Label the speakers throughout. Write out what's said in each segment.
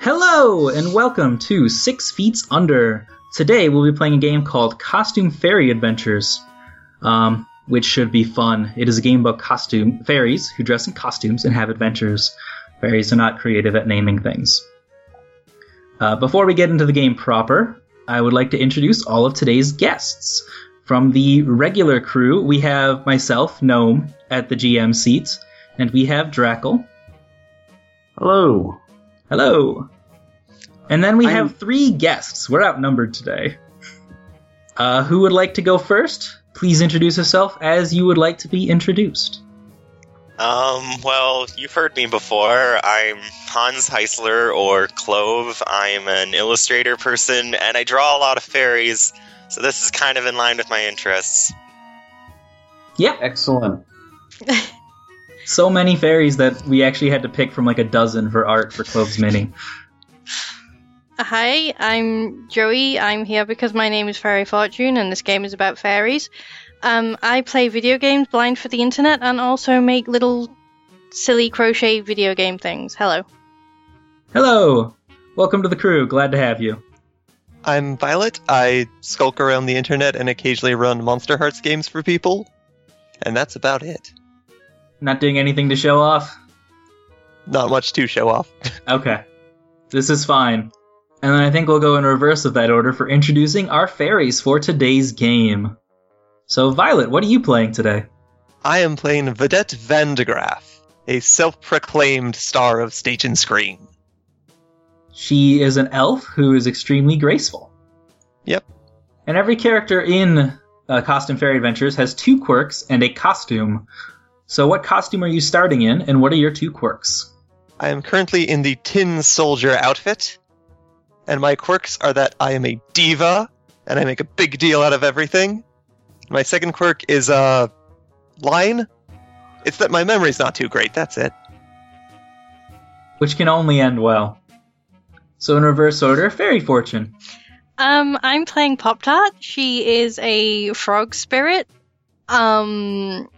Speaker 1: Hello and welcome to Six Feet Under. Today we'll be playing a game called Costume Fairy Adventures, um, which should be fun. It is a game about costume fairies who dress in costumes and have adventures. Fairies are not creative at naming things. Uh, before we get into the game proper, I would like to introduce all of today's guests. From the regular crew, we have myself, Gnome, at the GM seat, and we have Drackle.
Speaker 2: Hello.
Speaker 1: Hello. And then we
Speaker 2: I'm-
Speaker 1: have three guests. We're outnumbered today. Uh, who would like to go first? Please introduce yourself as you would like to be introduced.
Speaker 3: Um, well, you've heard me before. I'm Hans Heisler, or Clove. I'm an illustrator person, and I draw a lot of fairies, so this is kind of in line with my interests.
Speaker 2: Excellent.
Speaker 1: So many fairies that we actually had to pick from like a dozen for art for Clove's Mini.
Speaker 4: Hi, I'm Joey. I'm here because my name is Fairy Fortune and this game is about fairies. Um, I play video games blind for the internet and also make little silly crochet video game things. Hello.
Speaker 1: Hello! Welcome to the crew. Glad to have you.
Speaker 5: I'm Violet. I skulk around the internet and occasionally run Monster Hearts games for people. And that's about it.
Speaker 1: Not doing anything to show off?
Speaker 5: Not much to show off.
Speaker 1: Okay. This is fine. And then I think we'll go in reverse of that order for introducing our fairies for today's game. So, Violet, what are you playing today?
Speaker 5: I am playing Vedette Vandegraff, a self proclaimed star of stage and screen.
Speaker 1: She is an elf who is extremely graceful.
Speaker 5: Yep.
Speaker 1: And every character in uh, Costume Fairy Adventures has two quirks and a costume. So, what costume are you starting in, and what are your two quirks?
Speaker 5: I am currently in the Tin Soldier outfit, and my quirks are that I am a diva, and I make a big deal out of everything. My second quirk is a uh, line. It's that my memory's not too great, that's it.
Speaker 1: Which can only end well. So, in reverse order, Fairy Fortune.
Speaker 4: Um, I'm playing Pop Tart. She is a frog spirit, um,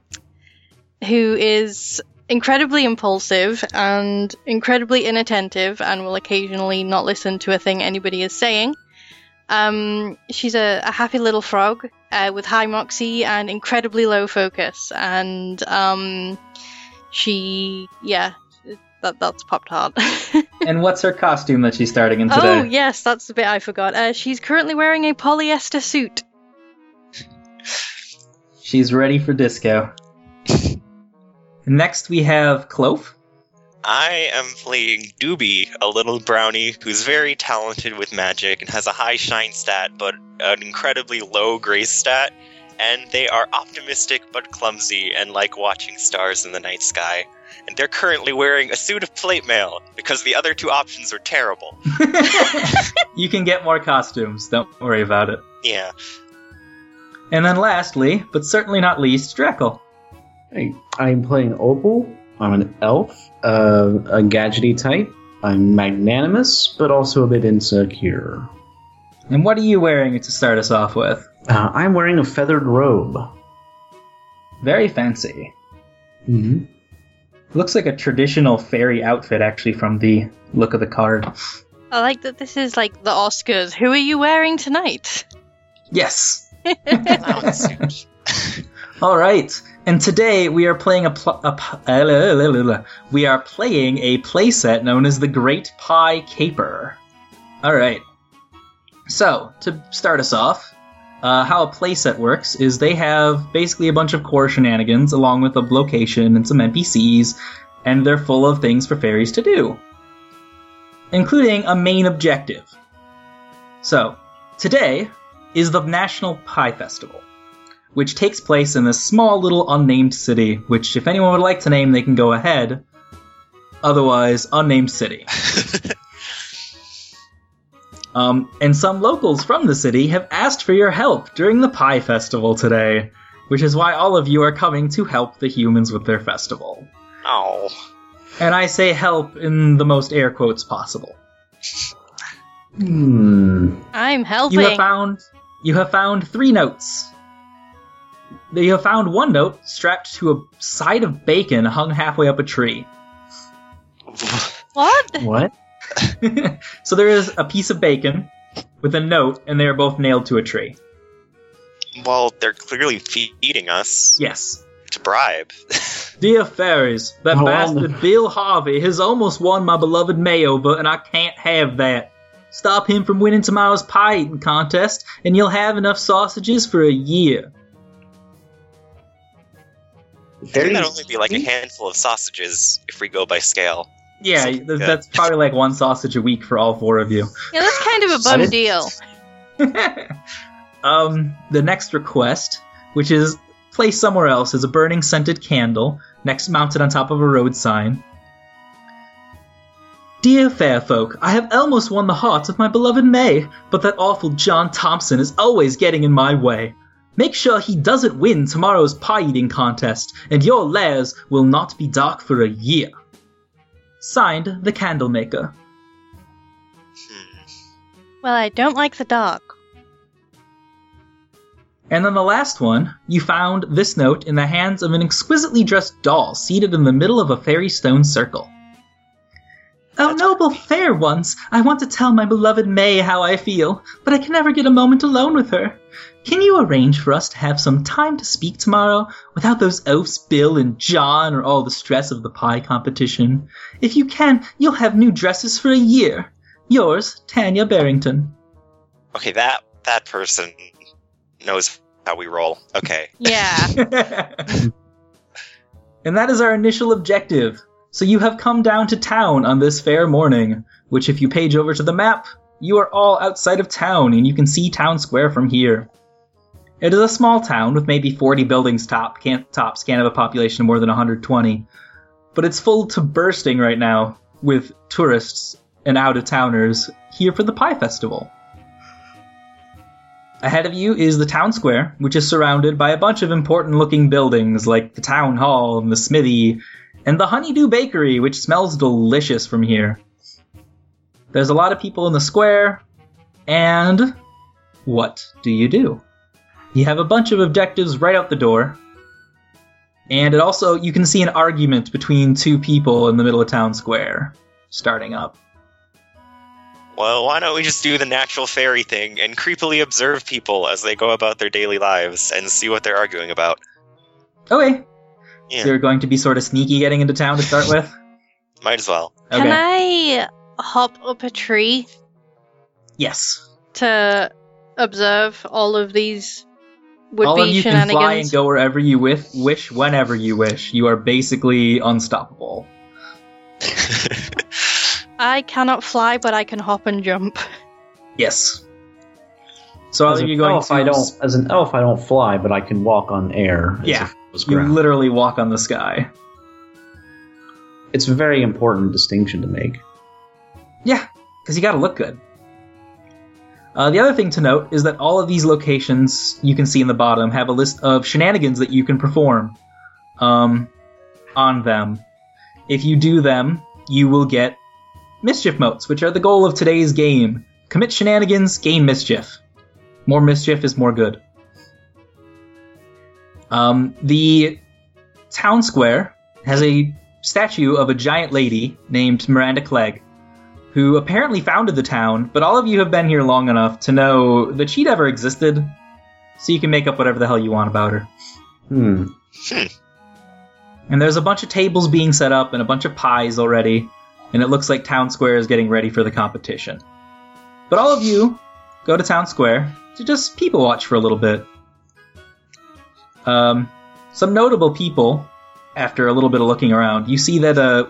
Speaker 4: who is incredibly impulsive and incredibly inattentive, and will occasionally not listen to a thing anybody is saying. Um, she's a, a happy little frog uh, with high moxie and incredibly low focus, and um, she, yeah, that that's Pop Tart.
Speaker 1: and what's her costume that she's starting in
Speaker 4: Oh
Speaker 1: today?
Speaker 4: yes, that's the bit I forgot. Uh, she's currently wearing a polyester suit.
Speaker 1: She's ready for disco. Next, we have Clove.
Speaker 3: I am playing Doobie, a little brownie who's very talented with magic and has a high shine stat, but an incredibly low grace stat. And they are optimistic but clumsy and like watching stars in the night sky. And they're currently wearing a suit of plate mail because the other two options are terrible.
Speaker 1: you can get more costumes, don't worry about it.
Speaker 3: Yeah.
Speaker 1: And then, lastly, but certainly not least, Drekel.
Speaker 2: Hey, I'm playing Opal. I'm an elf, uh, a gadgety type. I'm magnanimous, but also a bit insecure.
Speaker 1: And what are you wearing to start us off with?
Speaker 2: Uh, I'm wearing a feathered robe.
Speaker 1: Very fancy.
Speaker 2: Mm-hmm.
Speaker 1: Looks like a traditional fairy outfit, actually, from the look of the card.
Speaker 4: I like that this is like the Oscars. Who are you wearing tonight?
Speaker 1: Yes!
Speaker 3: Clown suit.
Speaker 1: All right, and today we are playing a, pl- a p- uh, la- la- la- la- we are playing a playset known as the Great Pie Caper. All right. So to start us off, uh, how a playset works is they have basically a bunch of core shenanigans along with a location and some NPCs, and they're full of things for fairies to do, including a main objective. So today is the National Pie Festival which takes place in this small little unnamed city, which if anyone would like to name, they can go ahead. Otherwise, unnamed city. um, and some locals from the city have asked for your help during the Pie Festival today, which is why all of you are coming to help the humans with their festival.
Speaker 3: Oh.
Speaker 1: And I say help in the most air quotes possible.
Speaker 2: Hmm.
Speaker 4: I'm helping.
Speaker 1: You have found you have found three notes. You have found one note strapped to a side of bacon hung halfway up a tree.
Speaker 4: what?
Speaker 2: What?
Speaker 1: so there is a piece of bacon with a note, and they are both nailed to a tree.
Speaker 3: Well, they're clearly feeding us
Speaker 1: Yes.
Speaker 3: to bribe.
Speaker 1: Dear fairies, that
Speaker 2: Oh,
Speaker 1: bastard
Speaker 2: I'm-
Speaker 1: Bill Harvey has almost won my beloved May over, and I can't have that. Stop him from winning tomorrow's pie eating contest, and you'll have enough sausages for a year.
Speaker 3: There might only be like a handful of sausages if we go by scale.
Speaker 1: Yeah,
Speaker 3: Sounds
Speaker 1: th-
Speaker 3: good.
Speaker 1: that's probably like one sausage a week for all four of you.
Speaker 4: Yeah, that's kind of a
Speaker 2: Son
Speaker 4: bum
Speaker 2: of-
Speaker 4: deal.
Speaker 1: um, the next request, which is placed somewhere else, is a burning scented candle next mounted on top of a road sign. Dear fair folk, I have almost won the hearts of my beloved May, but that awful John Thompson is always getting in my way. Make sure he doesn't win tomorrow's pie eating contest, and your lairs will not be dark for a year. Signed, the Candlemaker.
Speaker 4: Well, I don't like the dark.
Speaker 1: And then the last one, you found this note in the hands of an exquisitely dressed doll seated in the middle of a fairy stone circle. Oh, noble fair ones, I want to tell my beloved May how I feel, but I can never get a moment alone with her. Can you arrange for us to have some time to speak tomorrow without those oafs Bill and John or all the stress of the pie competition? If you can, you'll have new dresses for a year. Yours, Tanya Barrington.
Speaker 3: Okay, that that person knows how we roll. Okay.
Speaker 4: Yeah.
Speaker 1: and that is our initial objective. So you have come down to town on this fair morning, which, if you page over to the map, you are all outside of town and you can see town square from here. It is a small town with maybe 40 buildings top, can't, tops, can't have a population of more than 120. But it's full to bursting right now with tourists and out of towners here for the Pie Festival. Ahead of you is the town square, which is surrounded by a bunch of important looking buildings like the town hall and the smithy, and the Honeydew Bakery, which smells delicious from here. There's a lot of people in the square, and what do you do? You have a bunch of objectives right out the door, and it also you can see an argument between two people in the middle of town square starting up.
Speaker 3: Well, why don't we just do the natural fairy thing and creepily observe people as they go about their daily lives and see what they're arguing about?
Speaker 1: Okay,
Speaker 3: Yeah,
Speaker 1: so you're going to be sort of sneaky getting into town to start with.
Speaker 3: might as well.
Speaker 1: Okay.
Speaker 4: Can I hop up a tree
Speaker 1: yes.
Speaker 4: to observe all of these would
Speaker 1: All
Speaker 4: be
Speaker 1: of you can
Speaker 4: shenanigans?
Speaker 1: fly and go wherever you with, wish, whenever you wish. You are basically unstoppable.
Speaker 4: I cannot fly, but I can hop and jump.
Speaker 1: Yes. So
Speaker 2: As
Speaker 1: are
Speaker 2: an
Speaker 1: you going
Speaker 2: elf,
Speaker 1: to?
Speaker 2: I don't. As an elf, I don't fly, but I can walk on air. as
Speaker 1: Yeah.
Speaker 2: if it was
Speaker 1: You
Speaker 2: ground.
Speaker 1: literally walk on the sky.
Speaker 2: it's a very important distinction to make.
Speaker 1: Yeah, because you got to look good. Uh, the other thing to note is that all of these locations you can see in the bottom have a list of shenanigans that you can perform um, on them. If you do them, you will get mischief motes, which are the goal of today's game. Commit shenanigans, gain mischief. More mischief is more good. Um, the town square has a statue of a giant lady named Miranda Clegg who apparently founded the town, but all of you have been here long enough to know that she never existed, so you can make up whatever the hell you want about her.
Speaker 2: Hmm.
Speaker 1: And there's a bunch of tables being set up and a bunch of pies already, and it looks like Town Square is getting ready for the competition. But all of you go to Town Square to just people watch for a little bit. Um, some notable people, after a little bit of looking around, you see that uh,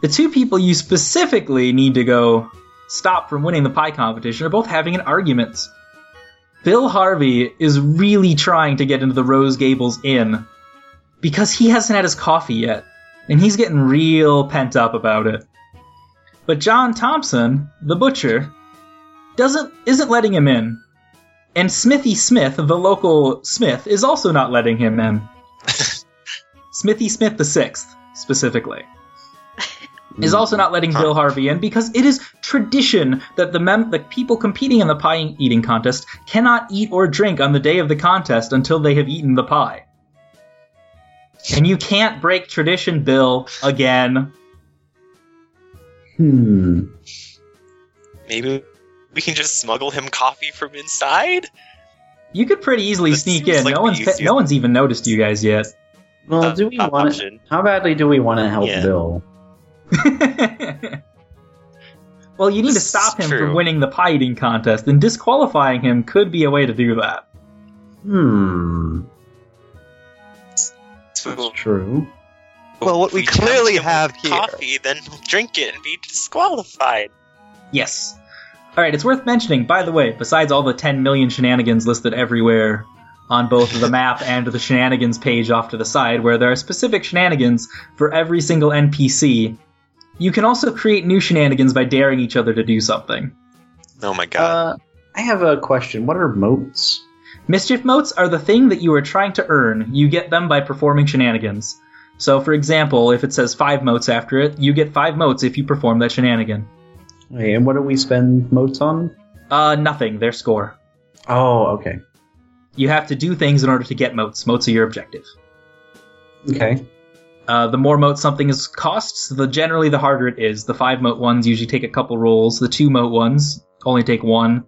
Speaker 1: the two people you specifically need to go stop from winning the pie competition are both having an argument. Bill Harvey is really trying to get into the Rose Gables Inn because he hasn't had his coffee yet, and he's getting real pent up about it. But John Thompson, the butcher, doesn't isn't letting him in. And Smithy Smith, the local Smith, is also not letting him in. Smithy Smith the sixth, specifically
Speaker 2: Hmm.
Speaker 3: Hmm.
Speaker 1: is also not letting Bill Harvey in because it is tradition that the mem- the people competing in the pie eating contest cannot eat or drink on the day of the contest until they have eaten the pie. And you can't break tradition, Bill, again.
Speaker 2: Hmm.
Speaker 3: Maybe we can just smuggle him coffee from inside?
Speaker 1: You could pretty easily
Speaker 3: That
Speaker 1: sneak
Speaker 3: seems
Speaker 1: in.
Speaker 3: like
Speaker 1: no
Speaker 3: the
Speaker 1: one's pa-
Speaker 3: easiest-
Speaker 1: no one's even noticed you guys yet.
Speaker 2: Well,
Speaker 3: Uh,
Speaker 2: do we
Speaker 3: uh,
Speaker 2: want?
Speaker 3: option.
Speaker 2: How badly do we want to help
Speaker 3: Yeah.
Speaker 2: Bill?
Speaker 1: well, you need to
Speaker 3: This
Speaker 1: stop
Speaker 3: is
Speaker 1: him
Speaker 3: true.
Speaker 1: from winning the pie eating contest, and disqualifying him could be a way to do that.
Speaker 2: Hmm. That's
Speaker 3: So
Speaker 2: true.
Speaker 5: Well, what
Speaker 3: if
Speaker 5: we
Speaker 3: tempt
Speaker 5: clearly
Speaker 3: him with
Speaker 5: have here-
Speaker 3: Coffee, then he'll drink it and be disqualified.
Speaker 1: Yes. All right, it's worth mentioning, by the way, besides all the 10 million shenanigans listed everywhere on both the map and the shenanigans page off to the side, where there are specific shenanigans for every single NPC, you can also create new shenanigans by daring each other to do something.
Speaker 3: Oh my god.
Speaker 2: Uh, I have a question. What are moats?
Speaker 1: Mischief motes are the thing that you are trying to earn. You get them by performing shenanigans. So, for example, if it says five motes after it, you get five motes if you perform that shenanigan.
Speaker 2: Okay, and what do we spend moats on?
Speaker 1: Uh, nothing, their score.
Speaker 2: Oh, okay.
Speaker 1: You have to do things in order to get motes. Motes are your objective.
Speaker 2: Okay.
Speaker 1: Uh, the more moat something is costs, the generally the harder it is. The five moat ones usually take a couple rolls. The two moat ones only take one,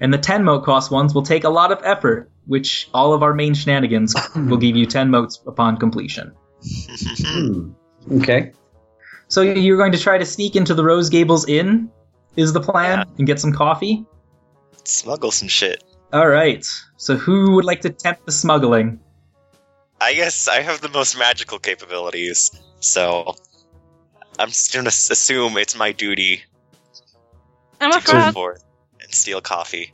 Speaker 1: and the ten moat cost ones will take a lot of effort. Which all of our main shenanigans will give you ten moats upon completion. Uh,
Speaker 2: Hmm. Okay.
Speaker 1: So you're going to try to sneak into the Rose Gables Inn, is the plan, and get some coffee.
Speaker 3: Smuggle some shit.
Speaker 1: All right. So who would like to tempt the smuggling?
Speaker 3: I guess I have the most magical capabilities, so I'm just gonna s- assume it's my duty
Speaker 4: I'm a
Speaker 3: to go
Speaker 4: frog.
Speaker 3: for it and steal coffee.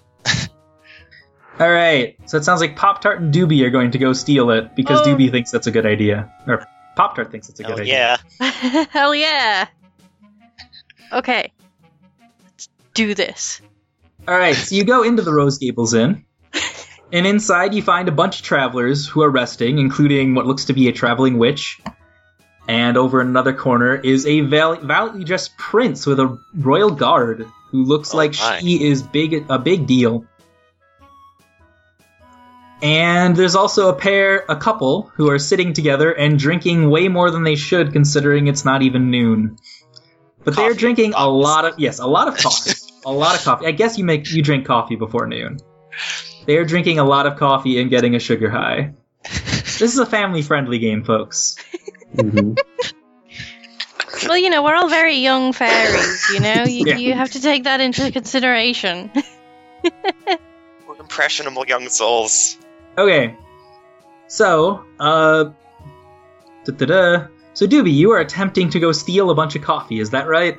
Speaker 1: All right. So it sounds like Pop Tart and Doobie are going to go steal it because
Speaker 4: Oh.
Speaker 1: Doobie thinks that's a good idea, or Pop Tart thinks it's a good
Speaker 3: Oh,
Speaker 1: idea.
Speaker 3: yeah.
Speaker 4: Hell yeah. Okay. Let's do this.
Speaker 1: All right, so you go into the Rose Gables Inn, and inside you find a bunch of travelers who are resting, including what looks to be a traveling witch. And over in another corner is a val- valiantly dressed prince with a royal guard who looks
Speaker 3: Oh
Speaker 1: like
Speaker 3: my.
Speaker 1: she is big a big deal. And there's also a pair, a couple, who are sitting together and drinking way more than they should, considering it's not even noon. But they're
Speaker 3: Coffee.
Speaker 1: drinking a lot of yes, a lot of coffee, a lot of coffee. I guess you make you drink coffee before noon. They're drinking a lot of coffee and getting a sugar high. This is a family-friendly game, folks.
Speaker 2: hmm
Speaker 4: Well, you know, we're all very young fairies, you know? You,
Speaker 1: Yeah.
Speaker 4: you have to take that into consideration.
Speaker 3: We're impressionable young souls.
Speaker 1: Okay, so uh, da-da-da. so Doobie, you are attempting to go steal a bunch of coffee. Is that right?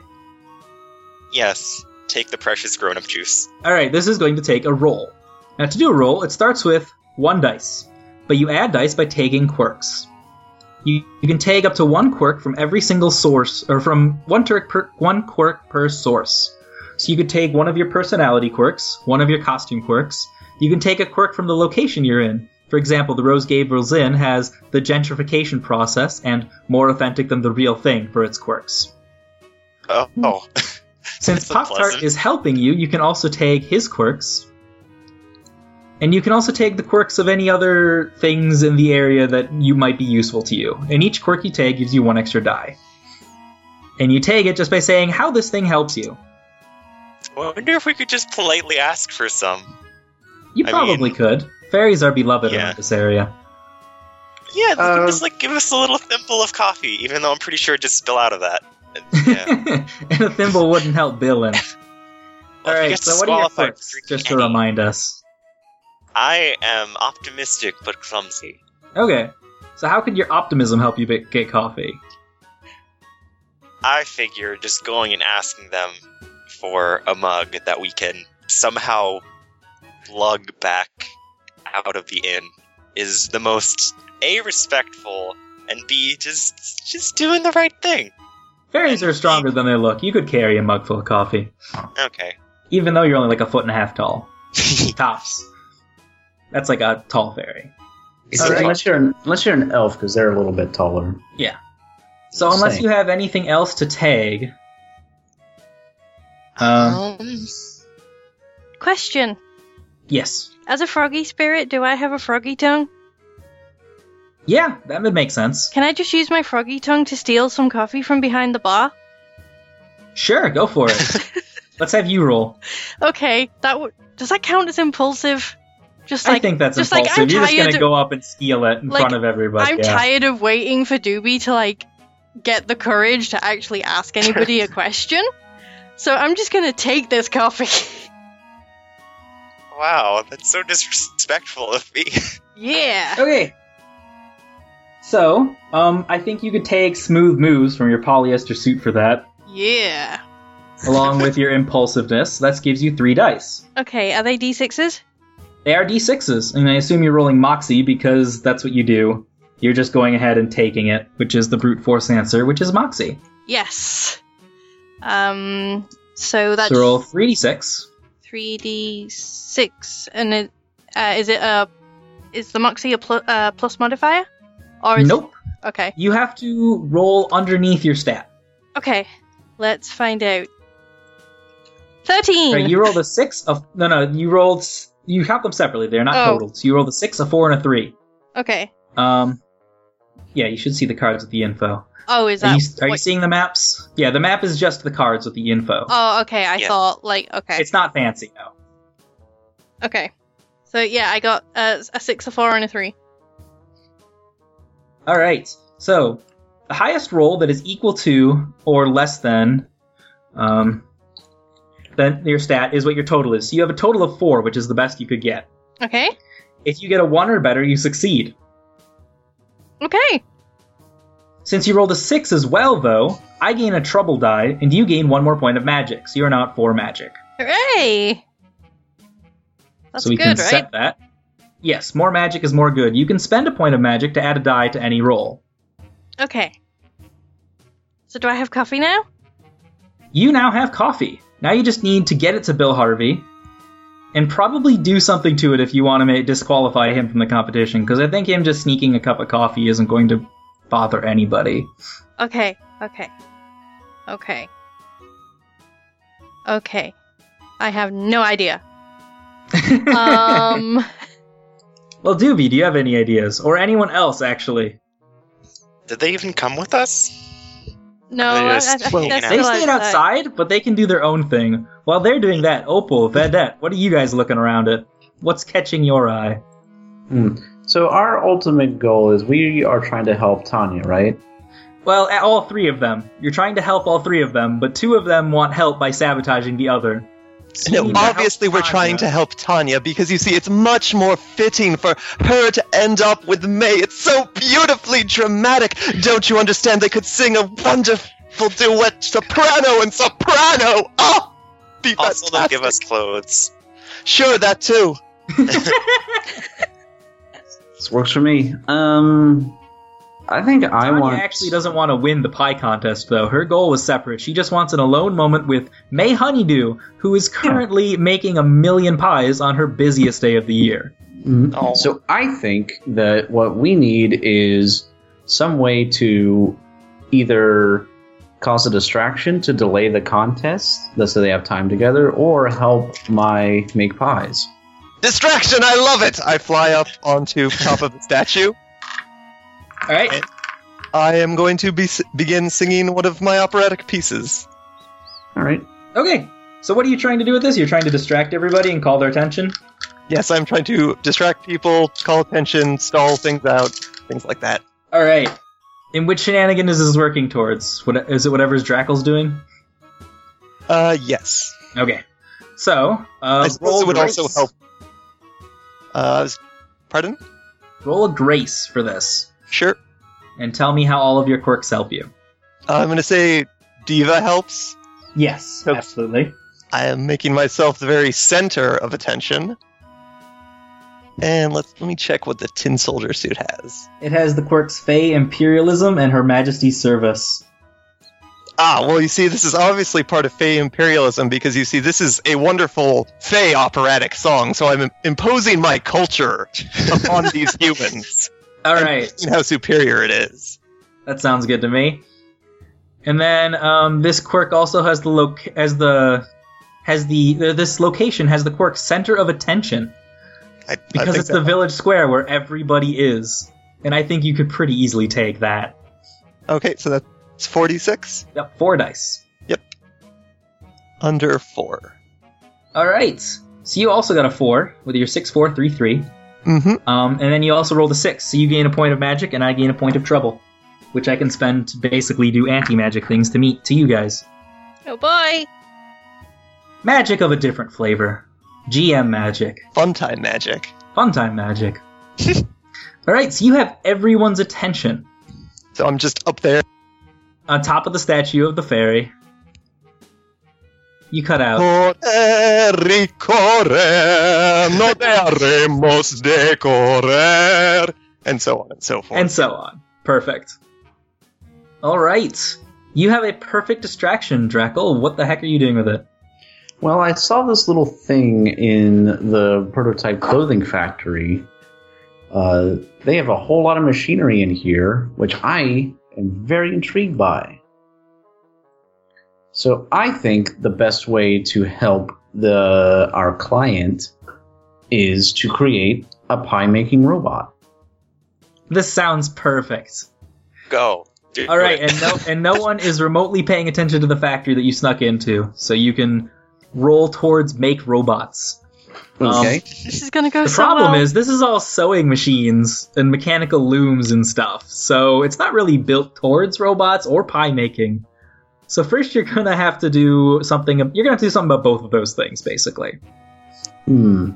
Speaker 3: Yes. Take the precious grown up juice.
Speaker 1: All right, this is going to take a roll. Now, to do a roll, it starts with one dice, but you add dice by taking quirks. You, you can take up to one quirk from every single source, or from one, turk per, one quirk per source. So you could take one of your personality quirks, one of your costume quirks. You can take a quirk from the location you're in. For example, the Rose Gabriel's Inn has the gentrification process and more authentic than the real thing for its quirks.
Speaker 3: Oh.
Speaker 1: Hmm.
Speaker 3: oh.
Speaker 1: Since
Speaker 3: That's
Speaker 1: Pop Tart
Speaker 3: unpleasant.
Speaker 1: is helping you, you can also take his quirks. And you can also take the quirks of any other things in the area that you might be useful to you. And each quirk you take gives you one extra die. And you take it just by saying how this thing helps you.
Speaker 3: I wonder if we could just politely ask for some.
Speaker 1: You
Speaker 3: I
Speaker 1: probably
Speaker 3: mean-
Speaker 1: could. Fairies are beloved
Speaker 3: Yeah.
Speaker 1: around this area.
Speaker 3: Yeah, they
Speaker 2: Uh,
Speaker 3: can just like give us a little thimble of coffee, even though I'm pretty sure it just spill out of that. Yeah.
Speaker 1: and a thimble wouldn't help Bill in.
Speaker 3: Well, if you
Speaker 1: Alright,
Speaker 3: get
Speaker 1: so what are your
Speaker 3: disqualified
Speaker 1: quirks?
Speaker 3: for drinking
Speaker 1: Just to
Speaker 3: any-
Speaker 1: remind us.
Speaker 3: I am optimistic but clumsy.
Speaker 1: Okay. So how could your optimism help you be- get coffee?
Speaker 3: I figure just going and asking them for a mug that we can somehow lug back out of the inn is the most a respectful and b just just doing the right thing.
Speaker 1: Fairies are stronger than they look. You could carry a mug full of coffee,
Speaker 3: Okay.
Speaker 1: even though you're only like a foot and a half tall. Tops. That's like a tall fairy.
Speaker 3: Is
Speaker 1: All
Speaker 3: it
Speaker 1: right.
Speaker 2: Unless you're an, unless you're an elf, because they're a little bit taller.
Speaker 1: So unless
Speaker 2: Same.
Speaker 1: you have anything else to tag, um,
Speaker 3: um,
Speaker 4: Question
Speaker 1: yes,
Speaker 4: As a froggy spirit, do I have a froggy tongue?
Speaker 1: yeah, that would make sense.
Speaker 4: Can I just use my froggy tongue to steal some coffee from behind the bar?
Speaker 1: Sure, go for it. Let's have you roll.
Speaker 4: Okay, that w- does that count as impulsive? Just
Speaker 1: I
Speaker 4: like
Speaker 1: think that's
Speaker 4: just like,
Speaker 1: impulsive.
Speaker 4: I'm
Speaker 1: You're just
Speaker 4: tired
Speaker 1: gonna
Speaker 4: of-
Speaker 1: go up and steal it in
Speaker 4: Like,
Speaker 1: front of everybody.
Speaker 4: I'm
Speaker 1: yeah.
Speaker 4: tired of waiting for Doobie to like get the courage to actually ask anybody a question. So I'm just gonna take this coffee.
Speaker 3: Wow, that's so disrespectful of me.
Speaker 4: yeah.
Speaker 1: Okay. So, um, I think you could take smooth moves from your polyester suit for that,
Speaker 4: Yeah.
Speaker 1: along with your impulsiveness. That gives you three dice.
Speaker 4: Okay, are they D6s?
Speaker 1: They are d6s, and I assume you're rolling moxie because that's what you do. You're just going ahead and taking it, which is the brute force answer, which is moxie.
Speaker 4: Yes. Um so that's
Speaker 1: So roll 3d6.
Speaker 4: 3d6 and it uh, is it a is the moxie a pl- uh, plus modifier? Or is
Speaker 1: Nope.
Speaker 4: okay.
Speaker 1: You have to roll underneath your stat.
Speaker 4: Okay. Let's find out. 13.
Speaker 1: Right, you rolled a six, of no, no, you rolled. s- You count them separately. They're not
Speaker 4: Oh.
Speaker 1: total. So you rolled a six, a four, and a three.
Speaker 4: okay.
Speaker 1: Um, yeah, you should see the cards with the info.
Speaker 4: Oh, is that
Speaker 1: Are you, are you
Speaker 4: what-
Speaker 1: seeing the maps? Yeah, the map is just the cards with the info.
Speaker 4: Oh, okay. I
Speaker 3: Yeah.
Speaker 4: thought like okay,
Speaker 1: It's not fancy, no.
Speaker 4: okay. So yeah, I got uh, a six, a four, and a three.
Speaker 1: All right. So the highest roll that is equal to or less than, um, than your stat is what your total is. So you have a total of four, which is the best you could get.
Speaker 4: Okay.
Speaker 1: If you get a one or better, you succeed.
Speaker 4: Okay.
Speaker 1: Since you rolled a six as well, though, I gain a trouble die, and you gain one more point of magic. So you're now at four magic.
Speaker 4: Hooray! That's
Speaker 1: so we
Speaker 4: good,
Speaker 1: can
Speaker 4: right?
Speaker 1: set that. Yes, more magic is more good. You can spend a point of magic to add a die to any roll.
Speaker 4: Okay. So do I have coffee now?
Speaker 1: You now have coffee. Now you just need to get it to Bill Harvey and probably do something to it if you want to make, disqualify him from the competition, because I think him just sneaking a cup of coffee isn't going to bother anybody.
Speaker 4: Okay. Okay. Okay. Okay. I have no idea. Um.
Speaker 1: well, Doobie, do you have any ideas? Or anyone else, actually?
Speaker 3: Did they even come with us?
Speaker 4: no.
Speaker 3: They
Speaker 4: I, I, I
Speaker 3: just-
Speaker 4: think
Speaker 3: well,
Speaker 4: they're
Speaker 3: they
Speaker 1: They
Speaker 4: still
Speaker 1: stayed
Speaker 4: outside.
Speaker 1: outside, but they can do their own thing. While they're doing that, Opal, Vedette, what are you guys looking around at? What's catching your eye?
Speaker 2: Hmm. So our ultimate goal is we are trying to help Tanya, right?
Speaker 1: Well, a- all three of them. You're trying to help all three of them, but two of them want help by sabotaging the other. So you
Speaker 5: No,
Speaker 1: need to help
Speaker 5: obviously we're
Speaker 1: Tanya.
Speaker 5: trying to help Tanya because you see, it's much more fitting for her to end up with May. It's so beautifully dramatic. Don't you understand? They could sing a wonderful duet, soprano and soprano. Oh, be
Speaker 3: Also, they'll give
Speaker 5: fantastic.
Speaker 3: us clothes.
Speaker 5: Sure, that too.
Speaker 2: This works for me. Um, I think I
Speaker 1: Tanya
Speaker 2: want
Speaker 1: actually doesn't want to win the pie contest, though. Her goal was separate. She just wants an alone moment with May Honeydew, who is currently making a million pies on her busiest day of the year.
Speaker 2: Mhm.
Speaker 3: Oh.
Speaker 2: So I think that what we need is some way to either cause a distraction to delay the contest, thus so they have time together, or help my make pies.
Speaker 5: Distraction, I love it. I fly up onto top of the statue.
Speaker 1: All right.
Speaker 5: I am going to be- begin singing one of my operatic pieces.
Speaker 2: All right.
Speaker 1: Okay. So what are you trying to do with this? You're trying to distract everybody and call their attention.
Speaker 5: Yes, I'm trying to distract people, call attention, stall things out, things like that.
Speaker 1: All right. In which shenanigan is this working towards? What is it? Whatever's Drackle's doing.
Speaker 5: Uh, yes.
Speaker 1: Okay. So uh,
Speaker 5: I suppose
Speaker 1: roll
Speaker 5: it would
Speaker 1: grace.
Speaker 5: also help. Uh, s- pardon?
Speaker 1: Roll a grace for this,
Speaker 5: Sure.
Speaker 1: and tell me how all of your quirks help you.
Speaker 5: Uh, I'm gonna say diva helps.
Speaker 1: Yes,
Speaker 5: Okay.
Speaker 1: absolutely.
Speaker 5: I am making myself the very center of attention. And let's let me check what the tin soldier suit has.
Speaker 1: It has the quirks Fey Imperialism and Her Majesty's Service.
Speaker 5: Ah, well, you see, this is obviously part of Fey imperialism because you see, this is a wonderful Fey operatic song. So I'm im- imposing my culture upon these humans.
Speaker 1: All
Speaker 5: And
Speaker 1: right,
Speaker 5: seeing how superior it is.
Speaker 1: that sounds good to me. And then um, this quirk also has the loc as the has the uh, this location has the quirk Center of Attention
Speaker 5: I, I
Speaker 1: because
Speaker 5: think
Speaker 1: it's the
Speaker 5: that-
Speaker 1: village square where everybody is, and I think you could pretty easily take that.
Speaker 5: okay. So that's forty-six.
Speaker 1: Yep, four dice.
Speaker 5: Yep. under four.
Speaker 1: All right. So you also got a four with your six four three three.
Speaker 5: Mm-hmm.
Speaker 1: Um, and then you also rolled a six, so you gain a point of magic, and I gain a point of trouble, which I can spend to basically do anti-magic things to meet to you guys.
Speaker 4: Oh boy.
Speaker 1: Magic of a different flavor, GM magic,
Speaker 5: Fun time magic.
Speaker 1: fun time magic. All right, so you have everyone's attention
Speaker 5: So I'm just up there.
Speaker 1: on top of the statue of the fairy. You cut
Speaker 5: Oh,
Speaker 1: out.
Speaker 5: Correr, correr, no dejaremos de correr, and so on and so forth.
Speaker 1: and so on. Perfect. All right. You have a perfect distraction, Drackle. What the heck are you doing with it?
Speaker 2: Well, I saw this little thing in the prototype clothing factory. Uh, they have a whole lot of machinery in here, which I am very intrigued by. So I think the best way to help the our client is to create a pie making robot.
Speaker 1: This sounds perfect.
Speaker 3: Go. Do
Speaker 1: All right,
Speaker 3: it.
Speaker 1: and no and no one is remotely paying attention to the factory that you snuck into, so you can roll towards make robots. Um,
Speaker 2: Okay.
Speaker 4: This is gonna go
Speaker 1: The
Speaker 4: so
Speaker 1: problem
Speaker 4: well.
Speaker 1: is this is all sewing machines and mechanical looms and stuff, so it's not really built towards robots or pie making. So first, you're gonna have to do something. You're gonna have to do something about both of those things, basically.
Speaker 2: Hmm.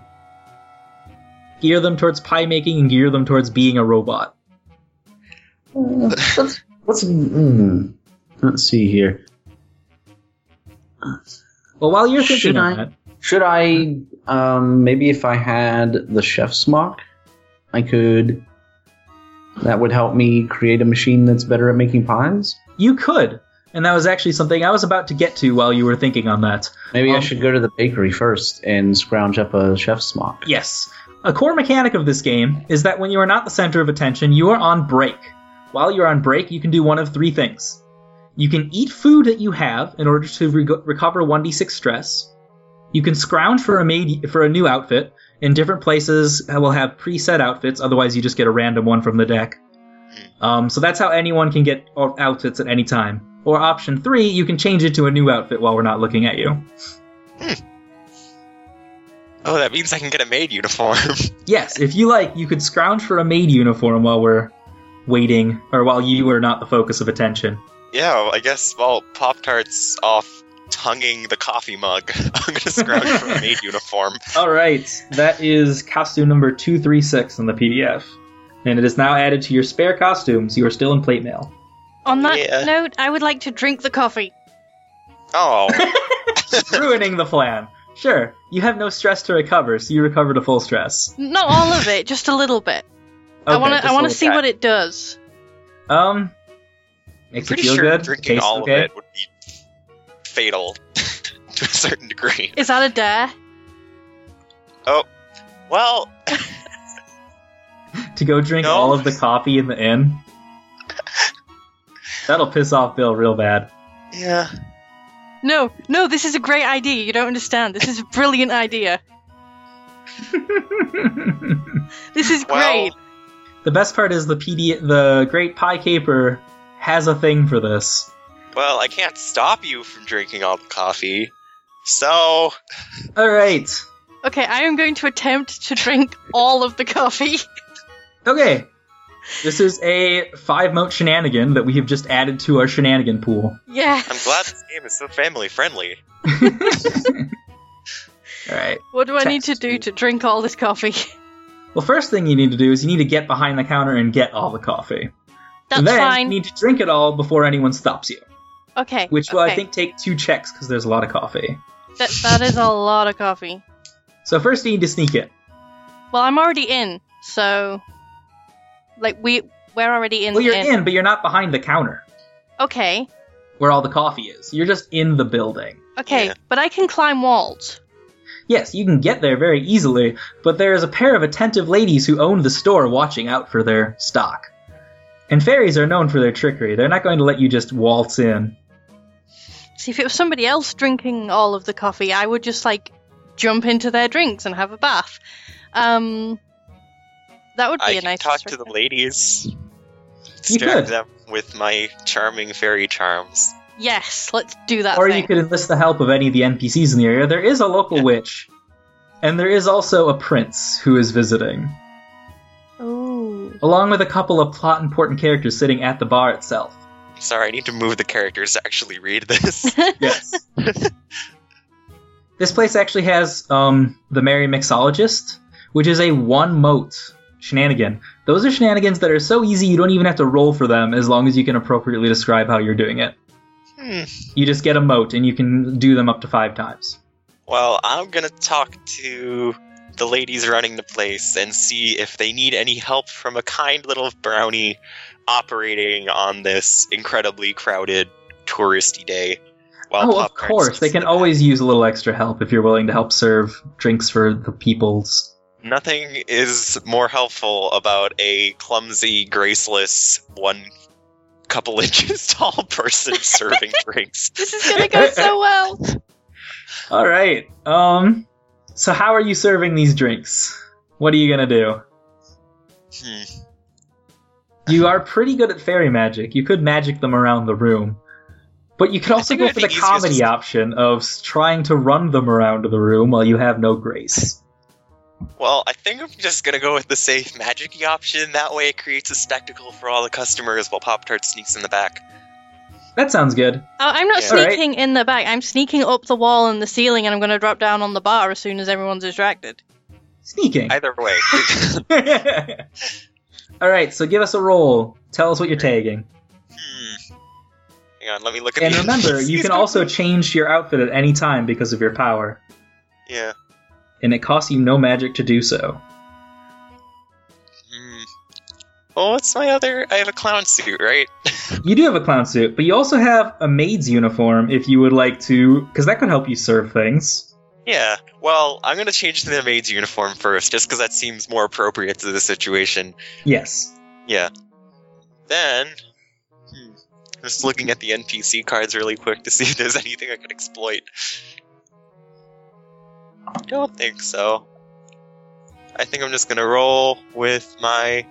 Speaker 1: gear them towards pie making and gear them towards being a robot.
Speaker 2: Uh, let's, let's, hmm. let's see here.
Speaker 1: Well, while you're
Speaker 2: Should
Speaker 1: thinking on
Speaker 2: I?
Speaker 1: that,
Speaker 2: Should I, um, maybe if I had the chef's mock, I could. That would help me create a machine that's better at making pies.
Speaker 1: you could. And that was actually something I was about to get to while you were thinking on that.
Speaker 2: Maybe I
Speaker 1: Um,
Speaker 2: should go to the bakery first and scrounge up a chef's mock.
Speaker 1: Yes. A core mechanic of this game is that when you are not the center of attention, you are on break. While you're on break, you can do one of three things. You can eat food that you have in order to re- recover 1d6 stress. You can scrounge for a made for a new outfit. In different places uh, will have preset outfits, otherwise you just get a random one from the deck. Um, so that's how anyone can get o- outfits at any time. Or option three, you can change it to a new outfit while we're not looking at you.
Speaker 3: Oh, that means I can get a maid uniform.
Speaker 1: Yes, if you like, you could scrounge for a maid uniform while we're waiting, or while you are not the focus of attention.
Speaker 3: yeah, well, I guess while Pop Tart's off tonguing the coffee mug, I'm gonna scrounge for a maid uniform.
Speaker 1: All right, that is costume number 236 in the PDF. And it is now added to your spare costumes. You are still in plate mail.
Speaker 4: On that
Speaker 3: Yeah.
Speaker 4: note, I would like to drink the coffee.
Speaker 3: Oh,
Speaker 1: Ruining the plan. Sure, you have no stress to recover, so you recovered a full stress.
Speaker 4: Not all of it, just a little bit. I
Speaker 1: Okay,
Speaker 4: wanna
Speaker 1: just
Speaker 4: I
Speaker 1: a
Speaker 4: wanna
Speaker 1: little
Speaker 4: see
Speaker 1: bit.
Speaker 4: what it does.
Speaker 1: Um,
Speaker 3: I'm
Speaker 1: makes you
Speaker 3: pretty
Speaker 1: feel
Speaker 3: sure
Speaker 1: good.
Speaker 3: drinking
Speaker 1: Tastes
Speaker 3: all
Speaker 1: okay.
Speaker 3: of it would be fatal to a certain degree.
Speaker 4: Is that a dare?
Speaker 3: Well,
Speaker 1: To go drink
Speaker 3: No.
Speaker 1: all of the coffee in the inn. That'll piss off Bill real bad.
Speaker 3: yeah.
Speaker 4: No, no, this is a great idea. You don't understand. This is a brilliant idea. This is
Speaker 3: Well,
Speaker 4: great.
Speaker 1: The best part is the PD, the Great Pie Caper has a thing for this.
Speaker 3: well, I can't stop you from drinking all the coffee. So,
Speaker 1: All right,
Speaker 4: Okay, I am going to attempt to drink all of the coffee.
Speaker 1: okay. This is a five moat shenanigan that we have just added to our shenanigan pool.
Speaker 4: Yeah.
Speaker 3: I'm glad this game is so family friendly.
Speaker 1: All right.
Speaker 4: What do I need to
Speaker 1: Text.
Speaker 4: do to drink all this coffee?
Speaker 1: Well, first thing you need to do is you need to get behind the counter and get all the coffee.
Speaker 4: That's
Speaker 1: and then
Speaker 4: fine.
Speaker 1: you need to drink it all before anyone stops you,
Speaker 4: okay.
Speaker 1: which will I
Speaker 4: okay.
Speaker 1: think take two checks because there's a lot of coffee.
Speaker 4: that, that is a lot of coffee.
Speaker 1: So first you need to sneak it.
Speaker 4: Well, I'm already in, so like we we're already in
Speaker 1: Well,
Speaker 4: the
Speaker 1: Oh, you're
Speaker 4: inn.
Speaker 1: in, but you're not behind the counter
Speaker 4: Okay.
Speaker 1: where all the coffee is. You're just in the building.
Speaker 4: Okay,
Speaker 3: Yeah.
Speaker 4: but I can climb walls.
Speaker 1: Yes, you can get there very easily, but there is a pair of attentive ladies who own the store watching out for their stock. And fairies are known for their trickery. They're not going to let you just waltz in.
Speaker 4: See, if it was somebody else drinking all of the coffee, I would just like jump into their drinks and have a bath. Um, that would be
Speaker 3: I
Speaker 4: a
Speaker 3: can
Speaker 4: nice.
Speaker 3: talk to the
Speaker 4: distraction.
Speaker 3: ladies,
Speaker 1: You
Speaker 3: stare at
Speaker 1: could.
Speaker 3: them with my charming fairy charms.
Speaker 4: Yes, let's do that.
Speaker 1: or
Speaker 4: thing.
Speaker 1: you could enlist the help of any of the NPCs in the area. There is a local witch, and there is also a prince who is visiting,
Speaker 4: Ooh.
Speaker 1: along with a couple of plot important characters sitting at the bar itself.
Speaker 3: Sorry, I need to move the characters to actually read this.
Speaker 1: Yes. this place actually has um, the Merry Mixologist, which is a one moat shenanigan. Those are shenanigans that are so easy you don't even have to roll for them as long as you can appropriately describe how you're doing it.
Speaker 3: Hmm.
Speaker 1: You just get a moat and you can do them up to five times.
Speaker 3: Well, I'm gonna talk to the ladies running the place and see if they need any help from a kind little brownie operating on this incredibly crowded touristy day. While
Speaker 1: oh, of
Speaker 3: Pop Tarts
Speaker 1: course. They
Speaker 3: eats
Speaker 1: can
Speaker 3: the-
Speaker 1: always use a little extra help if you're willing to help serve drinks for the peoples.
Speaker 3: Nothing is more helpful about a clumsy, graceless, one couple inches tall person serving drinks.
Speaker 4: This is gonna go so well. Oh,
Speaker 1: All right. Um. So, how are you serving these drinks? What are you gonna do?
Speaker 3: Hmm.
Speaker 1: You are pretty good at fairy magic. You could magic them around the room, but you could also
Speaker 3: think
Speaker 1: go
Speaker 3: it'd
Speaker 1: for
Speaker 3: be
Speaker 1: the
Speaker 3: easiest
Speaker 1: comedy
Speaker 3: just-
Speaker 1: option of s- trying to run them around the room while you have no grace.
Speaker 3: Well, I think I'm just gonna go with the safe magic option. That way, it creates a spectacle for all the customers while Pop Tart sneaks in the back.
Speaker 1: That sounds good.
Speaker 4: Oh, I'm not
Speaker 3: Yeah.
Speaker 1: Alright.
Speaker 4: sneaking in the back. I'm sneaking up the wall and the ceiling, and I'm gonna drop down on the bar as soon as everyone's distracted.
Speaker 1: Sneaking.
Speaker 3: Either way,
Speaker 1: All right. So, give us a roll. Tell us what you're taking.
Speaker 3: Hmm. Hang on, let me look at
Speaker 1: And
Speaker 3: the-
Speaker 1: remember, you can also change your outfit at any time because of your power,
Speaker 3: Yeah.
Speaker 1: and it costs you no magic to do so.
Speaker 3: Hmm. Well, what's my other? I have a clown suit, right?
Speaker 1: You do have a clown suit, but you also have a maid's uniform if you would like to, because that could help you serve things.
Speaker 3: Yeah. Well, I'm gonna change to the maid's uniform first, just because that seems more appropriate to the situation.
Speaker 1: Yes.
Speaker 3: Yeah. Then, hmm, just looking at the NPC cards really quick to see if there's anything I could exploit. Don't think so. I think I'm just gonna roll with my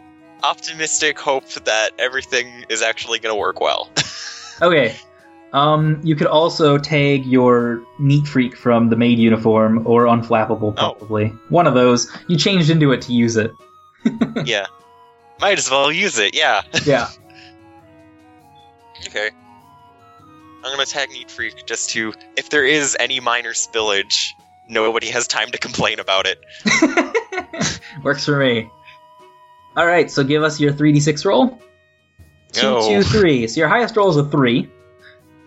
Speaker 3: optimistic hope that everything is actually gonna work well.
Speaker 1: Okay. Um, you could also tag your neat freak from the maid uniform or unflappable,
Speaker 3: Oh.
Speaker 1: probably. One of those. You changed into it to use it.
Speaker 3: yeah. Might as well use it, yeah.
Speaker 1: Yeah.
Speaker 3: Okay. I'm gonna tag Neat Freak just to, if there is any minor spillage, nobody has time to complain about it.
Speaker 1: Works for me. All right, so give us your 3d6 roll. Two,
Speaker 3: No.
Speaker 1: two, three. So your highest roll is a three,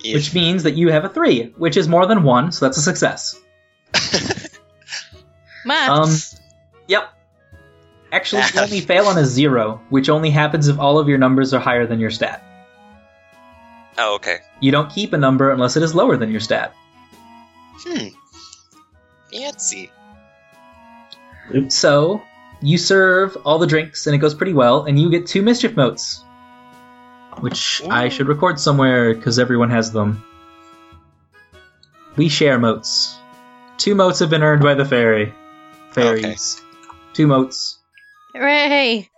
Speaker 3: Yeah.
Speaker 1: which means that you have a three, which is more than one, so that's a success.
Speaker 4: Maths.
Speaker 1: Yep. Actually, you only fail on a zero, which only happens if all of your numbers are higher than your stat.
Speaker 3: Oh, okay.
Speaker 1: You don't keep a number unless it is lower than your stat.
Speaker 3: Hmm. Fancy.
Speaker 1: So, you serve all the drinks, and it goes pretty well, and you get two mischief motes, which I
Speaker 3: Ooh.
Speaker 1: should record somewhere because everyone has them. We share motes. Two motes have been earned by the fairy. Fairies. Two motes.
Speaker 4: Hooray!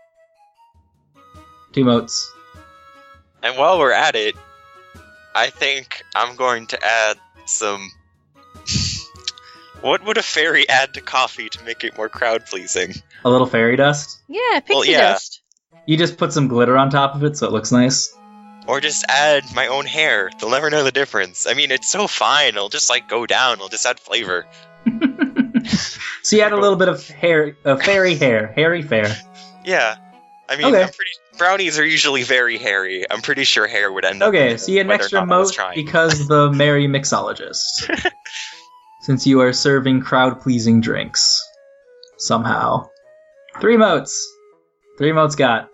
Speaker 1: Two motes.
Speaker 3: And while we're at it, I think I'm going to add some. what would a fairy add to coffee to make it more crowd pleasing?
Speaker 1: A little fairy dust.
Speaker 4: Yeah, pixie
Speaker 3: yeah.
Speaker 4: dust.
Speaker 1: You just put some glitter on top of it so it looks nice.
Speaker 3: Or just add my own hair. They'll never know the difference. I mean, it's so fine. It'll just like go down. It'll just add flavor.
Speaker 1: So you had a little bit of hair, uh, fairy hair, hairy fair.
Speaker 3: Yeah. I mean,
Speaker 1: Okay.
Speaker 3: I'm pretty, brownies are usually very hairy. I'm pretty sure hair would end up.
Speaker 1: Okay,
Speaker 3: in
Speaker 1: so you had an
Speaker 3: whether or
Speaker 1: extra
Speaker 3: not I was
Speaker 1: moat
Speaker 3: trying.
Speaker 1: because the merry mixologist. Since you are serving crowd pleasing drinks. Somehow. Three moats. Three moats got.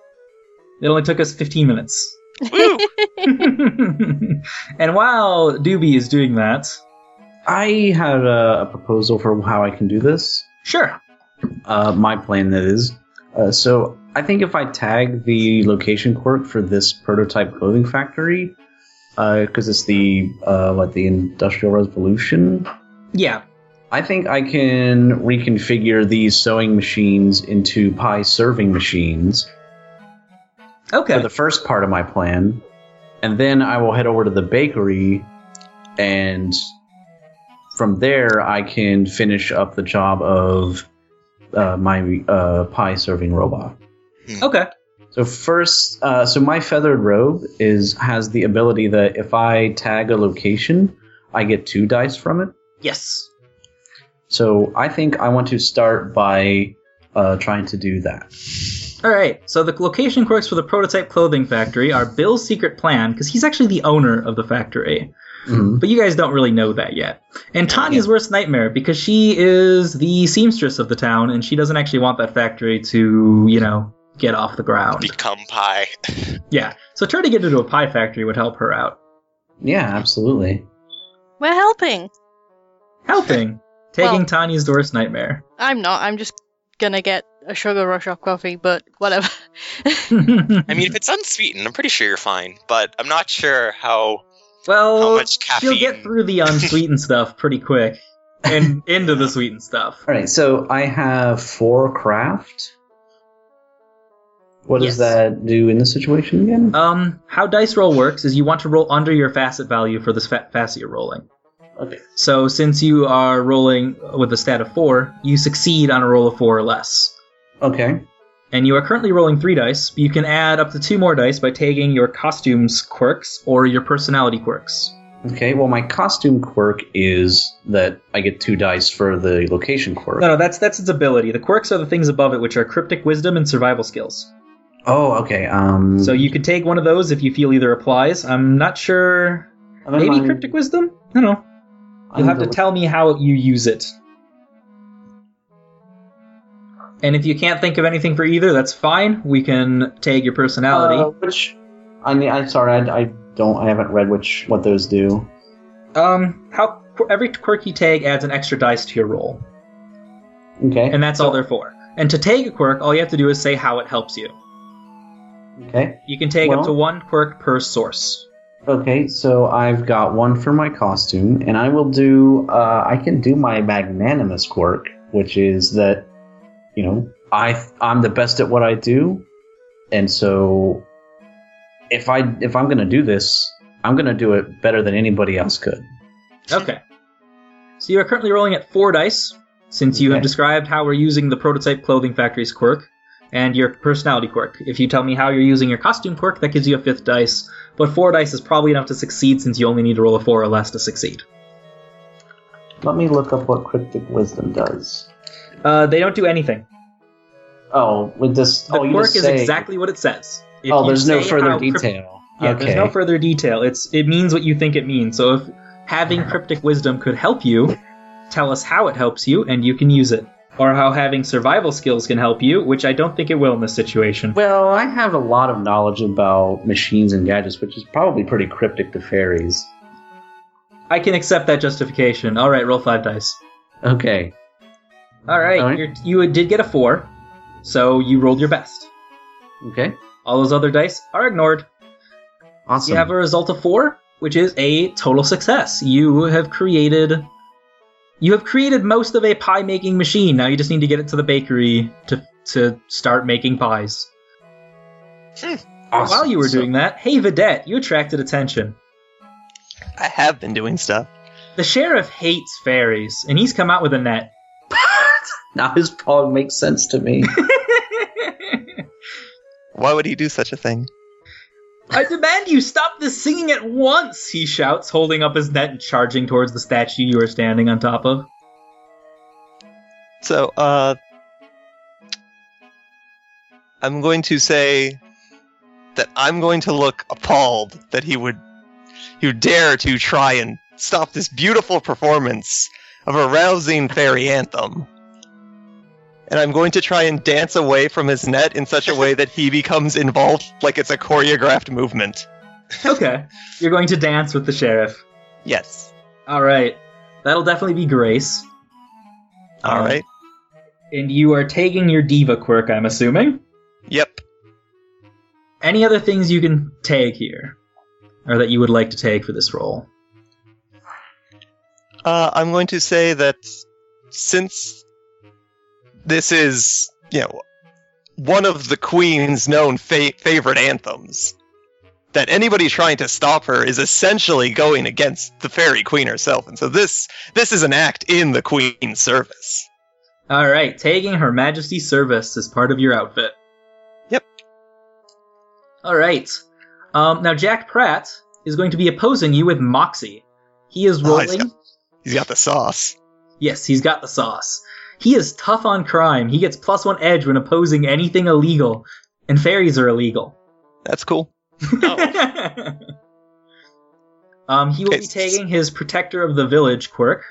Speaker 1: It only took us 15 minutes.
Speaker 3: Woo!
Speaker 1: and while Doobie is doing that,
Speaker 2: I had a, a proposal for how I can do this.
Speaker 1: sure.
Speaker 2: Uh, my plan, that is. Uh, so I think if I tag the location quirk for this prototype clothing factory, because it's the uh, what the Industrial Revolution,
Speaker 1: Yeah.
Speaker 2: I think I can reconfigure these sewing machines into pie serving machines
Speaker 1: Okay.
Speaker 2: for the first part of my plan. and then I will head over to the bakery, and from there I can finish up the job of uh, my uh, pie serving robot.
Speaker 1: Okay.
Speaker 2: So first, uh, so my feathered robe is has the ability that if I tag a location, I get two dice from it.
Speaker 1: Yes.
Speaker 2: So I think I want to start by uh, trying to do that.
Speaker 1: All right. So the location quirks for the prototype clothing factory are Bill's secret plan because he's actually the owner of the factory,
Speaker 2: Mm-hmm.
Speaker 1: but you guys don't really know that yet. And Tanya's worst nightmare because she is the seamstress of the town and she doesn't actually want that factory to, you know, get off the ground.
Speaker 3: Become pie.
Speaker 1: Yeah. So trying to get into a pie factory would help her out.
Speaker 2: Yeah, absolutely.
Speaker 4: We're helping.
Speaker 1: Helping. Taking
Speaker 4: Well-
Speaker 1: Tanya's worst nightmare.
Speaker 4: I'm not. I'm just gonna get a sugar rush off coffee, but whatever.
Speaker 3: I mean, if it's unsweetened, I'm pretty sure you're fine, but I'm not sure how
Speaker 1: well,
Speaker 3: how much caffeine.
Speaker 1: she'll get through the unsweetened stuff pretty quick and into the sweetened stuff.
Speaker 2: All right, so I have four craft. What
Speaker 1: Yes.
Speaker 2: does that do in this situation again?
Speaker 1: Um, how dice roll works is you want to roll under your facet value for this fa- facet you're rolling. Uh,
Speaker 2: okay.
Speaker 1: So since you are rolling with a stat of four, you succeed on a roll of four or less.
Speaker 2: Okay.
Speaker 1: And you are currently rolling three dice. You can add up to two more dice by taking your costumes quirks or your personality quirks.
Speaker 2: Okay. Well, my costume quirk is that I get two dice for the location quirk.
Speaker 1: No, no, that's that's its ability. The quirks are the things above it, which are cryptic wisdom and survival skills.
Speaker 2: Oh, okay. Um.
Speaker 1: So you could take one of those if you feel either applies. I'm not sure.
Speaker 2: I'm
Speaker 1: Maybe
Speaker 2: in my-
Speaker 1: cryptic wisdom. I don't know.
Speaker 2: I'm
Speaker 1: You'll have
Speaker 2: in
Speaker 1: to
Speaker 2: the-
Speaker 1: tell me how you use it. And if you can't think of anything for either, that's fine. We can tag your
Speaker 2: Uh,
Speaker 1: personality.
Speaker 2: which I mean, I'm sorry, I, I don't, I haven't read which what those do.
Speaker 1: um, how every quirky tag adds an extra dice to your roll,
Speaker 2: Okay.
Speaker 1: and that's all they're for. And to tag a quirk, all you have to do is say how it helps you.
Speaker 2: okay.
Speaker 1: You can take up
Speaker 2: Well-
Speaker 1: to one quirk per source.
Speaker 2: Okay. So I've got one for my costume, and I will do. Uh, I can do my magnanimous quirk, which is that, you know, I I'm the best at what I do, and so if I if I'm gonna do this, I'm gonna do it better than anybody else could.
Speaker 1: Okay. So you are currently rolling at four dice, since you have
Speaker 2: Okay.
Speaker 1: described how we're using the prototype clothing factory's quirk and your personality quirk. If you tell me how you're using your costume quirk, that gives you a fifth dice, but four dice is probably enough to succeed since you only need to roll a four or less to succeed.
Speaker 2: Let me look up what cryptic wisdom does.
Speaker 1: Uh, they don't do anything.
Speaker 2: Oh, with this.
Speaker 1: The
Speaker 2: oh, you
Speaker 1: quirk
Speaker 2: just
Speaker 1: is
Speaker 2: say-
Speaker 1: exactly what it says. If
Speaker 2: oh,
Speaker 1: you
Speaker 2: there's no
Speaker 1: say
Speaker 2: further
Speaker 1: how crypt-
Speaker 2: detail.
Speaker 1: yeah,
Speaker 2: okay.
Speaker 1: there's no further detail. It's it means what you think it means. So if having
Speaker 2: Uh-huh.
Speaker 1: cryptic wisdom could help you, tell us how it helps you, and you can use it. Or how having survival skills can help you, which I don't think it will in this situation.
Speaker 2: Well, I have a lot of knowledge about machines and gadgets, which is probably pretty cryptic to fairies.
Speaker 1: I can accept that justification. All right, roll five dice.
Speaker 2: Okay.
Speaker 1: All right,
Speaker 2: All right.
Speaker 1: You're, you did get a four, so you rolled your best.
Speaker 2: Okay.
Speaker 1: All those other dice are ignored.
Speaker 2: Awesome.
Speaker 1: You have a result of four, which is a total success. You have created. You have created most of a pie making machine. Now you just need to get it to the bakery to to start making pies.
Speaker 2: Awesome.
Speaker 5: Hmm,
Speaker 1: While you were
Speaker 2: So-
Speaker 1: doing that, hey Vedette, you attracted attention.
Speaker 5: I have been doing stuff.
Speaker 1: The sheriff hates fairies, and he's come out with a net.
Speaker 2: now his pog makes sense to me.
Speaker 5: Why would he do such a thing?
Speaker 1: I demand you stop this singing at once, he shouts, holding up his net and charging towards the statue you are standing on top of.
Speaker 5: So, uh, I'm going to say that I'm going to look appalled that he would, he would dare to try and stop this beautiful performance of a rousing fairy anthem. And I'm going to try and dance away from his net in such a way that he becomes involved like it's a choreographed movement.
Speaker 1: Okay. You're going to dance with the sheriff.
Speaker 5: Yes.
Speaker 1: All right. That'll definitely be Grace.
Speaker 5: All
Speaker 1: Um,
Speaker 5: right.
Speaker 1: And you are taking your diva quirk, I'm assuming.
Speaker 5: Yep.
Speaker 1: Any other things you can tag here? Or that you would like to tag for this role?
Speaker 5: Uh, I'm going to say that since this is, you know, one of the Queen's known fa- favorite anthems, that anybody trying to stop her is essentially going against the fairy queen herself. And so this this is an act in the queen's service.
Speaker 1: All right, taking Her Majesty's service as part of your outfit.
Speaker 5: Yep.
Speaker 1: All right. Um, now Jack Pratt is going to be opposing you with Moxie. He is
Speaker 5: Oh, he's
Speaker 1: rolling.
Speaker 5: He's got the sauce.
Speaker 1: yes, he's got the sauce. He is tough on crime. He gets plus one edge when opposing anything illegal, and fairies are illegal.
Speaker 5: That's cool.
Speaker 1: um, he will be
Speaker 5: Okay.
Speaker 1: taking his Protector of the Village quirk,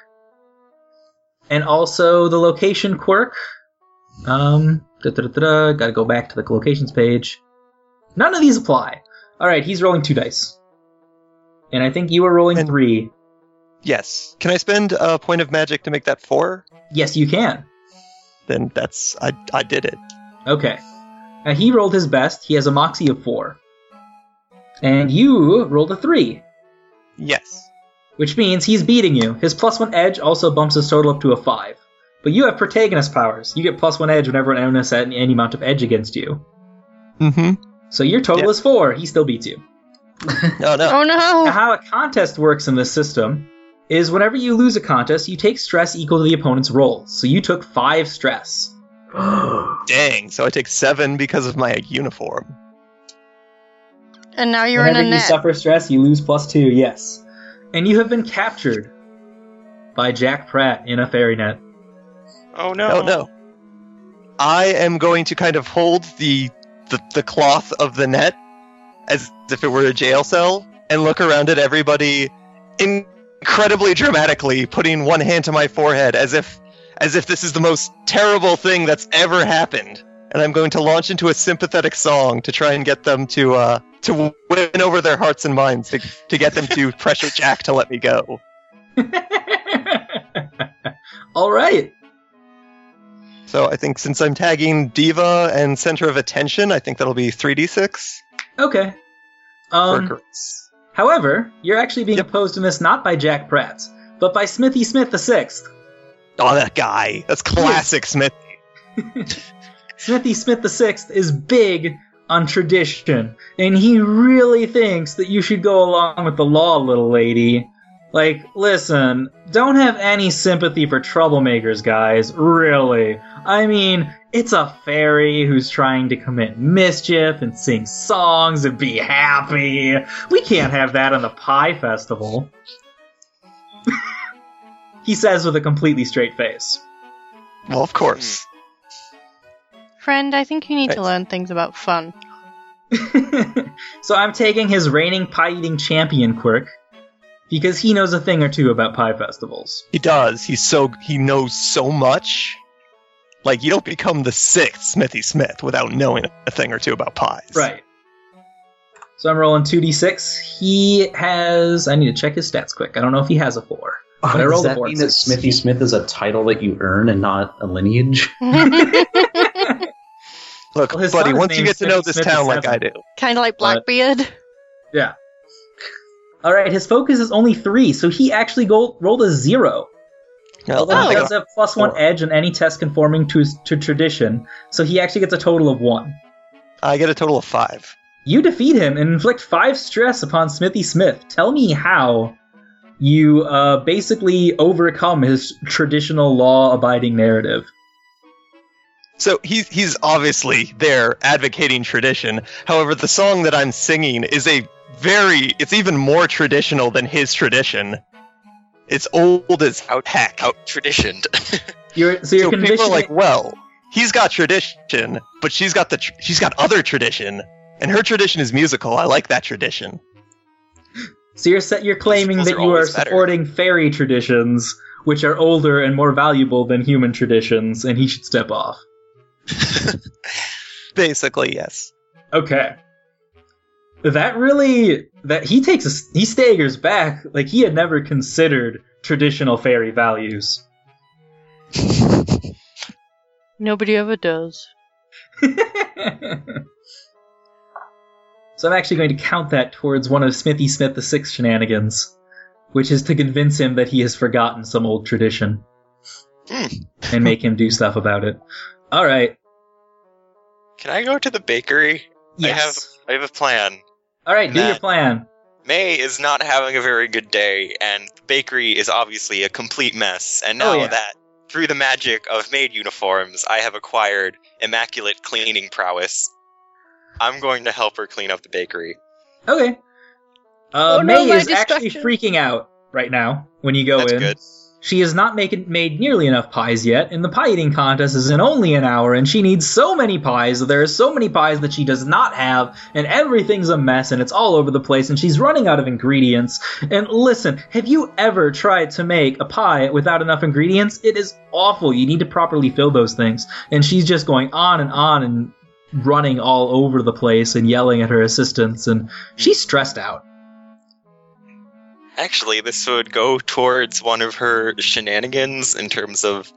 Speaker 1: and also the Location quirk. Um, da da da da. Got to go back to the locations page. None of these apply. All right, he's rolling two dice, and I think you are rolling
Speaker 5: And-
Speaker 1: three.
Speaker 5: Yes. Can I spend a point of magic to make that four?
Speaker 1: Yes, you can.
Speaker 5: Then that's I I did it.
Speaker 1: Okay. Now he rolled his best. He has a moxie of four, and you rolled a three.
Speaker 5: Yes.
Speaker 1: which means he's beating you. His plus one edge also bumps his total up to a five. But you have protagonist powers. You get plus one edge whenever an opponent has any amount of edge against you.
Speaker 5: Mm-hmm.
Speaker 1: So your total
Speaker 5: Yeah.
Speaker 1: is four. He still beats you.
Speaker 5: Oh no.
Speaker 4: Oh
Speaker 1: Now,
Speaker 4: no!
Speaker 1: how a contest works in this system is whenever you lose a contest, you take stress equal to the opponent's roll. So you took five stress.
Speaker 5: Dang. So I take seven because of my uniform.
Speaker 4: And now you're
Speaker 1: whenever
Speaker 4: in a
Speaker 1: you
Speaker 4: net.
Speaker 1: suffer stress, you lose plus two. Yes, and you have been captured by Jack Pratt in a fairy net.
Speaker 3: Oh no.
Speaker 5: Oh no. I am going to kind of hold the, the the cloth of the net as if it were a jail cell and look around at everybody incredibly dramatically, putting one hand to my forehead as if as if this is the most terrible thing that's ever happened. And I'm going to launch into a sympathetic song to try and get them to uh, to win over their hearts and minds to, to get them to pressure Jack to let me go.
Speaker 1: All right.
Speaker 5: So I think since I'm tagging Diva and Center of Attention, I think that'll be 3d6.
Speaker 1: Okay.
Speaker 5: for
Speaker 1: Um,
Speaker 5: Greece.
Speaker 1: However, you're actually being
Speaker 5: Yep.
Speaker 1: opposed in this not by Jack Pratt, but by Smithy Smith the Sixth.
Speaker 5: Oh, that guy. That's classic Smith.
Speaker 1: Smithy Smith the Sixth is big on tradition, and he really thinks that you should go along with the law, little lady. Like, listen, don't have any sympathy for troublemakers, guys. Really. I mean, it's a fairy who's trying to commit mischief and sing songs and be happy. We can't have that on the Pie Festival. he says with a completely straight face.
Speaker 5: Well, of course.
Speaker 4: Friend, I think you need to
Speaker 5: Right.
Speaker 4: learn things about fun.
Speaker 1: so I'm taking his reigning pie eating champion quirk because he knows a thing or two about pie festivals.
Speaker 5: He does. He's so he knows so much. Like you don't become the sixth Smithy Smith without knowing a thing or two about pies.
Speaker 1: Right. So I'm rolling 2d6. He has. I need to check his stats quick. I don't know if he has a 4. I
Speaker 2: does
Speaker 1: rolled a
Speaker 2: that
Speaker 1: four.
Speaker 2: mean that Smithy Smith is a title that you earn and not a lineage?
Speaker 4: kind
Speaker 5: Look,
Speaker 1: Well, his
Speaker 5: buddy,
Speaker 1: son's
Speaker 5: once you
Speaker 1: name's
Speaker 5: get to know
Speaker 1: Smithy
Speaker 5: this
Speaker 1: Smith
Speaker 5: town
Speaker 1: the
Speaker 5: like I do,
Speaker 1: Seventh.
Speaker 4: of like Blackbeard.
Speaker 1: Alright, his focus is only 3, so he actually go, rolled a 0.
Speaker 5: well,
Speaker 1: Although he
Speaker 5: I
Speaker 1: does
Speaker 5: think
Speaker 1: have plus 1
Speaker 5: Four.
Speaker 1: edge on any test conforming to, his- to tradition, so he actually gets a total of 1.
Speaker 5: I get a total of five.
Speaker 1: You defeat him and inflict five stress upon Smithy Smith. Tell me how you uh, basically overcome his traditional law abiding narrative.
Speaker 5: So he's he's obviously there advocating tradition. However, the song that I'm singing is a very it's even more traditional than his tradition. It's old as
Speaker 3: Out
Speaker 5: heck.
Speaker 3: Out traditioned.
Speaker 1: You're, so you're
Speaker 5: so people are
Speaker 1: conditioning.
Speaker 5: like, well, he's got tradition, but she's got the tr- she's got other tradition, and her tradition is musical. I like that tradition.
Speaker 1: so you're set, you're claiming
Speaker 3: Those
Speaker 1: that
Speaker 3: are
Speaker 1: you are
Speaker 3: always better.
Speaker 1: supporting fairy traditions, which are older and more valuable than human traditions, and he should step off.
Speaker 5: Basically, yes.
Speaker 1: Okay. That really that he takes a, s- he staggers back like he had never considered traditional fairy values.
Speaker 4: Nobody ever does.
Speaker 1: so I'm actually going to count that towards one of Smithy Smith the Sixth shenanigans, which is to convince him that he has forgotten some old tradition
Speaker 3: Hmm.
Speaker 1: and make him do stuff about it. All right.
Speaker 3: Can I go to the bakery? I
Speaker 1: Yes.
Speaker 3: I have a plan.
Speaker 1: All right, do your
Speaker 3: Matt.
Speaker 1: plan.
Speaker 3: May is not having a very good day, and the bakery is obviously a complete mess. And now
Speaker 1: Oh, yeah.
Speaker 3: that, through the magic of maid uniforms, I have acquired immaculate cleaning prowess, I'm going to help her clean up the bakery.
Speaker 1: Okay. Uh,
Speaker 4: Oh, no,
Speaker 1: May
Speaker 4: my
Speaker 1: is actually
Speaker 4: distraction.
Speaker 1: freaking out right now when you go
Speaker 3: That's
Speaker 1: in.
Speaker 3: good.
Speaker 1: She has not make, made nearly enough pies yet, and the pie eating contest is in only an hour, and she needs so many pies. There are so many pies that she does not have, and everything's a mess, and it's all over the place, and she's running out of ingredients. And listen, have you ever tried to make a pie without enough ingredients? It is awful. You need to properly fill those things. And she's just going on and on and running all over the place and yelling at her assistants, and she's stressed out.
Speaker 3: Actually, this would go towards one of her shenanigans in terms of.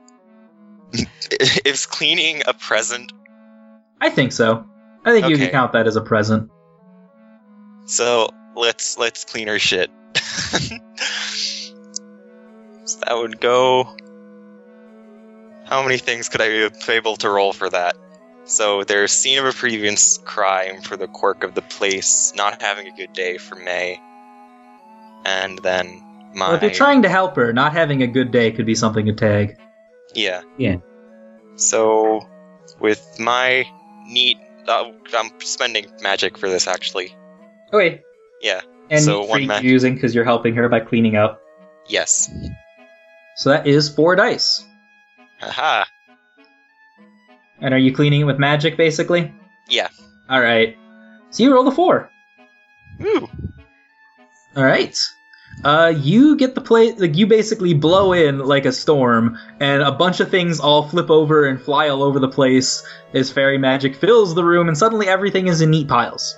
Speaker 3: is cleaning a present
Speaker 1: I think so. I think you can
Speaker 3: Okay.
Speaker 1: count that as a present.
Speaker 3: So let's let's clean her shit. so that would go. How many things could I be able to roll for that? So there's scene of a previous crime for the quirk of the place, not having a good day for May, and then my
Speaker 1: Well, if you're trying to help her, not having a good day could be something to tag.
Speaker 3: yeah
Speaker 2: Yeah.
Speaker 3: So with my neat, uh, I'm spending magic for this actually.
Speaker 1: Okay.
Speaker 3: Yeah,
Speaker 1: And
Speaker 3: so
Speaker 1: so
Speaker 3: one
Speaker 1: you're
Speaker 3: match.
Speaker 1: using because you're helping her by cleaning up.
Speaker 3: Yes.
Speaker 1: So that is four dice.
Speaker 3: Haha.
Speaker 1: And are you cleaning it with magic, basically?
Speaker 3: Yeah.
Speaker 1: All right. So you roll the four.
Speaker 3: Woo.
Speaker 1: All right. Uh, you get the play. Like you basically blow in like a storm, and a bunch of things all flip over and fly all over the place as fairy magic fills the room, and suddenly everything is in neat piles.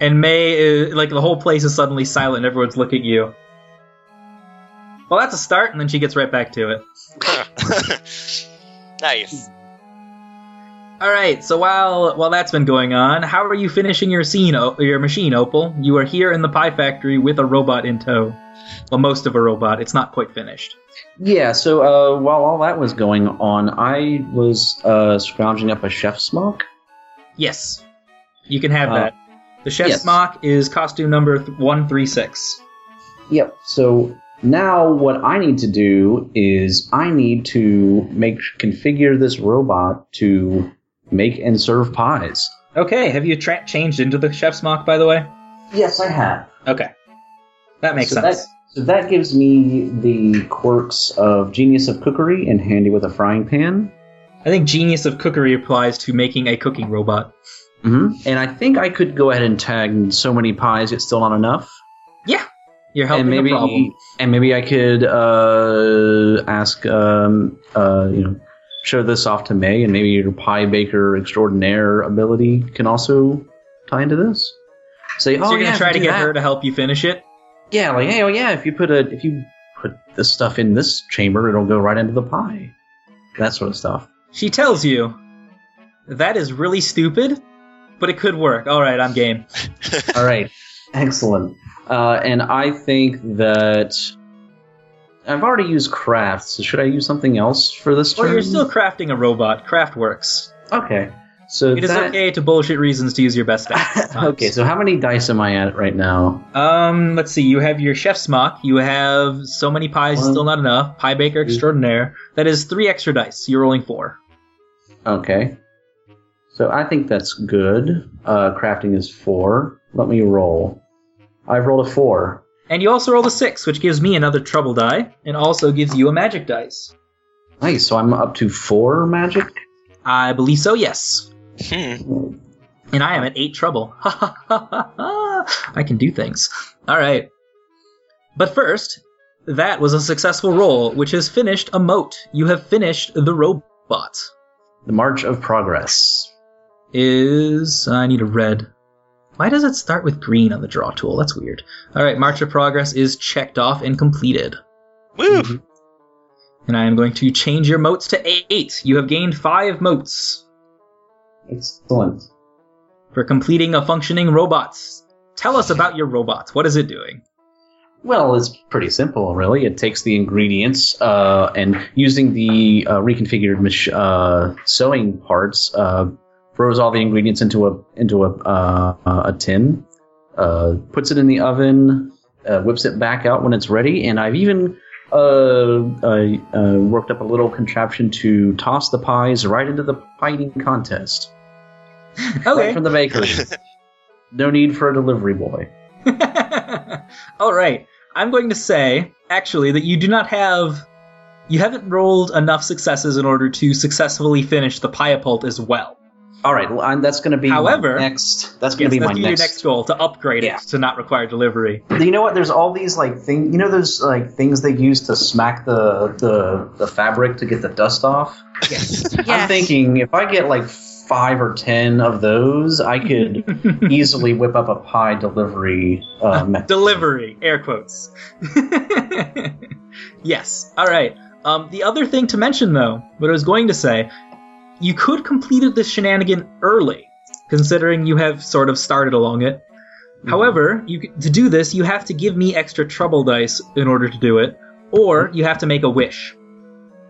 Speaker 1: And May, uh, like the whole place is suddenly silent, and everyone's looking at you. Well, that's a start, and then she gets right back to it.
Speaker 3: nice.
Speaker 1: All right. So while while that's been going on, how are you finishing your scene? O- your machine, Opal. You are here in the pie factory with a robot in tow. Well, most of a robot. It's not quite finished.
Speaker 2: Yeah, so uh, while all that was going on, I was uh, scrounging up a chef's mock.
Speaker 1: Yes, you can have
Speaker 2: Uh,
Speaker 1: that. The chef's
Speaker 2: yes.
Speaker 1: mock is costume number th- one three six.
Speaker 2: Yep. So now what I need to do is I need to make configure this robot to make and serve pies.
Speaker 1: Okay. Have you tra- changed into the chef's mock, by the way?
Speaker 2: Yes, I have.
Speaker 1: Okay, that makes
Speaker 2: so
Speaker 1: sense.
Speaker 2: That, so that gives me the quirks of genius of cookery and handy with a frying pan.
Speaker 1: I think genius of cookery applies to making a cooking robot.
Speaker 2: hmm And I think I could go ahead and tag so many pies, it's still not enough.
Speaker 1: You're helping
Speaker 2: and maybe
Speaker 1: a problem.
Speaker 2: and maybe I could uh, ask um, uh, you know show this off to May, and maybe your pie baker extraordinaire ability can also tie into this. Say,
Speaker 1: so
Speaker 2: oh
Speaker 1: you're gonna
Speaker 2: yeah,
Speaker 1: try
Speaker 2: if
Speaker 1: to
Speaker 2: you do
Speaker 1: get
Speaker 2: that-
Speaker 1: her to help you finish it.
Speaker 2: Yeah, like hey, oh yeah, if you put a if you put this stuff in this chamber, it'll go right into the pie. That sort of stuff.
Speaker 1: She tells you, that is really stupid, but it could work. All right, I'm game.
Speaker 2: All right, excellent. Uh, and I think that. I've already used crafts, so should I use something else for this
Speaker 1: Or
Speaker 2: turn?
Speaker 1: you're still crafting a robot. Craft works.
Speaker 2: Okay. So
Speaker 1: It is
Speaker 2: that-
Speaker 1: okay to bullshit reasons to use your best dice.
Speaker 2: okay, so how many dice am I at right now?
Speaker 1: Um, let's see. You have your chef's mock. You have so many pies,
Speaker 2: One,
Speaker 1: still not enough. Pie baker extraordinaire. That is three extra dice. You're rolling four.
Speaker 2: Okay. So I think that's good. Uh, crafting is four. Let me roll. I've rolled a four.
Speaker 1: And you also roll a six, which gives me another trouble die, and also gives you a magic dice.
Speaker 2: Nice, so I'm up to four magic?
Speaker 1: I believe so, yes.
Speaker 3: Hmm.
Speaker 1: And I am at eight trouble. I can do things. All right. But first, that was a successful roll, which has finished a moat. You have finished the robot.
Speaker 2: The March of Progress.
Speaker 1: Is I need a red. Why does it start with green on the draw tool? That's weird. All right, March of Progress is checked off and completed.
Speaker 3: Woo.
Speaker 2: Mm-hmm.
Speaker 1: And I am going to change your moats to eight. You have gained five moats
Speaker 2: Excellent.
Speaker 1: for completing a functioning robot. Tell us about your robot. What is it doing?
Speaker 2: Well, it's pretty simple, really. It takes the ingredients uh, and using the uh, reconfigured mach- uh, sewing parts, uh, throws all the ingredients into a into a uh, uh, a tin, uh, puts it in the oven, uh, whips it back out when it's ready, and I've even uh, I, uh, worked up a little contraption to toss the pies right into the pie eating contest right
Speaker 1: Okay.
Speaker 2: from the bakery. no need for a delivery boy.
Speaker 1: All right. I'm going to say actually that you do not have you haven't rolled enough successes in order to successfully finish the Pyapult as well.
Speaker 2: All right, well, I'm, that's going to be my
Speaker 1: However-
Speaker 2: next. That's going to
Speaker 1: Yes,
Speaker 2: be
Speaker 1: that's
Speaker 2: my
Speaker 1: gonna be your next goal to upgrade
Speaker 2: Yeah.
Speaker 1: it to not require delivery.
Speaker 2: You know what? There's all these like thing. You know those like things they use to smack the the, the fabric to get the dust off. I'm
Speaker 4: Yes.
Speaker 2: thinking if I get like five or ten of those, I could easily whip up a pie delivery uh, method.
Speaker 1: delivery air quotes yes all right um, the other thing to mention though what i was going to say you could completed this shenanigan early considering you have sort of started along it Mm-hmm. however you, c- to do this you have to give me extra trouble dice in order to do it or you have to make a wish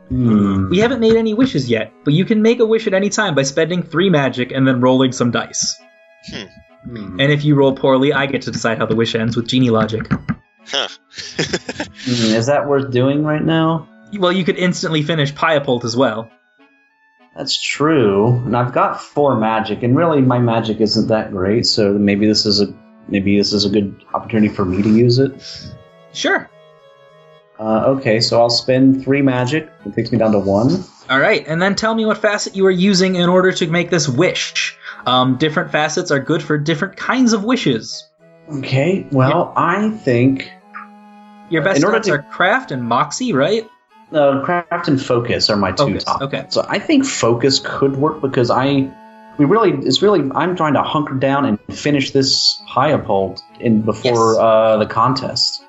Speaker 2: Hmm.
Speaker 1: we haven't made any wishes yet but you can make a wish at any time by spending three magic and then rolling some dice
Speaker 2: Hmm.
Speaker 1: and if you roll poorly i get to decide how the wish ends with genie logic
Speaker 2: Hmm. Is that worth doing right now?
Speaker 1: Well, you could instantly finish Pyapult as well.
Speaker 2: That's true. And I've got four magic, and really my magic isn't that great. So maybe this is a maybe this is a good opportunity for me to use it.
Speaker 1: Sure.
Speaker 2: Uh, okay, so I'll spend three magic. It takes me down to one.
Speaker 1: All right, and then tell me what facet you are using in order to make this wish. Um, different facets are good for different kinds of wishes.
Speaker 2: Okay, well, I think
Speaker 1: Your best
Speaker 2: Uh, In order
Speaker 1: stats
Speaker 2: to-
Speaker 1: are craft and moxie, right?
Speaker 2: uh, craft and focus are my two
Speaker 1: Focus,
Speaker 2: top.
Speaker 1: okay.
Speaker 2: So I think focus could work because I we really it's really I'm trying to hunker down and finish this high uphold in before
Speaker 4: Yes.
Speaker 2: uh, the contest.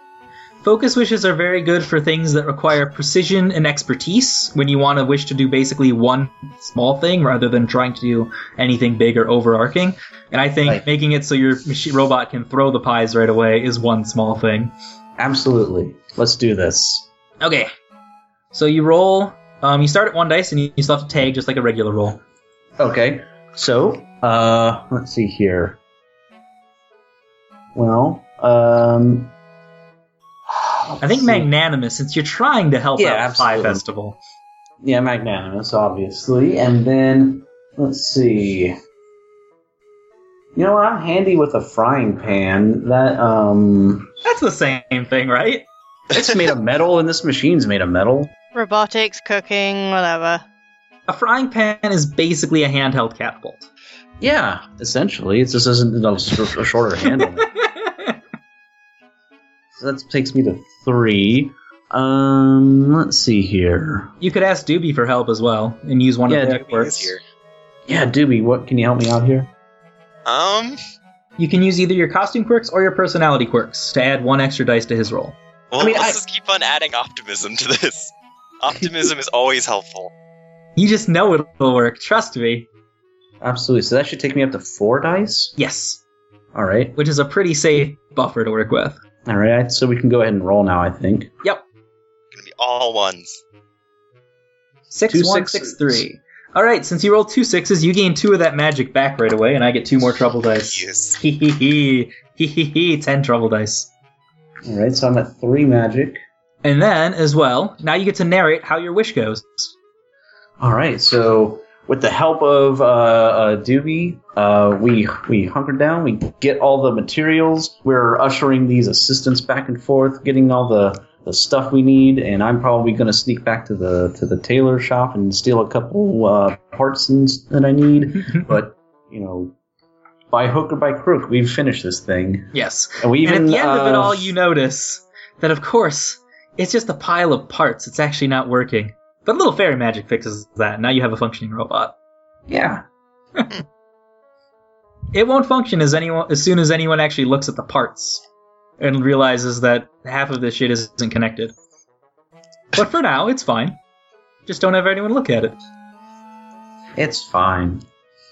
Speaker 1: Focus wishes are very good for things that require precision and expertise when you want to wish to do basically one small thing rather than trying to do anything big or overarching. And I think
Speaker 2: Right.
Speaker 1: making it so your machi- robot can throw the pies right away is one small thing.
Speaker 2: Absolutely, let's do this.
Speaker 1: Okay. So you roll. Um, you start at one dice and you, you still have to tag just like a regular roll.
Speaker 2: Okay, so uh, let's see here. Well, um,
Speaker 1: I think magnanimous, since you're trying to help
Speaker 2: Yeah,
Speaker 1: out the Pie
Speaker 2: absolutely.
Speaker 1: Festival.
Speaker 2: Yeah, magnanimous, obviously. And then let's see. You know what? I'm handy with a frying pan. That um,
Speaker 1: That's the same thing, right?
Speaker 2: it's made of metal, and this machine's made of metal.
Speaker 4: Robotics, cooking, whatever.
Speaker 1: A frying pan is basically a handheld catapult.
Speaker 2: Yeah, essentially, it just isn't a, sh- a shorter handle. so that takes me to three. Um, let's see here.
Speaker 1: you could ask Doobie for help as well and use one
Speaker 2: Yeah,
Speaker 1: of their
Speaker 2: Doobie
Speaker 1: quirks.
Speaker 3: Easier.
Speaker 2: Yeah, Doobie, what can you help me out here?
Speaker 3: Um,
Speaker 1: You can use either your costume quirks or your personality quirks to add one extra dice to his roll.
Speaker 3: well,
Speaker 2: I mean,
Speaker 3: let's
Speaker 2: I-
Speaker 3: just keep on adding optimism to this. Optimism is always helpful.
Speaker 1: You just know it'll work. Trust me.
Speaker 2: Absolutely. So that should take me up to four dice.
Speaker 1: Yes,
Speaker 2: All right.
Speaker 1: which is a pretty safe buffer to work with.
Speaker 2: All right. So we can go ahead and roll now. I think.
Speaker 3: Gonna be all ones.
Speaker 1: Six
Speaker 2: Two
Speaker 1: one six
Speaker 2: sixes.
Speaker 1: three. All right, since you rolled two sixes, you gain two of that magic back right away, and I get two more trouble dice.
Speaker 3: Yes.
Speaker 1: Hee hee hee hee hee hee. Ten trouble dice,
Speaker 2: All right. So I'm at three magic.
Speaker 1: and then as well, now you get to narrate how your wish goes.
Speaker 2: All right. So with the help of uh, uh, Doobie, uh, we we hunker down. We get all the materials. We're ushering these assistants back and forth, getting all the, the stuff we need. And I'm probably going to sneak back to the to the tailor shop and steal a couple uh, parts and, s- that I need. But you know, by hook or by crook, we've finished this thing.
Speaker 1: yes,
Speaker 2: And we
Speaker 1: and
Speaker 2: even
Speaker 1: at the end of it
Speaker 2: uh,
Speaker 1: all, you notice that of course it's just a pile of parts. It's actually not working. But little fairy magic fixes that. Now you have a functioning robot.
Speaker 2: yeah.
Speaker 1: It won't function as anyone as soon as anyone actually looks at the parts and realizes that half of this shit isn't connected. But for now, it's fine. Just don't have anyone look at it.
Speaker 2: It's fine.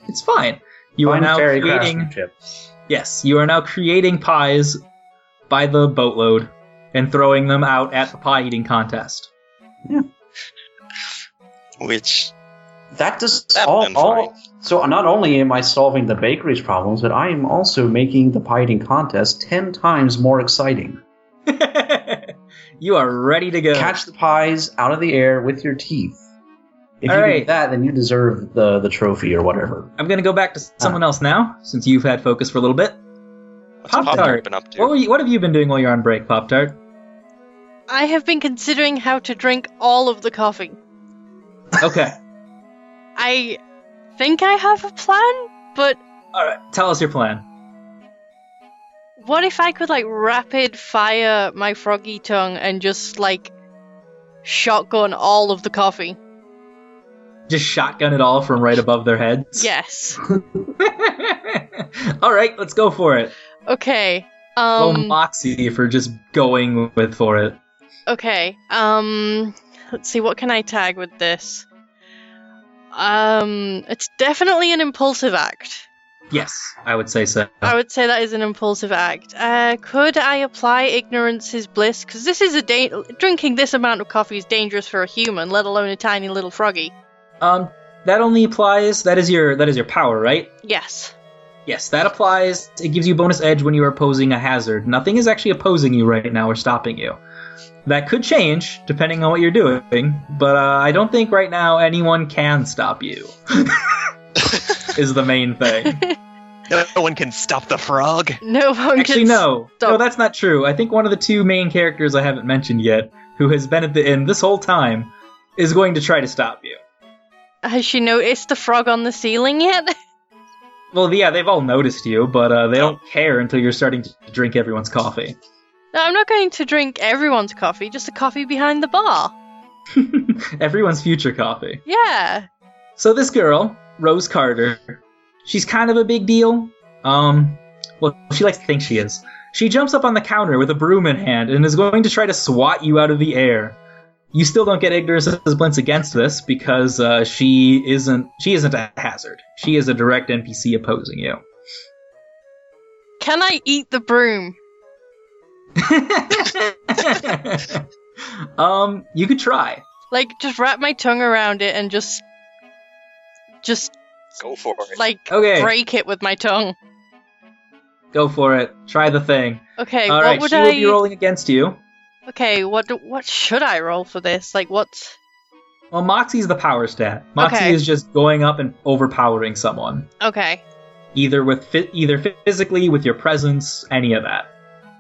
Speaker 1: It's fine. You
Speaker 2: Fine
Speaker 1: are now
Speaker 2: fairy
Speaker 1: creating
Speaker 2: craftsmanship.
Speaker 1: yes, you are now creating pies by the boatload and throwing them out at the pie eating contest.
Speaker 3: Which
Speaker 2: That does
Speaker 3: That
Speaker 2: all,
Speaker 3: sounds
Speaker 2: all So uh, not only am I solving the bakery's problems, but I am also making the pie eating contest ten times more exciting.
Speaker 1: you are ready to go.
Speaker 2: Catch the pies out of the air with your teeth. If
Speaker 1: All
Speaker 2: you do
Speaker 1: right.
Speaker 2: that, then you deserve the, the trophy or whatever.
Speaker 1: I'm gonna go back to someone else now, since you've had focus for a little bit.
Speaker 3: What's
Speaker 1: Pop-Tart.
Speaker 3: Pop-Tart been up to?
Speaker 1: What, were you, what have you been doing while you're on break, Pop Tart?
Speaker 4: I have been considering how to drink all of the coffee.
Speaker 1: Okay.
Speaker 4: I think I have a plan, but
Speaker 1: All right. Tell us your plan.
Speaker 4: what if I could like rapid fire my froggy tongue and just like shotgun all of the coffee?
Speaker 1: Just shotgun it all from right above their heads.
Speaker 4: Yes.
Speaker 1: all right. Let's go for it.
Speaker 4: Okay.
Speaker 1: Oh,
Speaker 4: Um
Speaker 1: Moxie for just going with for it.
Speaker 4: okay. Um let's see what can I tag with this? Um it's definitely an impulsive act.
Speaker 1: Yes, I would say so.
Speaker 4: I would say that is an impulsive act. Uh, could I apply ignorance is bliss? Because this is a da- drinking this amount of coffee is dangerous for a human, let alone a tiny little froggy.
Speaker 1: Um, that only applies. That is your that is your power, right?
Speaker 4: Yes.
Speaker 1: Yes, that applies. It gives you bonus edge when you are opposing a hazard. Nothing is actually opposing you right now or stopping you. That could change depending on what you're doing, but uh, I don't think right now anyone can stop you. is the main thing.
Speaker 5: No one can stop the frog.
Speaker 4: No one
Speaker 1: Actually,
Speaker 4: can
Speaker 1: no,
Speaker 4: stop.
Speaker 1: no, that's not true. I think one of the two main characters I haven't mentioned yet, who has been at the end this whole time, is going to try to stop you.
Speaker 4: Has she noticed the frog on the ceiling yet?
Speaker 1: Well, yeah, they've all noticed you, but uh, they don't care until you're starting to drink everyone's coffee.
Speaker 4: no, I'm not going to drink everyone's coffee, just the coffee behind the bar.
Speaker 1: everyone's future coffee.
Speaker 4: Yeah.
Speaker 1: So this girl, Rose Carter, she's kind of a big deal. Um, well, she likes to think she is. She jumps up on the counter with a broom in hand and is going to try to swat you out of the air. You still don't get ignorance as blintz against this because uh, she isn't she isn't a hazard. She is a direct NPC opposing you.
Speaker 4: Can I eat the broom?
Speaker 1: um, you could try.
Speaker 4: Like, just wrap my tongue around it and just. Just,
Speaker 3: Go for it.
Speaker 4: like,
Speaker 1: Okay.
Speaker 4: break it with my tongue.
Speaker 1: Go for it. Try the thing.
Speaker 4: Okay,
Speaker 1: All
Speaker 4: what
Speaker 1: right,
Speaker 4: would
Speaker 1: she
Speaker 4: I.
Speaker 1: will be rolling against you.
Speaker 4: Okay, what do- what should I roll for this? Like what's
Speaker 1: Well, Moxie's the power stat. Moxie
Speaker 4: Okay.
Speaker 1: is just going up and overpowering someone,
Speaker 4: Okay.
Speaker 1: either with phy- either physically, with your presence, any of that.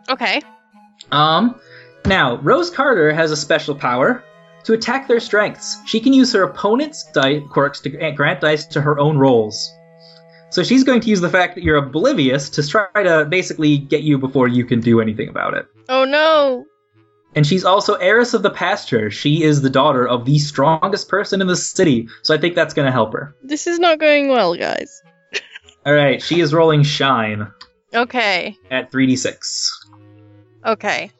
Speaker 4: Okay.
Speaker 1: Um, now Rose Carter has a special power to attack their strengths. She can use her opponent's di- quirks to gra- grant dice to her own rolls. So she's going to use the fact that you're oblivious to try to basically get you before you can do anything about it.
Speaker 4: Oh no.
Speaker 1: And she's also heiress of the pasture. She is the daughter of the strongest person in the city, so I think that's going to help her.
Speaker 4: This is not going well, guys.
Speaker 1: All right, she is rolling shine
Speaker 4: Okay.
Speaker 1: at 3d6.
Speaker 4: Okay.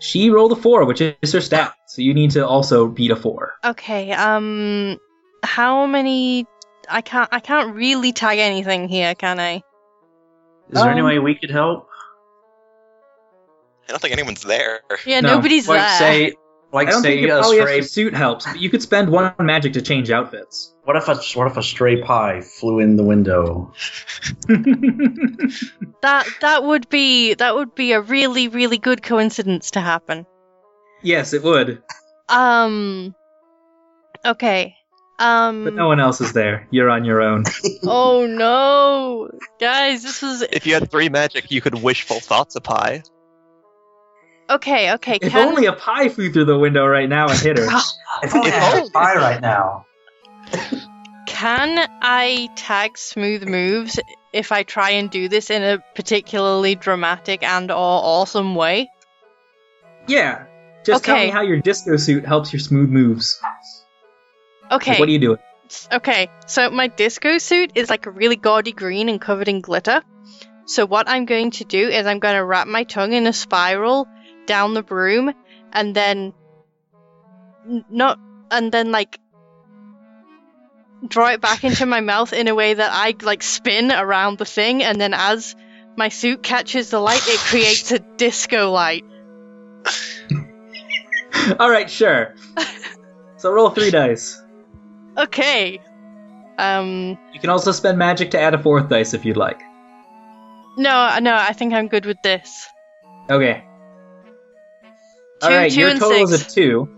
Speaker 1: She rolled a 4, which is her stat, so you need to also beat a 4.
Speaker 4: Okay. Um how many I can't I can't really tag anything here, can I?
Speaker 2: Is there any
Speaker 1: Um,
Speaker 2: way we could help?
Speaker 3: I don't think anyone's there.
Speaker 4: Yeah,
Speaker 1: No.
Speaker 4: nobody's
Speaker 2: Like
Speaker 4: there.
Speaker 2: say,
Speaker 1: I
Speaker 2: like
Speaker 1: don't think
Speaker 2: say
Speaker 1: your
Speaker 2: a stray.
Speaker 1: polyester suit helps, but you could spend one magic to change outfits.
Speaker 2: What if a what if a stray pie flew in the window?
Speaker 4: That that would be that would be a really really good coincidence to happen.
Speaker 1: yes, it would,
Speaker 4: Um Okay. Um
Speaker 1: but no one else is there. You're on your own.
Speaker 4: Oh no. Guys, this was
Speaker 5: If you had three magic, you could wishful thoughts a pie.
Speaker 4: Okay, okay.
Speaker 1: if
Speaker 4: can
Speaker 1: only a pie flew through the window right now and hit her.
Speaker 2: If
Speaker 5: only I had
Speaker 2: a pie right now.
Speaker 4: Can I tag smooth moves if I try and do this in a particularly dramatic and or awesome way?
Speaker 1: yeah. Just tell
Speaker 4: Okay.
Speaker 1: me how your disco suit helps your smooth moves.
Speaker 4: Okay.
Speaker 1: Like, what are you doing?
Speaker 4: okay. So my disco suit is like a really gaudy green and covered in glitter. So what I'm going to do is I'm going to wrap my tongue in a spiral down the broom and then n- not and then like draw it back into my mouth in a way that I like spin around the thing and then as my suit catches the light it creates a disco light.
Speaker 1: All right, sure. so roll three dice.
Speaker 4: Okay. Um,
Speaker 1: You can also spend magic to add a fourth dice if you'd like.
Speaker 4: no, no, I think I'm good with this.
Speaker 1: Okay.
Speaker 4: Two,
Speaker 1: All right,
Speaker 4: two,
Speaker 1: your
Speaker 4: and
Speaker 1: total is
Speaker 4: six.
Speaker 1: a two.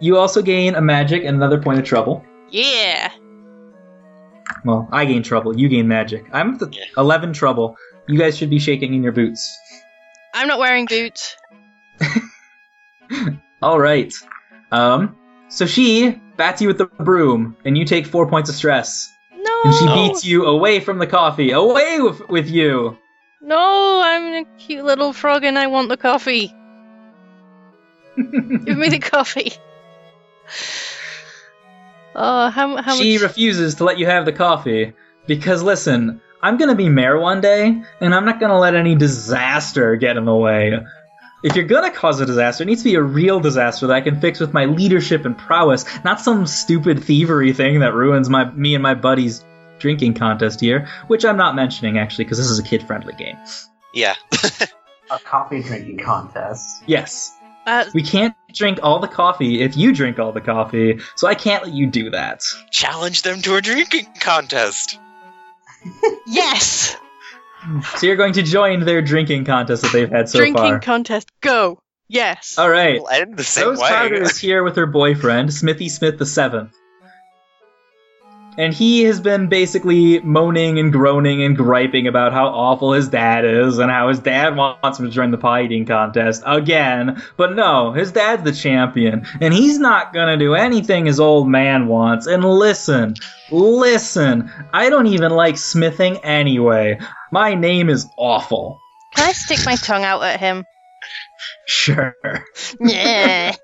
Speaker 1: You also gain a magic and another point of trouble.
Speaker 4: Yeah.
Speaker 1: Well, I gain trouble. You gain magic. I'm at the
Speaker 3: Yeah.
Speaker 1: eleven trouble. You guys should be shaking in your boots.
Speaker 4: I'm not wearing boots.
Speaker 1: All right. Um. So she bats you with the broom, and you take four points of stress,
Speaker 4: No.
Speaker 1: and she beats you away from the coffee, away with, with you.
Speaker 4: No, I'm a cute little frog and I want the coffee. Give me the coffee. Oh, how, how
Speaker 1: she
Speaker 4: much?
Speaker 1: refuses to let you have the coffee because listen i'm gonna be mayor one day and i'm not gonna let any disaster get in the way if you're gonna cause a disaster it needs to be a real disaster that i can fix with my leadership and prowess not some stupid thievery thing that ruins my me and my buddies drinking contest here which i'm not mentioning actually because this is a kid friendly game
Speaker 3: Yeah.
Speaker 2: A coffee drinking contest.
Speaker 1: yes
Speaker 4: uh,
Speaker 1: we can't drink all the coffee if you drink all the coffee so i can't let you do that
Speaker 3: Challenge them to a drinking contest.
Speaker 4: yes!
Speaker 1: so you're going to join their drinking contest that they've had so
Speaker 4: Drinking
Speaker 1: far Oh.
Speaker 4: contest, go! Yes!
Speaker 1: All right.
Speaker 3: We'll end the same
Speaker 1: Rose
Speaker 3: way.
Speaker 1: Carter is here with her boyfriend, Smithy Smith the Seventh. And he has been basically moaning and groaning and griping about how awful his dad is and how his dad wants him to join the pie eating contest again. But no, his dad's the champion, and he's not gonna do anything his old man wants. And listen, listen, I don't even like smithing anyway. My name is awful.
Speaker 4: Can I stick my tongue out at him?
Speaker 1: Sure.
Speaker 4: Yeah!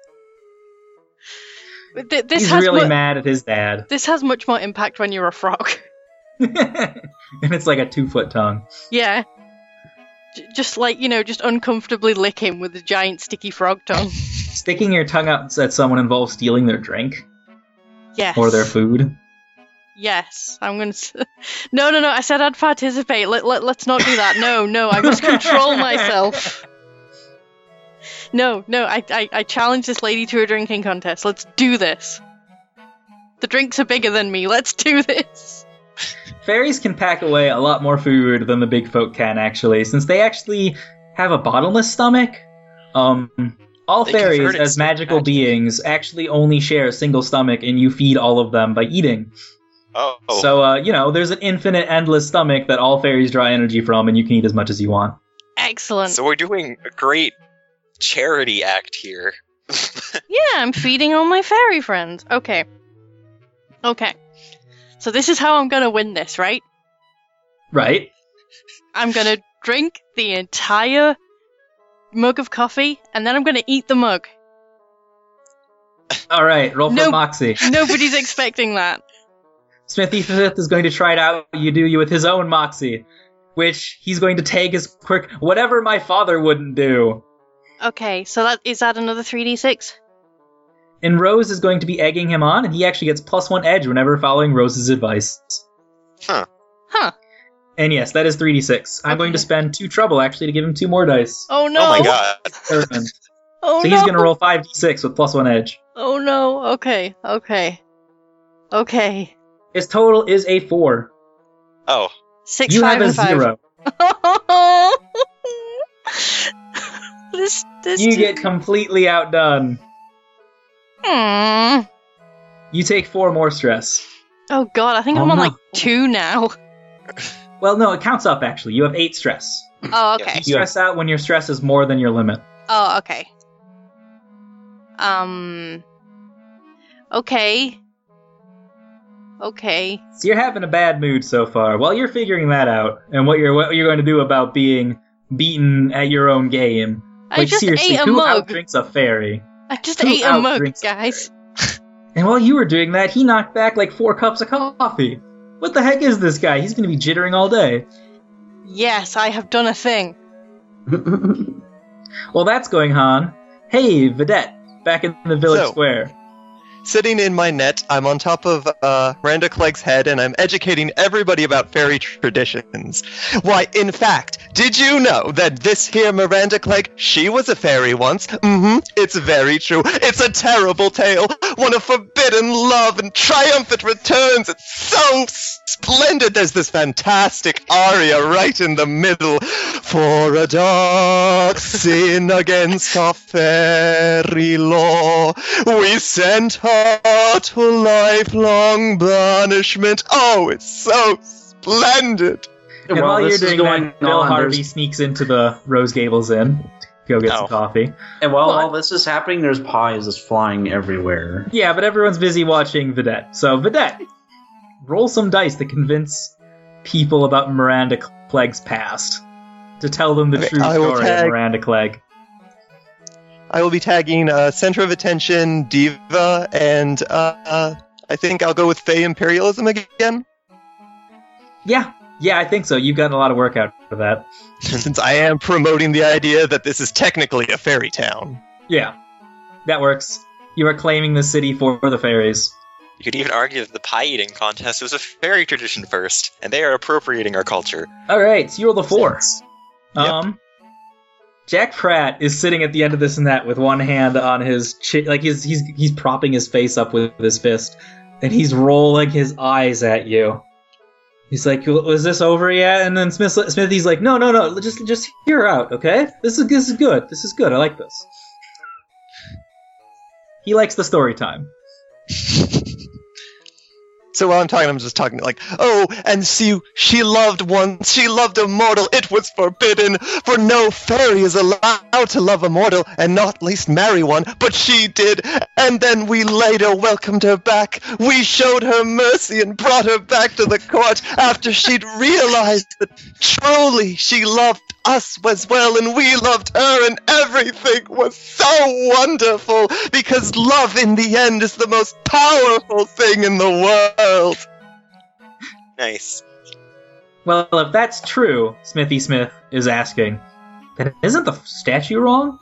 Speaker 4: But th- this,
Speaker 1: he's
Speaker 4: has
Speaker 1: really
Speaker 4: mu-
Speaker 1: mad at his dad.
Speaker 4: this has much more impact when you're a frog.
Speaker 1: and it's like a two foot tongue.
Speaker 4: yeah. J- just like, you know, just uncomfortably lick him with a giant sticky frog tongue.
Speaker 1: Sticking your tongue out at someone involves stealing their drink
Speaker 4: Yes.
Speaker 1: or their food.
Speaker 4: Yes, I'm gonna. S- no, no, no. I said I'd participate. Let, let, let's not do that. No, no. I must control myself. No, no. I, I, I challenge this lady to a drinking contest. Let's do this. The drinks are bigger than me. Let's do this.
Speaker 1: Fairies can pack away a lot more food than the big folk can, actually, since they actually have a bottomless stomach. Um, all
Speaker 3: They
Speaker 1: fairies,
Speaker 3: convert it
Speaker 1: as
Speaker 3: to
Speaker 1: magical
Speaker 3: magic.
Speaker 1: beings, actually only share a single stomach, and you feed all of them by eating.
Speaker 3: Oh,
Speaker 1: So, uh, you know, there's an infinite, endless stomach that all fairies draw energy from, and you can eat as much as you want.
Speaker 4: Excellent.
Speaker 3: so we're doing a great charity act here.
Speaker 4: yeah, I'm feeding all my fairy friends. Okay. Okay. So this is how I'm gonna win this, right?
Speaker 1: Right?
Speaker 4: I'm gonna drink the entire mug of coffee, and then I'm gonna eat the mug.
Speaker 1: All right, roll for
Speaker 4: Nope.
Speaker 1: Moxie.
Speaker 4: Nobody's expecting that.
Speaker 1: Smithy Smith is going to try it out. You do you with his own moxie, which he's going to take as quick whatever my father wouldn't do.
Speaker 4: Okay, so that is that another 3d6?
Speaker 1: And Rose is going to be egging him on, and he actually gets plus one edge whenever following Rose's advice.
Speaker 4: Huh.
Speaker 1: And yes, that is 3d6. I'm going to
Speaker 4: Okay.
Speaker 1: spend two trouble actually to give him two more dice.
Speaker 4: Oh no.
Speaker 3: Oh my god.
Speaker 1: Ervin.
Speaker 4: Oh
Speaker 1: so
Speaker 4: no.
Speaker 1: he's going to roll 5d6 with plus one edge.
Speaker 4: Oh no. Okay. Okay. Okay.
Speaker 1: His total is a four.
Speaker 3: Oh,
Speaker 4: 6
Speaker 1: you
Speaker 4: 5
Speaker 1: have a
Speaker 4: and 5.
Speaker 1: zero.
Speaker 4: this this
Speaker 1: You get completely outdone.
Speaker 4: Hmm.
Speaker 1: You take four more stress.
Speaker 4: Oh god, I think
Speaker 1: Oh,
Speaker 4: I'm on
Speaker 1: no.
Speaker 4: like 2 now.
Speaker 1: Well, no, it counts up actually. You have eight stress.
Speaker 4: Oh
Speaker 3: Yeah,
Speaker 4: okay.
Speaker 1: You stress out when your stress is more than your limit.
Speaker 4: Oh okay. Um Okay. Okay.
Speaker 1: So you're having a bad mood so far. While you're figuring that out and what you're what you're going to do about being beaten at your own game.
Speaker 4: I
Speaker 1: like
Speaker 4: just
Speaker 1: seriously,
Speaker 4: ate a
Speaker 1: who
Speaker 4: mug.
Speaker 1: drinks a fairy?
Speaker 4: I just
Speaker 1: Who
Speaker 4: ate a mug,
Speaker 1: outdrinks a
Speaker 4: guys.
Speaker 1: And while you were doing that, he knocked back like four cups of coffee. What the heck is this guy? He's going to be jittering all day.
Speaker 4: Yes, I have done a thing.
Speaker 1: Well, that's going on. Hey, Vedette, back in the village
Speaker 5: So-
Speaker 1: square.
Speaker 5: Sitting in my net, I'm on top of uh, Randa Clegg's head, and I'm educating everybody about fairy traditions. Why, in fact, did you know that this here Miranda Clegg, she was a fairy once? Mm-hmm, it's very true. It's a terrible tale, one of forbidden love and triumphant returns. It's so splendid. There's this fantastic aria right in the middle. For a dark sin against our fairy law, we sent her to lifelong banishment. Oh, it's so splendid.
Speaker 1: And
Speaker 2: Well,
Speaker 1: while you're
Speaker 2: this is
Speaker 1: doing
Speaker 2: going
Speaker 1: that, Bill
Speaker 2: on,
Speaker 1: Harvey
Speaker 2: there's-
Speaker 1: sneaks into the Rose Gables Inn to go get some
Speaker 3: Oh.
Speaker 1: coffee.
Speaker 2: And while
Speaker 4: What?
Speaker 2: all this is happening, there's pies that's flying everywhere.
Speaker 1: Yeah, but everyone's busy watching Vedette. So, Vedette, roll some dice to convince people about Miranda Clegg's past. To tell them the
Speaker 5: Okay,
Speaker 1: true
Speaker 5: I will
Speaker 1: story of
Speaker 5: tag-
Speaker 1: Miranda Clegg.
Speaker 5: I will be tagging uh, Center of Attention, Diva, and uh, uh, I think I'll go with Fey Imperialism again,
Speaker 1: Yeah, yeah, I think so. You've gotten a lot of work out of that.
Speaker 5: since I am promoting the idea that this is technically a fairy town.
Speaker 1: Yeah, that works. You are claiming the city for the fairies.
Speaker 3: You could even argue that the pie eating contest was a fairy tradition first, and they are appropriating our culture.
Speaker 1: All right, so you roll the four.
Speaker 5: Yep.
Speaker 1: Um, Jack Pratt is sitting at the end of this and that with one hand on his chin, like he's he's he's propping his face up with his fist, and he's rolling his eyes at you. He's like, "Well, "Is this over yet?" And then Smith Smithy's like, "No, no, no, just just hear her out, okay? This is this is good. This is good. I like this." He likes the story time.
Speaker 5: So while I'm talking, I'm just talking like, oh, and see, she loved once, she loved a mortal, it was forbidden, for no fairy is allowed to love a mortal, and not least marry one, but she did, and then we later welcomed her back, we showed her mercy and brought her back to the court after she'd realized that truly she loved us as well, and we loved her, and everything was so wonderful because love in the end is the most powerful thing in the world.
Speaker 3: Nice.
Speaker 1: Well, if that's true, Smithy Smith is asking, then isn't the statue wrong?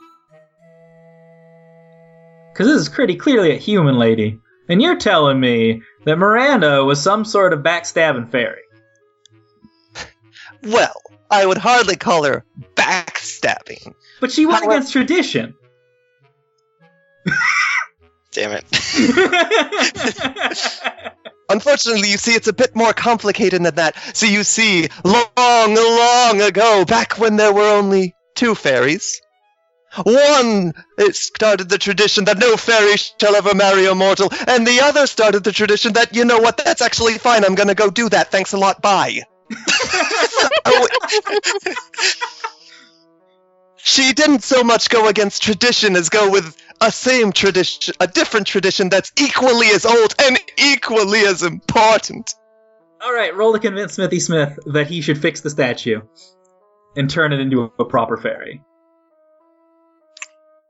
Speaker 1: Because this is pretty clearly a human lady, and you're telling me that Miranda was some sort of backstabbing fairy.
Speaker 5: Well, I would hardly call her backstabbing.
Speaker 1: But she went
Speaker 5: How-
Speaker 1: against tradition.
Speaker 3: Damn it.
Speaker 5: Unfortunately, you see, it's a bit more complicated than that. So you see, long, long ago, back when there were only two fairies, one it started the tradition that no fairy shall ever marry a mortal, and the other started the tradition that, you know what, that's actually fine, I'm gonna go do that, thanks a lot, bye. Oh, wait. she didn't so much go against tradition as go with a same tradition, a different tradition that's equally as old and equally as important.
Speaker 1: All right, roll to convince Smithy Smith that he should fix the statue and turn it into a proper fairy.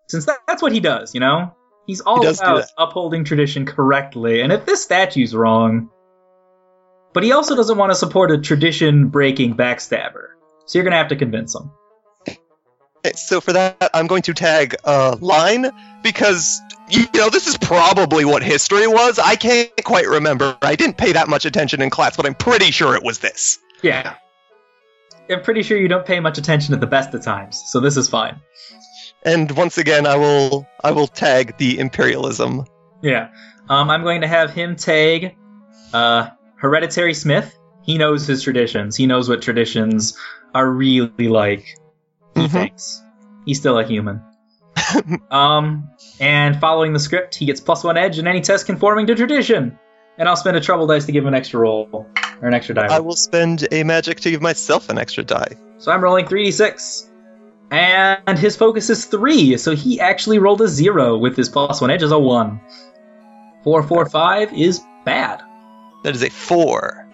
Speaker 1: Since that, that's what he does, you know? He's all
Speaker 5: does do
Speaker 1: about
Speaker 5: that.
Speaker 1: upholding tradition correctly, and if this statue's wrong. But he also doesn't want to support a tradition breaking backstabber. So you're going to have to convince him.
Speaker 5: Okay, So for that, I'm going to tag uh, line because you know this is probably what history was. I can't quite remember. I didn't pay that much attention in class, but I'm pretty sure it was this.
Speaker 1: Yeah. I'm pretty sure you don't pay much attention at the best of times, so this is fine.
Speaker 5: And once again, I will I will tag the imperialism.
Speaker 1: Yeah. Um, I'm going to have him tag uh, Hereditary Smith. He knows his traditions. He knows what traditions are really like. He
Speaker 5: Mhm.
Speaker 1: thinks. He's still a human. um, and following the script, he gets plus one edge in any test conforming to tradition. And I'll spend a trouble dice to give him an extra roll or an extra die.
Speaker 5: I will spend a magic to give myself an extra die.
Speaker 1: So I'm rolling 3d6. And his focus is 3, so he actually rolled a 0 with his plus 1 edge as a 1. 445 is bad.
Speaker 5: That is a four.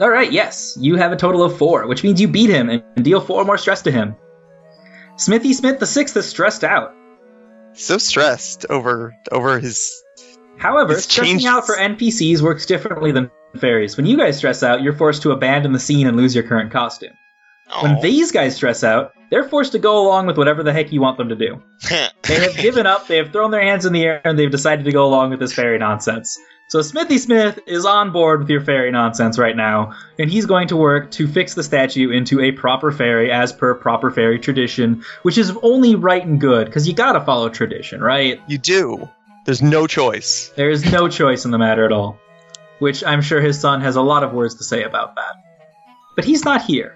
Speaker 1: All right, yes, you have a total of four, which means you beat him and deal four more stress to him. Smithy Smith the sixth is stressed out.
Speaker 5: So stressed over over his
Speaker 1: However,
Speaker 5: It's
Speaker 1: stressing
Speaker 5: changed-
Speaker 1: out for NPCs works differently than fairies. When you guys stress out, you're forced to abandon the scene and lose your current costume. When
Speaker 3: Oh.
Speaker 1: these guys stress out, they're forced to go along with whatever the heck you want them to do. They have given up, they have thrown their hands in the air, and they've decided to go along with this fairy nonsense. So Smithy Smith is on board with your fairy nonsense right now, and he's going to work to fix the statue into a proper fairy as per proper fairy tradition, which is only right and good, because you gotta follow tradition, right?
Speaker 5: You do. There's no choice.
Speaker 1: There is no choice in the matter at all. Which I'm sure his son has a lot of words to say about that. But he's not here.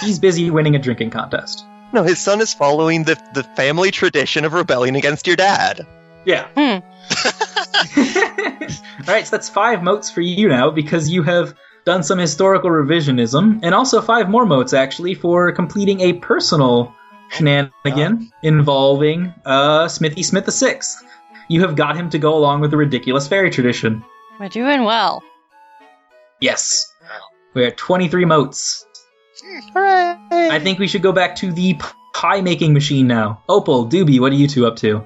Speaker 1: He's busy winning a drinking contest.
Speaker 5: No, his son is following the, the family tradition of rebelling against your dad.
Speaker 1: Yeah. All right, so that's five motes for you now because you have done some historical revisionism, and also five more motes actually for completing a personal shenanigan involving uh, Smithy Smith the Sixth. You have got him to go along with the ridiculous fairy tradition.
Speaker 4: We're doing well.
Speaker 1: Yes, we are twenty-three motes.
Speaker 5: Hooray!
Speaker 1: I think we should go back to the pie-making machine now. Opal, Doobie, what are you two up to?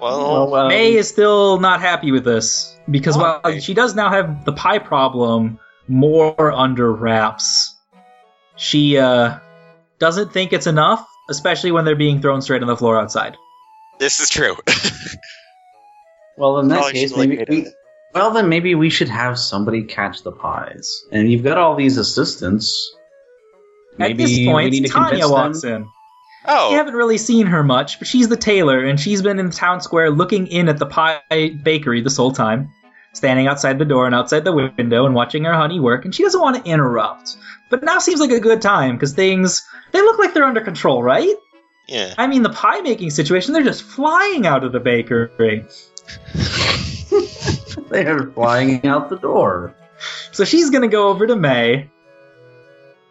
Speaker 3: well,
Speaker 2: Well, um, oh,
Speaker 1: May is still not happy with this because
Speaker 3: Why?
Speaker 1: while she does now have the pie problem more under wraps, she uh, doesn't think it's enough, especially when they're being thrown straight on the floor outside.
Speaker 3: this is true.
Speaker 2: Well, in that
Speaker 3: Probably
Speaker 2: case,
Speaker 3: should, like,
Speaker 2: maybe
Speaker 3: wait
Speaker 2: we,
Speaker 3: on it.
Speaker 2: well then maybe we should have somebody catch the pies, and you've got all these assistants. Maybe
Speaker 1: At this
Speaker 2: we need
Speaker 1: point,
Speaker 2: to
Speaker 1: Tanya
Speaker 2: convince
Speaker 1: walks
Speaker 2: them.
Speaker 1: in. You
Speaker 3: Oh,
Speaker 1: haven't really seen her much, but she's the tailor, and she's been in the town square looking in at the pie bakery this whole time, standing outside the door and outside the window and watching her honey work, and she doesn't want to interrupt. But now seems like a good time because things they look like they're under control, right?
Speaker 3: yeah.
Speaker 1: I mean, the pie making situation, they're just flying out of the bakery.
Speaker 2: They are flying out the door.
Speaker 1: So she's going to go over to May.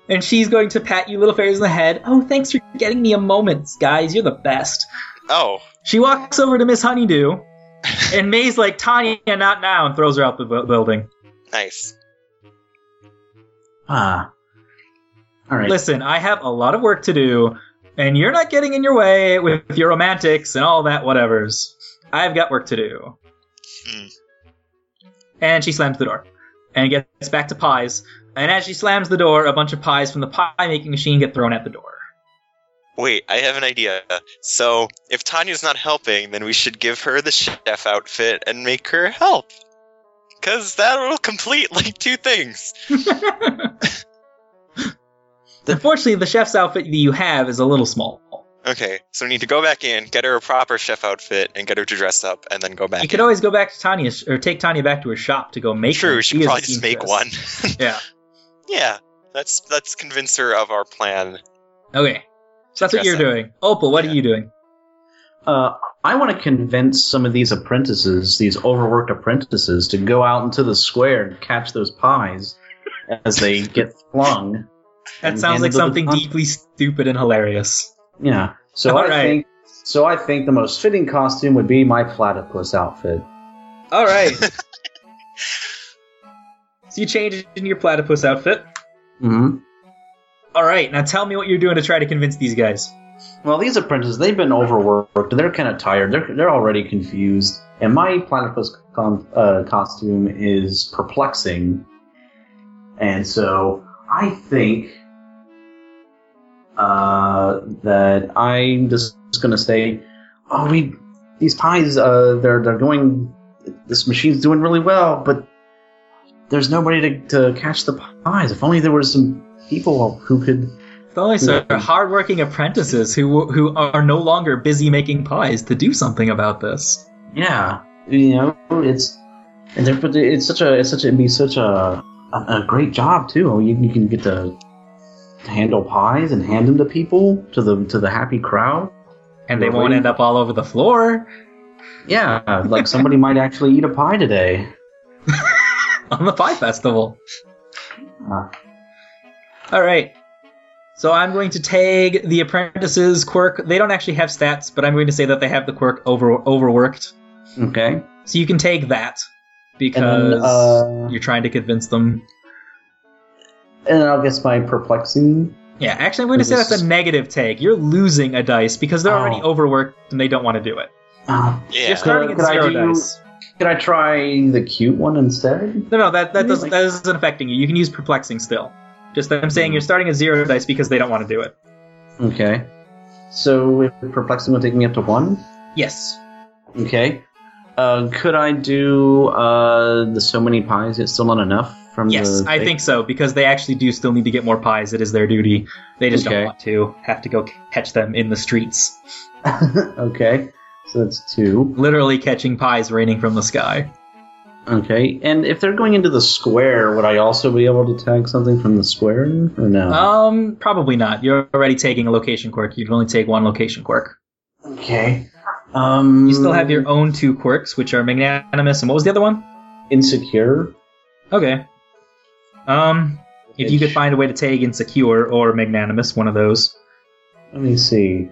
Speaker 1: And she's going to pat you little fairies on the head. Oh, thanks for getting me a moment, guys. You're the best.
Speaker 3: Oh,
Speaker 1: She walks over to Miss Honeydew. And May's like, Tanya, not now, and throws her out the bu- building.
Speaker 3: nice.
Speaker 2: Ah. All right.
Speaker 1: Listen, I have a lot of work to do, and you're not getting in your way with your romantics and all that whatevers. I've got work to do.
Speaker 3: Hmm.
Speaker 1: And she slams the door and gets back to pies. And as she slams the door, a bunch of pies from the pie making machine get thrown at the door.
Speaker 3: Wait, I have an idea. So, if Tanya's not helping, then we should give her the chef outfit and make her help. Because that'll complete, like, two things.
Speaker 1: Unfortunately, the chef's outfit that you have is a little small.
Speaker 3: Okay, so we need to go back in, get her a proper chef outfit, and get her to dress up, and then go back
Speaker 1: You could
Speaker 3: in.
Speaker 1: always go back to Tanya's, or take Tanya back to her shop to go make
Speaker 3: True,
Speaker 1: one.
Speaker 3: she
Speaker 1: is a
Speaker 3: could probably just make
Speaker 1: seamstress.
Speaker 3: one.
Speaker 1: Yeah.
Speaker 3: yeah, let's, let's convince her of our plan.
Speaker 1: Okay. So that's what
Speaker 3: Dress
Speaker 1: you're
Speaker 3: up.
Speaker 1: doing. Opal, what are
Speaker 3: Yeah.
Speaker 1: you doing?
Speaker 2: Uh, I want to convince some of these apprentices, these overworked apprentices, to go out into the square and catch those pies as they get flung.
Speaker 1: That
Speaker 2: And
Speaker 1: sounds like
Speaker 2: handle the
Speaker 1: something
Speaker 2: con-
Speaker 1: deeply stupid and hilarious.
Speaker 2: Yeah. So
Speaker 1: All
Speaker 2: I
Speaker 1: right.
Speaker 2: think so I think the most fitting costume would be my platypus outfit.
Speaker 1: All right. so you change in your platypus outfit. Mm-hmm.
Speaker 2: hmm
Speaker 1: All right, now tell me what you're doing to try to convince these guys.
Speaker 2: Well, these apprentices they've been overworked. They're kind of tired. They're they're already confused. And my platypus com- uh, costume is perplexing. And so I think uh, that I'm just gonna say, oh, we these pies uh, they're they're going. This machine's doing really well, but there's nobody to, to catch the pies. If only there were some people who could.
Speaker 1: If only so
Speaker 2: Yeah.
Speaker 1: hardworking apprentices who who are no longer busy making pies to do something about this.
Speaker 2: Yeah, you know, it's and they're, but it's such a it's such a, it'd be such a, a a great job too. You, you can get to handle pies and hand them to people to the to the happy crowd.
Speaker 1: And they
Speaker 2: Really?
Speaker 1: won't end up all over the floor
Speaker 2: Yeah, like somebody might actually eat a pie today.
Speaker 1: on the pie festival.
Speaker 2: Uh,
Speaker 1: All right. So I'm going to tag the apprentices quirk. They don't actually have stats, but I'm going to say that they have the quirk over overworked.
Speaker 2: okay,
Speaker 1: So you can take that because
Speaker 2: And then, uh,
Speaker 1: you're trying to convince them.
Speaker 2: and I'll guess my perplexing.
Speaker 1: Yeah, actually, I'm going to
Speaker 2: Is
Speaker 1: say that's
Speaker 2: this-
Speaker 1: a negative take. You're losing a dice because they're already
Speaker 2: Oh.
Speaker 1: overworked and they don't want to do it.
Speaker 2: Uh,
Speaker 1: You're
Speaker 3: Yeah.
Speaker 1: starting at
Speaker 2: Could I
Speaker 1: zero
Speaker 2: do-
Speaker 1: dice.
Speaker 2: could I try the cute one instead?
Speaker 1: No, no, that that
Speaker 2: Really?
Speaker 1: doesn't that isn't affecting you. You can use perplexing still. Just that I'm saying
Speaker 2: Hmm.
Speaker 1: you're starting at zero dice because they don't want to do it.
Speaker 2: Okay. So if perplexing will take me up to one.
Speaker 1: Yes.
Speaker 2: Okay. Uh, could I do uh, the so many pies? It's still not enough. From
Speaker 1: Yes,
Speaker 2: the
Speaker 1: I
Speaker 2: thing?
Speaker 1: think so because they actually do still need to get more pies. It is their duty. They just
Speaker 2: Okay.
Speaker 1: don't want to have to go c- catch them in the streets.
Speaker 2: okay. So that's two.
Speaker 1: Literally catching pies raining from the sky.
Speaker 2: Okay. And if they're going into the square, would I also be able to tag something from the square or no?
Speaker 1: Um, probably not. You're already taking a location quirk. You can only take one location quirk.
Speaker 2: okay. Um,
Speaker 1: You still have your own two quirks, which are magnanimous and what was the other one?
Speaker 2: insecure.
Speaker 1: Okay. Um, if you could
Speaker 2: which-
Speaker 1: find a way to take insecure or magnanimous, one of those,
Speaker 2: Let me see.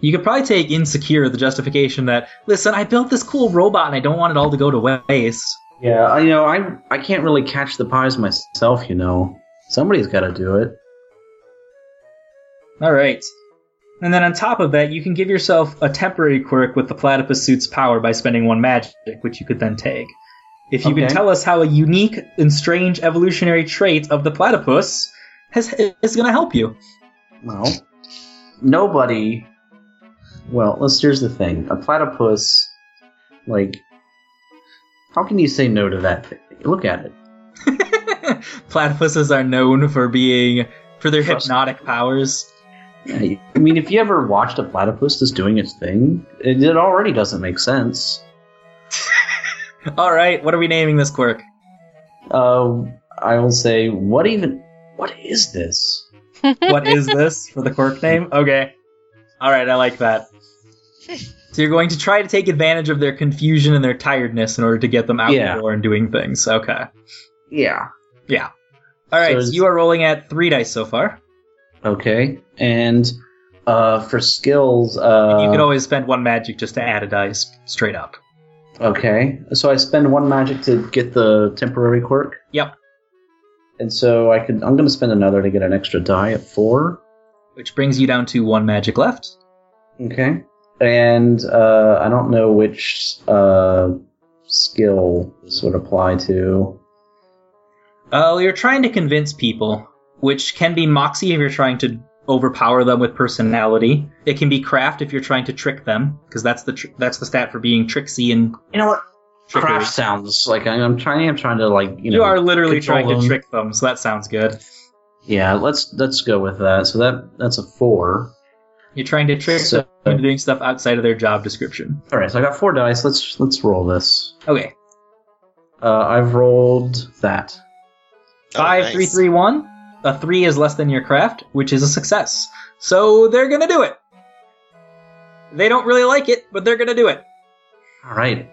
Speaker 1: you could probably take insecure the justification that listen, I built this cool robot and I don't want it all to go to waste.
Speaker 2: Yeah, I you know I I can't really catch the pies myself. You know, somebody's got to do it.
Speaker 1: All right. And then on top of that, you can give yourself a temporary quirk with the platypus suit's power by spending one magic, which you could then take. If you
Speaker 2: Okay.
Speaker 1: can tell us how a unique and strange evolutionary trait of the platypus has, is going to help you.
Speaker 2: Well, nobody. Well, let's. Here's the thing: a platypus, like, how can you say no to that? Thing? Look at it.
Speaker 1: Platypuses are known for being for their
Speaker 2: Trust-
Speaker 1: hypnotic powers.
Speaker 2: Yeah, I mean, if you ever watched a platypus just doing its thing, it, it already doesn't make sense.
Speaker 1: All right, what are we naming this quirk?
Speaker 2: Uh, I will say, what even? What is this?
Speaker 1: What is this for the quirk name? Okay. All right, I like that. So you're going to try to take advantage of their confusion and their tiredness in order to get them out
Speaker 2: Yeah.
Speaker 1: the door and doing things. Okay.
Speaker 2: Yeah.
Speaker 1: All
Speaker 2: So
Speaker 1: right, so
Speaker 2: is-
Speaker 1: you are rolling at three dice so far.
Speaker 2: Okay. And uh, for skills, uh,
Speaker 1: you could always spend one magic just to add a dice straight up.
Speaker 2: Okay. So I spend one magic to get the temporary quirk.
Speaker 1: Yep.
Speaker 2: And so I could I'm gonna spend another to get an extra die at four.
Speaker 1: Which brings you down to one magic left.
Speaker 2: Okay. And uh, I don't know which uh, skill this would apply to.
Speaker 1: Uh, you're trying to convince people, which can be moxie if you're trying to overpower them with personality. It can be craft if you're trying to trick them, because that's the tr- that's the stat for being tricksy and
Speaker 2: You know what?
Speaker 1: trickery.
Speaker 2: Craft sounds like I- I'm trying. I'm trying to like you
Speaker 1: You,
Speaker 2: know.
Speaker 1: are literally
Speaker 2: control
Speaker 1: trying
Speaker 2: them.
Speaker 1: to trick them, so that sounds good.
Speaker 2: Yeah. Let's let's go with that. So that that's a four.
Speaker 1: You're trying to trick
Speaker 2: So-
Speaker 1: them into doing stuff outside of their job description.
Speaker 2: All right. So I got four dice. Let's let's roll this.
Speaker 1: Okay,
Speaker 2: Uh, I've rolled that.
Speaker 1: five,
Speaker 3: Oh, nice.
Speaker 1: three, three, one. A three is less than your craft, which is a success. So they're gonna do it. They don't really like it, but they're gonna do it.
Speaker 2: All right.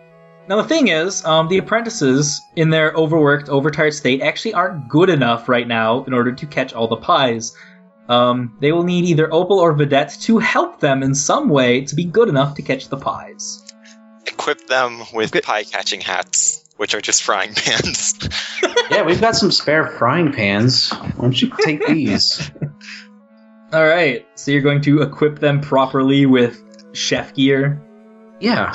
Speaker 1: Now the thing is, um, the apprentices in their overworked, overtired state actually aren't good enough right now in order to catch all the pies. Um, they will need either Opal or Vedette to help them in some way to be good enough to catch the pies.
Speaker 3: Equip them with
Speaker 5: Okay.
Speaker 3: pie catching hats, which are just frying pans.
Speaker 2: Yeah, we've got some spare frying pans. Why don't you take these?
Speaker 1: All right, so you're going to equip them properly with chef gear.
Speaker 2: Yeah.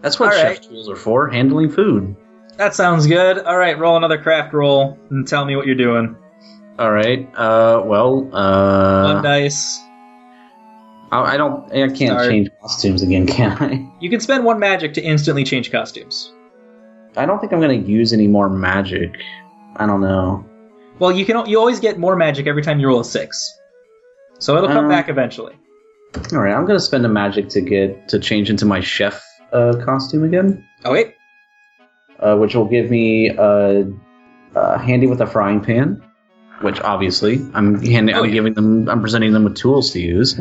Speaker 2: That's what
Speaker 1: All
Speaker 2: chef
Speaker 1: right.
Speaker 2: tools are for, handling food.
Speaker 1: That sounds good. All right, roll another craft roll and tell me what you're doing.
Speaker 2: All right. Uh, well,
Speaker 1: One
Speaker 2: uh,
Speaker 1: dice.
Speaker 2: I, I don't. I can't
Speaker 1: Start.
Speaker 2: change costumes again, can
Speaker 1: You can spend one magic to instantly change costumes.
Speaker 2: I? I don't think I'm gonna use any more magic. I don't know.
Speaker 1: Well, you can. You always get more magic every time you roll a six, so it'll come
Speaker 2: Um,
Speaker 1: back eventually.
Speaker 2: All right, I'm gonna spend a magic to get to change into my chef uh, costume again,
Speaker 1: Oh wait,
Speaker 2: uh, which will give me uh, uh, handy with a frying pan. Which obviously I'm hand-
Speaker 1: Oh,
Speaker 2: I'm
Speaker 1: yeah.
Speaker 2: giving them I'm presenting them with tools to use.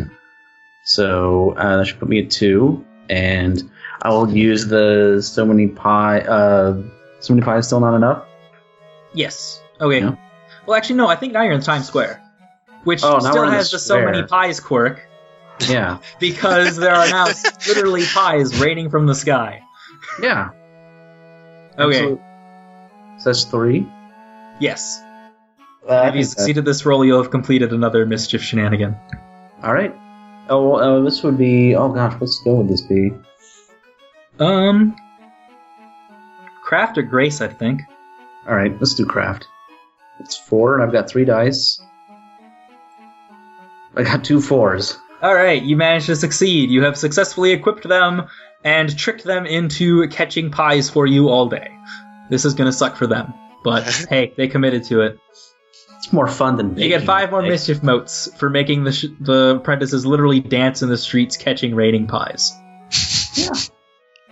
Speaker 2: So uh, that should put me at two, and I will use the so many pie. Uh, so many pie is still not enough.
Speaker 1: yes. Okay.
Speaker 2: Yeah.
Speaker 1: Well, actually, no. I think now you're in Times Square, which
Speaker 2: Oh, now we're
Speaker 1: still
Speaker 2: in the
Speaker 1: has the so many
Speaker 2: square.
Speaker 1: pies quirk
Speaker 2: Yeah,
Speaker 1: because there are now literally pies raining from the sky.
Speaker 2: yeah.
Speaker 1: Okay.
Speaker 2: Absolute- So that's three.
Speaker 1: Yes.
Speaker 2: Uh,
Speaker 1: If you succeeded this roll, you'll have completed another mischief shenanigan.
Speaker 2: All right. Oh, well, uh, this would be. Oh gosh, what skill would this be?
Speaker 1: Um, craft or grace, I think.
Speaker 2: All right, let's do craft. It's four, and I've got three dice. I got two fours.
Speaker 1: All right, you managed to succeed. You have successfully equipped them and tricked them into catching pies for you all day. This is going to suck for them, but hey, they committed to it.
Speaker 2: It's more fun than
Speaker 1: You
Speaker 2: baking.
Speaker 1: get five more
Speaker 2: Nick.
Speaker 1: mischief motes for making the sh- the apprentices literally dance in the streets catching raining pies.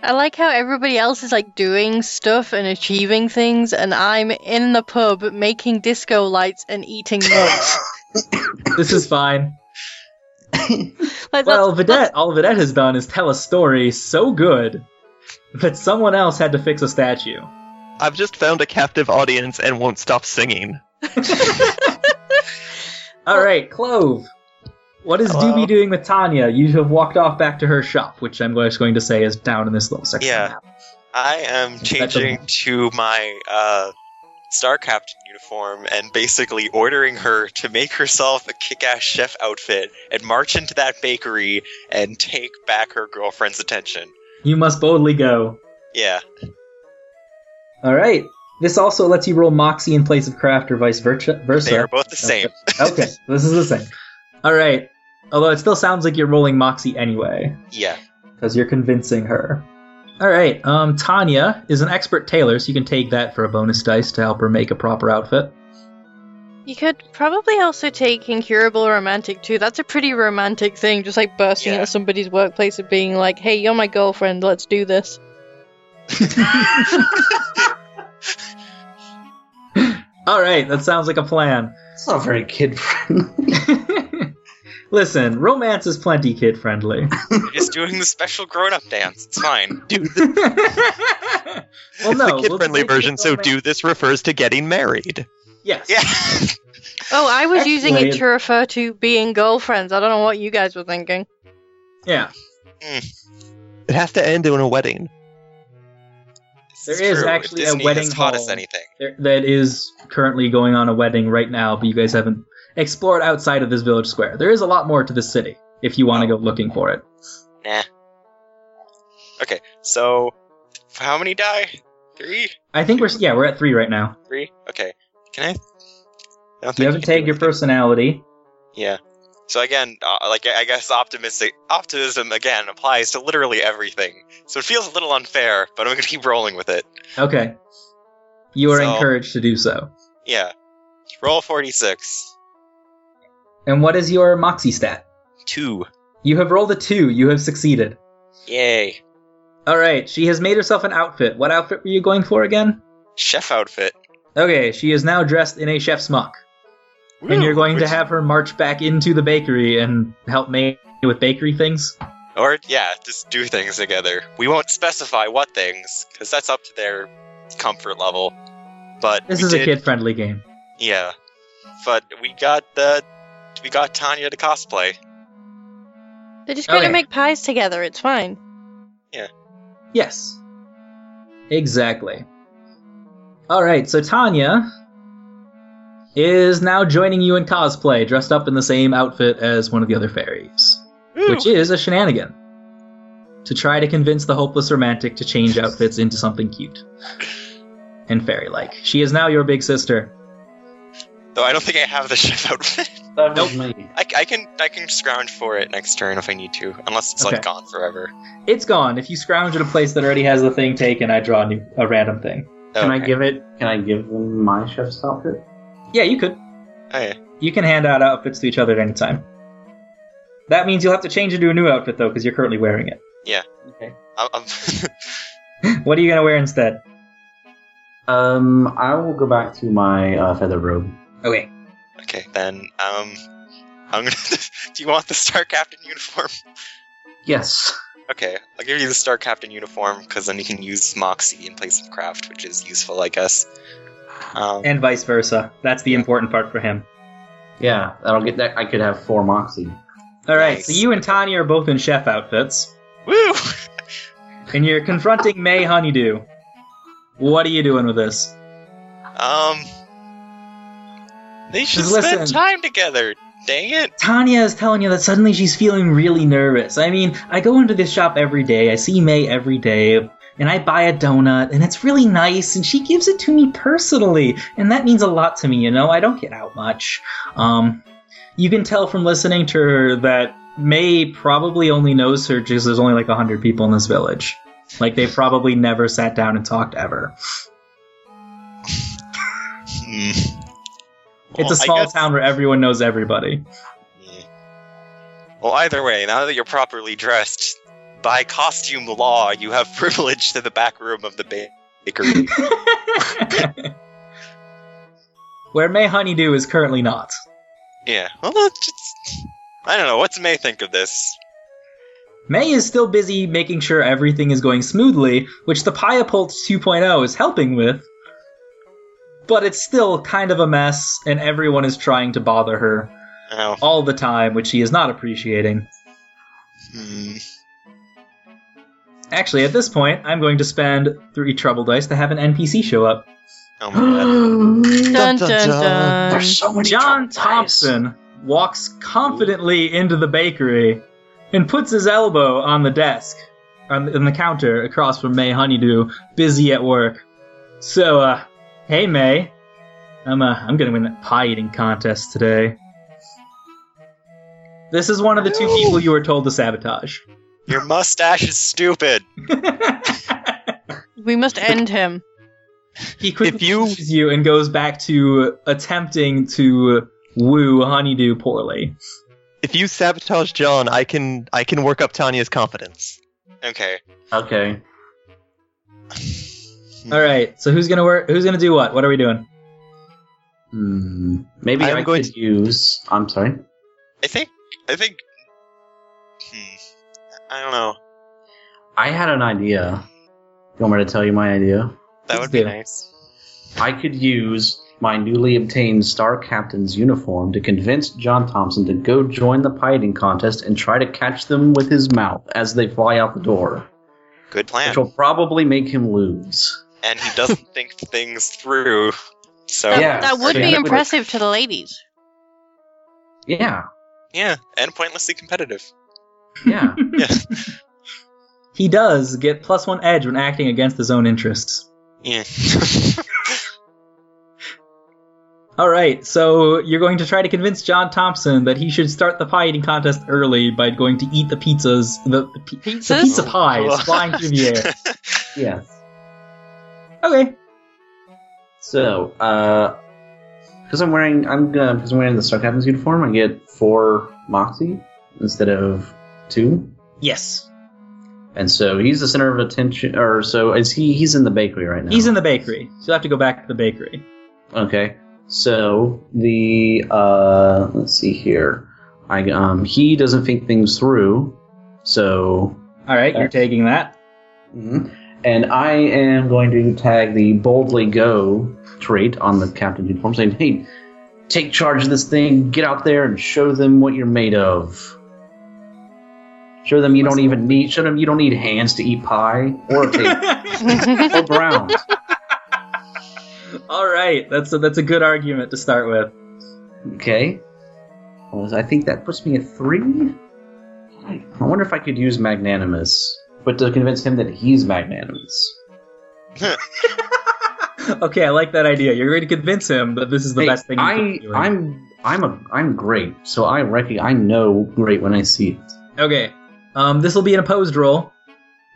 Speaker 4: I like how everybody else is like doing stuff and achieving things, and I'm in the pub making disco lights and eating nuts.
Speaker 1: This is fine.
Speaker 4: like, that's-
Speaker 1: Well, Vedette, all Vedette has done is tell a story so good that someone else had to fix a statue.
Speaker 5: I've just found a captive audience and won't stop singing.
Speaker 1: All right, Clove. What is
Speaker 5: Hello.
Speaker 1: Doobie doing with Tanya? You have walked off back to her shop, which I'm just going to say is down in this little section.
Speaker 3: Yeah.
Speaker 1: now.
Speaker 3: I am changing to my uh, Star Captain uniform and basically ordering her to make herself a kick ass chef outfit and march into that bakery and take back her girlfriend's attention.
Speaker 1: You must boldly go.
Speaker 3: Yeah.
Speaker 1: All right. This also lets you roll Moxie in place of Craft or vice versa.
Speaker 3: They are both the same.
Speaker 1: okay, this is the same. All right. Although it still sounds like you're rolling Moxie anyway,
Speaker 3: Yeah.
Speaker 1: because you're convincing her. All right. Um, Tanya is an expert tailor, so you can take that for a bonus dice to help her make a proper outfit.
Speaker 4: you could probably also take Incurable Romantic too. That's a pretty romantic thing, just like bursting
Speaker 3: Yeah.
Speaker 4: into somebody's workplace and being like, hey, you're my girlfriend, let's do this.
Speaker 1: All right, that sounds like a plan.
Speaker 2: It's not very kid friendly.
Speaker 1: Listen, romance is plenty kid friendly.
Speaker 3: We're just doing the special grown up dance. It's fine.
Speaker 5: Dude,
Speaker 1: well,
Speaker 5: it's
Speaker 1: no,
Speaker 5: the kid-friendly version, so do this refers to getting married.
Speaker 1: Yes.
Speaker 3: Yeah.
Speaker 4: Oh, I was using it
Speaker 1: Actually-
Speaker 4: to refer to being girlfriends. I don't know what you guys were thinking.
Speaker 1: Yeah.
Speaker 5: It has to end in a wedding.
Speaker 1: There
Speaker 3: It's
Speaker 1: is
Speaker 3: true.
Speaker 1: actually a
Speaker 3: Disney has
Speaker 1: wedding
Speaker 3: taught us
Speaker 1: hall.
Speaker 3: anything.
Speaker 1: There, that is currently going on a wedding right now, but you guys haven't explored outside of this village square. There is a lot more to this city if you want to go looking for it.
Speaker 3: So, how many die? Three?
Speaker 1: I think we're s- yeah we're at three right now.
Speaker 3: Three? Okay. Can I? I don't think
Speaker 1: You haven't
Speaker 3: can do
Speaker 1: tagged your
Speaker 3: anything.
Speaker 1: personality.
Speaker 3: Yeah. So again, uh, like I guess optimistic optimism again applies to literally everything. So it feels a little unfair, but I'm gonna keep rolling with it.
Speaker 1: Okay. You are
Speaker 3: So-
Speaker 1: encouraged to do so.
Speaker 3: Yeah. Roll 46.
Speaker 1: And what is your moxie stat?
Speaker 3: Two.
Speaker 1: You have rolled a two. You have succeeded.
Speaker 3: Yay.
Speaker 1: All right. She has made herself an outfit. What outfit were you going for again?
Speaker 3: Chef outfit.
Speaker 1: Okay. She is now dressed in a chef's muck, and you're
Speaker 3: Woo!
Speaker 1: going to
Speaker 3: Which-
Speaker 1: have her march back into the bakery and help me with bakery things.
Speaker 3: or yeah, just do things together. We won't specify what things because that's up to their comfort level. But
Speaker 1: This
Speaker 3: we
Speaker 1: is
Speaker 3: did-
Speaker 1: a kid-friendly game.
Speaker 3: Yeah. But we got the we got Tanya to cosplay.
Speaker 4: They're just going
Speaker 1: Okay.
Speaker 4: to make pies together, it's fine.
Speaker 1: Yes. Exactly. All right, so Tanya is now joining you in cosplay, dressed up in the same outfit as one of the other fairies, which is a shenanigan to try to convince the hopeless romantic to change outfits into something cute and fairy-like. She is now your big sister.
Speaker 3: Though I don't think I have the chef outfit.
Speaker 2: That was me.
Speaker 3: I, I can I can scrounge for it next turn if I need to, unless it's
Speaker 1: Okay.
Speaker 3: like gone forever.
Speaker 1: It's gone. If you scrounge at a place that already has the thing taken, I draw a, new, a random thing.
Speaker 2: Can I
Speaker 3: Okay.
Speaker 2: give it? Can I give them my chef's outfit?
Speaker 1: Yeah, you could.
Speaker 3: Okay.
Speaker 1: You can hand out outfits to each other at any time. That means you'll have to change into a new outfit though, because you're currently wearing it.
Speaker 3: I'm, I'm
Speaker 1: What are you gonna wear instead?
Speaker 2: Um, I will go back to my uh, feather robe.
Speaker 1: Okay.
Speaker 3: okay then. Um, I'm gonna. do you want the star captain uniform?
Speaker 2: Yes.
Speaker 3: Okay, I'll give you the star captain uniform because then you can use Moxie in place of Craft, which is useful, I guess. Um,
Speaker 1: And vice versa. That's the important part for him.
Speaker 2: Yeah, that'll get that. I could have four moxie.
Speaker 1: All right.
Speaker 3: Nice.
Speaker 1: So you and Tanya are both in chef outfits,
Speaker 3: woo!
Speaker 1: and you're confronting May Honeydew. What are you doing with this?
Speaker 3: Um, they should
Speaker 1: Just
Speaker 3: spend
Speaker 1: listen.
Speaker 3: time together. Dang it!
Speaker 1: Tanya is telling you that suddenly she's feeling really nervous. I mean, I go into this shop every day. I see May every day. and I buy a donut and it's really nice and she gives it to me personally and that means a lot to me, you know. I don't get out much. Um you can tell from listening to her that May probably only knows her because there's only like 100 people in this village. Like they probably never sat down and talked ever.
Speaker 3: Hmm.
Speaker 1: It's
Speaker 3: Well, I
Speaker 1: a small
Speaker 3: guess-
Speaker 1: town where everyone knows everybody.
Speaker 3: Well, either way, now that you're properly dressed, by costume law, you have privilege to the back room of the ba- bakery.
Speaker 1: where May Honeydew is currently not.
Speaker 3: yeah. Well, that's just, I don't know. What's May think of this?
Speaker 1: May is still busy making sure everything is going smoothly, which the Piapult 2.0 is helping with. But it's still kind of a mess, and everyone is trying to bother her
Speaker 3: Oh.
Speaker 1: all the time, which she is not appreciating.
Speaker 3: Hmm.
Speaker 1: Actually, at this point, I'm going to spend three trouble dice to have an NPC show up.
Speaker 3: Oh my god.
Speaker 4: Dun,
Speaker 5: Dun, dun,
Speaker 4: dun,
Speaker 5: dun.
Speaker 4: dun.
Speaker 2: There's so many
Speaker 1: John
Speaker 2: Trump guys.
Speaker 1: Thompson walks confidently into the bakery and puts his elbow on the desk, on the, on the counter across from May Honeydew, busy at work. So, uh, hey May, I'm uh, I'm gonna win that pie eating contest today. This is one of the two
Speaker 3: No.
Speaker 1: people you were told to sabotage.
Speaker 3: Your mustache is stupid.
Speaker 4: We must end him.
Speaker 1: he quickly
Speaker 5: If you-
Speaker 1: pushes you and goes back to attempting to woo Honeydew poorly.
Speaker 5: If you sabotage John, I can I can work up Tanya's confidence.
Speaker 3: Okay.
Speaker 2: Okay.
Speaker 1: All right. So who's gonna work? Who's gonna do what? What are we doing?
Speaker 2: Hmm. Maybe
Speaker 5: I'm
Speaker 2: i
Speaker 5: going
Speaker 2: could use. I'm sorry.
Speaker 3: I think. I think. Hmm. I don't know.
Speaker 2: I had an idea. You want me to tell you my idea?
Speaker 3: That
Speaker 1: Please
Speaker 3: would be
Speaker 1: do.
Speaker 3: nice.
Speaker 2: I could use my newly obtained Star Captain's uniform to convince John Thompson to go join the pieting contest and try to catch them with his mouth as they fly out the door,
Speaker 3: Good plan.
Speaker 2: which will probably make him lose.
Speaker 3: And he doesn't think things through. So
Speaker 4: That,
Speaker 3: yeah.
Speaker 2: Yeah.
Speaker 4: that would
Speaker 2: Yeah, that
Speaker 4: be
Speaker 2: would-
Speaker 4: impressive to the ladies.
Speaker 2: Yeah,
Speaker 3: and pointlessly competitive.
Speaker 2: yeah.
Speaker 1: He does get plus one edge when acting against his own interests.
Speaker 3: Yeah.
Speaker 1: All right. So you're going to try to convince John Thompson that he should start the pie eating contest early by going to eat the pizzas, the, the, pi- the
Speaker 4: Pizzas?
Speaker 1: pizza pies flying through the air.
Speaker 2: yes.
Speaker 1: Okay.
Speaker 2: So, uh, because I'm wearing, I'm gonna, because I'm wearing the Star Captain's uniform, I get four Moxie instead of two.
Speaker 1: Yes.
Speaker 2: And so he's the center of attention, or so is he? He's in the bakery right now.
Speaker 1: He's in the bakery. So you'll have to go back to the bakery.
Speaker 2: Okay. So the uh, let's see here. I um, he doesn't think things through. So
Speaker 1: All right. You're taking that.
Speaker 2: mhm. and I am going to tag the boldly go trait on the captain uniform, saying, "Hey, take charge of this thing. Get out there and show them what you're made of." Show them you don't even need. Show them you don't need hands to eat pie or a tape or brown.
Speaker 1: All right. That's a, that's a good argument to start with.
Speaker 2: Okay. Well, I think that puts me at three. I wonder if I could use magnanimous, but to convince him that he's magnanimous.
Speaker 1: okay. I like that idea. You're going to convince him that this is the
Speaker 2: Hey,
Speaker 1: best thing. he could
Speaker 2: I
Speaker 1: be doing.
Speaker 2: I'm I'm a I'm great, so I reckon I know great when I see it.
Speaker 1: Okay. Um, this will be an opposed roll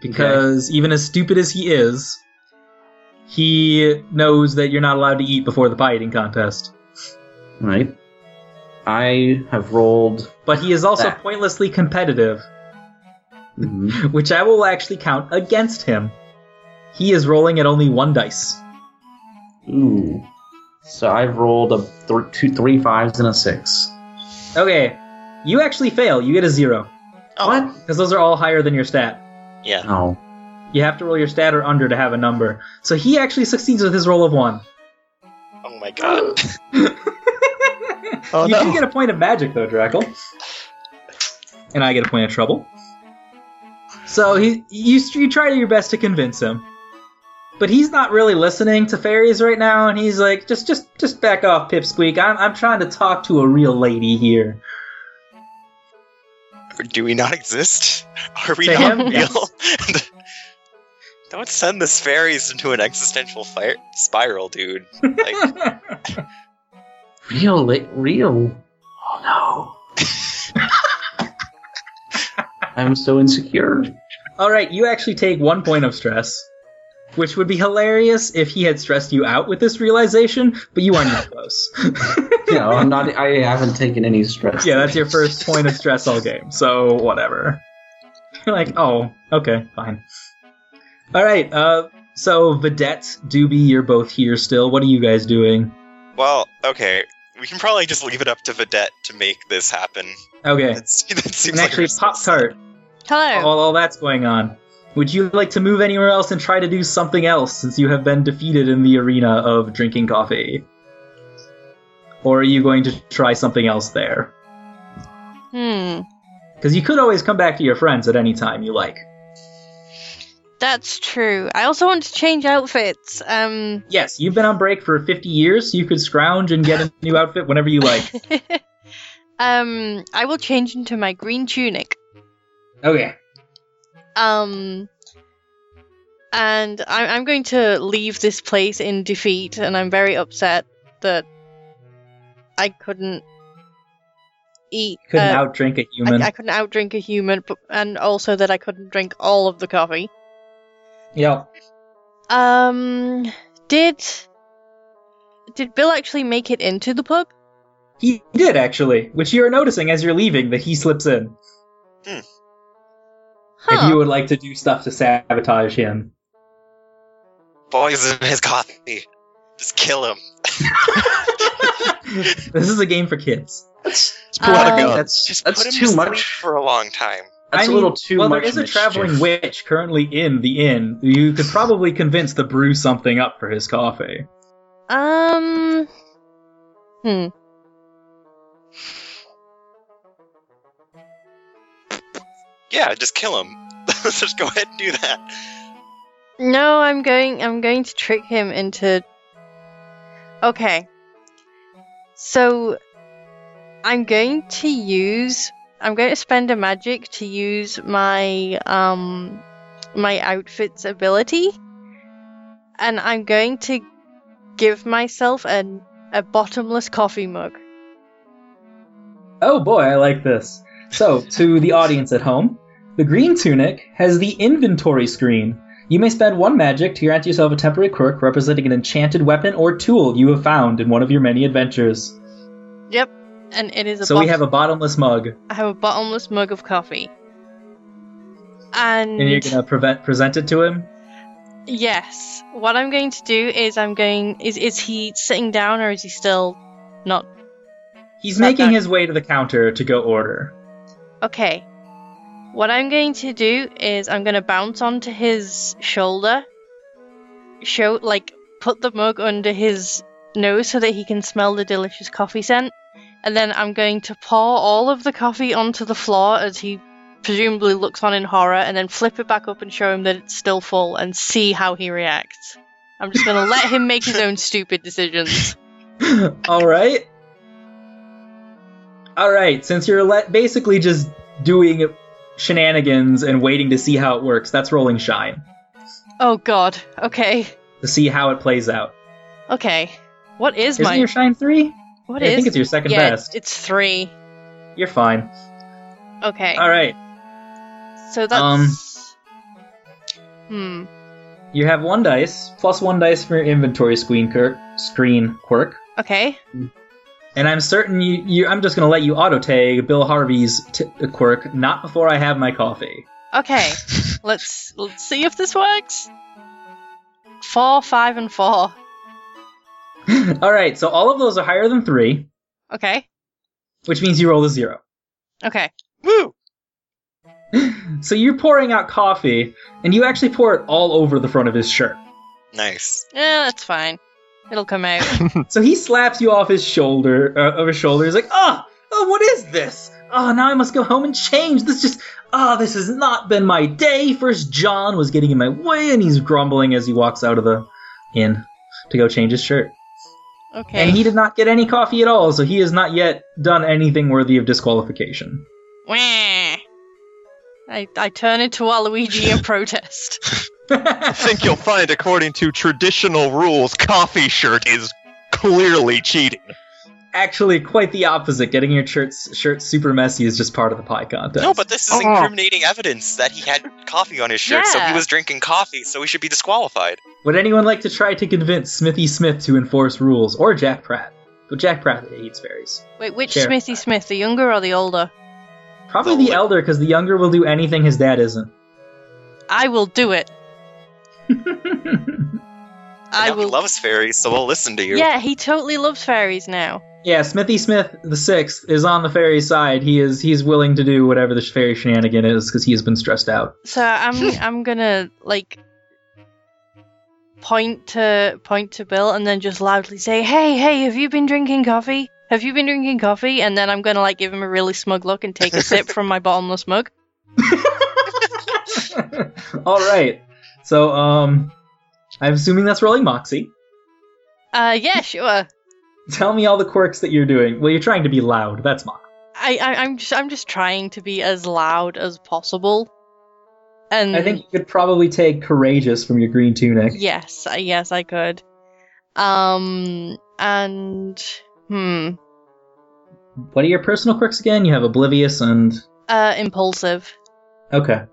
Speaker 1: because even as stupid as he is, he knows that you're not allowed to eat before the pie eating contest.
Speaker 2: All Right. I have rolled.
Speaker 1: But he is also
Speaker 2: That.
Speaker 1: pointlessly competitive,
Speaker 2: mhm.
Speaker 1: which I will actually count against him. He is rolling at only one dice.
Speaker 2: Ooh. So I've rolled a th- two, three fives and a six.
Speaker 1: Okay. You actually fail. You get a zero
Speaker 2: What?
Speaker 1: because those are all higher than your stat.
Speaker 3: Yeah.
Speaker 2: Oh.
Speaker 1: You have to roll your stat or under to have a number. So he actually succeeds with his roll of one.
Speaker 3: Oh my god.
Speaker 5: Oh
Speaker 1: you do
Speaker 5: no!
Speaker 1: get a point of magic though, Drackle. And I get a point of trouble. So he, you, you try your best to convince him, but he's not really listening to fairies right now, and he's like, just, just, just back off, Pipsqueak. I'm, I'm trying to talk to a real lady here.
Speaker 3: Do we not exist? Are we
Speaker 1: To
Speaker 3: not
Speaker 1: him,
Speaker 3: real? Don't send the fairies into an existential fire- spiral, dude. Like,
Speaker 2: Real, li- real. Oh no. I'm so insecure.
Speaker 1: All right, you actually take one point of stress, which would be hilarious if he had stressed you out with this realization, but you are not close.
Speaker 2: No, I'm not. I haven't taken any stress.
Speaker 1: yeah, that's your first point of stress all game, so whatever. You're like, oh, okay, fine. All right, uh, so Vedette, Doobie, you're both here still. What are you guys doing?
Speaker 3: well, okay. We can probably just leave it up to Vedette to make this happen.
Speaker 1: Okay,
Speaker 3: That's, that seems
Speaker 1: and
Speaker 3: like
Speaker 1: actually,
Speaker 3: we're
Speaker 1: Pop
Speaker 3: supposed
Speaker 1: Tart,
Speaker 4: Hello.
Speaker 1: while all that's going on, would you like to move anywhere else and try to do something else since you have been defeated in the arena of drinking coffee? Or are you going to try something else there?
Speaker 4: Hmm.
Speaker 1: Because you could always come back to your friends at any time you like.
Speaker 4: That's true. I also want to change outfits. Um.
Speaker 1: Yes, you've been on break for 50 years, so you could scrounge and get a new outfit whenever you like.
Speaker 4: um. I will change into my green tunic.
Speaker 1: Okay.
Speaker 4: Um. And I'm I'm going to leave this place in defeat, and I'm very upset that I couldn't eat.
Speaker 1: Couldn't
Speaker 4: uh,
Speaker 1: outdrink a human.
Speaker 4: I, I couldn't outdrink a human, but, and also that I couldn't drink all of the coffee.
Speaker 1: Yep.
Speaker 4: Um, did did Bill actually make it into the pub?
Speaker 1: He did, actually, which you're noticing as you're leaving that he slips in. If
Speaker 4: Huh.
Speaker 1: you would like to do stuff to sabotage him.
Speaker 3: to poison his coffee. Just kill him.
Speaker 1: this is a game for kids.
Speaker 2: That's, I think
Speaker 4: Um,
Speaker 2: that's,
Speaker 3: Just put
Speaker 2: that's
Speaker 3: him
Speaker 2: too
Speaker 3: to
Speaker 2: much.
Speaker 3: sleep for a long time.
Speaker 2: That's
Speaker 1: I
Speaker 2: a little
Speaker 1: mean,
Speaker 2: too
Speaker 1: well,
Speaker 2: much.
Speaker 1: there is a
Speaker 2: mischief.
Speaker 1: traveling witch currently in the inn. You could probably convince the brew something up for his coffee.
Speaker 4: um. Hmm.
Speaker 3: Yeah, just kill him. Let's just go ahead and do that.
Speaker 4: No, I'm going. I'm going to trick him into. Okay. So, I'm going to use. I'm going to spend a magic to use my um my outfit's ability, and I'm going to give myself an a bottomless coffee mug.
Speaker 1: Oh boy, I like this. So, to the audience at home, the green tunic has the inventory screen. You may spend one magic to grant yourself a temporary quirk representing an enchanted weapon or tool you have found in one of your many adventures.
Speaker 4: Yep, and it is a.
Speaker 1: So we
Speaker 4: bot-
Speaker 1: have a bottomless mug,
Speaker 4: I have a bottomless mug of coffee. And
Speaker 1: and you're gonna prevent, present it to him.
Speaker 4: Yes. What I'm going to do is I'm going is is he sitting down or is he still not
Speaker 1: He's
Speaker 4: That
Speaker 1: making
Speaker 4: guy.
Speaker 1: his way to the counter to go order.
Speaker 4: okay. What I'm going to do is I'm gonna bounce onto his shoulder. Show like put the mug under his nose so that he can smell the delicious coffee scent. And then I'm going to pour all of the coffee onto the floor as he presumably looks on in horror and then flip it back up and show him that it's still full and see how he reacts. I'm just gonna let him make his own stupid decisions.
Speaker 1: All right. All right. Since you're le- basically just doing shenanigans and waiting to see how it works, that's rolling shine
Speaker 4: Oh god. Okay.
Speaker 1: to see how it plays out.
Speaker 4: Okay. What is
Speaker 1: Isn't
Speaker 4: my
Speaker 1: your shine three?
Speaker 4: what
Speaker 1: I
Speaker 4: is
Speaker 1: think it's your second
Speaker 4: Yeah,
Speaker 1: best.
Speaker 4: it's three.
Speaker 1: You're fine.
Speaker 4: Okay.
Speaker 1: All Um, right.
Speaker 4: So that's Hmm.
Speaker 1: You have one dice plus one dice for your inventory screen quirk. Screen quirk.
Speaker 4: Okay.
Speaker 1: And I'm certain you, you. I'm just gonna let you auto tag Bill Harvey's t- quirk. Not before I have my coffee.
Speaker 4: Okay. let's let's see if this works. Four, five, and four.
Speaker 1: all right. So all of those are higher than three,
Speaker 4: Okay.
Speaker 1: which means you roll a zero.
Speaker 4: Okay.
Speaker 5: Woo!
Speaker 1: So you're pouring out coffee, and you actually pour it all over the front of his shirt.
Speaker 3: Nice.
Speaker 4: Yeah, that's fine. It'll come out.
Speaker 1: So he slaps you off his shoulder, uh, of his shoulder. He's like, "Ah, oh, what is this? Oh, now I must go home and change. This just, ah, this has not been my day." First, John was getting in my way, and he's grumbling as he walks out of the inn to go change his shirt.
Speaker 4: Okay.
Speaker 1: And he did not get any coffee at all, so he has not yet done anything worthy of disqualification.
Speaker 4: Wah. I I turn into Waluigi and protest.
Speaker 5: I think you'll find, according to traditional rules, coffee shirt is clearly cheating.
Speaker 1: Actually, quite the opposite. Getting your shirt shirt super messy is just part of the pie contest.
Speaker 3: No, but this is
Speaker 5: Oh.
Speaker 3: incriminating evidence that he had coffee on his shirt, so
Speaker 4: Yeah.
Speaker 3: he was drinking coffee, so he should be disqualified.
Speaker 1: Would anyone like to try to convince Smithy Smith to enforce rules, or Jack Pratt? But Jack Pratt hates fairies.
Speaker 4: Wait, which
Speaker 1: Sure.
Speaker 4: Smithy Smith, the younger or the older?
Speaker 1: Probably
Speaker 3: The
Speaker 1: the
Speaker 3: li-
Speaker 1: elder, because the younger will do anything his dad isn't.
Speaker 4: I will do it. I
Speaker 3: And now He
Speaker 4: will.
Speaker 3: loves fairies, so we'll listen to you.
Speaker 4: Yeah, he totally loves fairies now.
Speaker 1: yeah, Smithy Smith the sixth is on the fairy side. He is he's willing to do whatever the fairy shenanigan is because he has been stressed out.
Speaker 4: So I'm I'm gonna like point to point to Bill and then just loudly say, "Hey, hey, have you been drinking coffee? Have you been drinking coffee?" And then I'm gonna like give him a really smug look and take a sip from my bottomless mug.
Speaker 1: All right. So, um, I'm assuming that's rolling Moxie.
Speaker 4: Uh, yeah, sure.
Speaker 1: Tell me all the quirks that you're doing. Well, you're trying to be loud. That's Moxie.
Speaker 4: I, I I'm just I'm just trying to be as loud as possible. And
Speaker 1: I think you could probably take courageous from your green tunic.
Speaker 4: yes, I- yes, I could. Um, and hmm,
Speaker 1: What are your personal quirks again? You have oblivious and
Speaker 4: uh, impulsive.
Speaker 1: okay.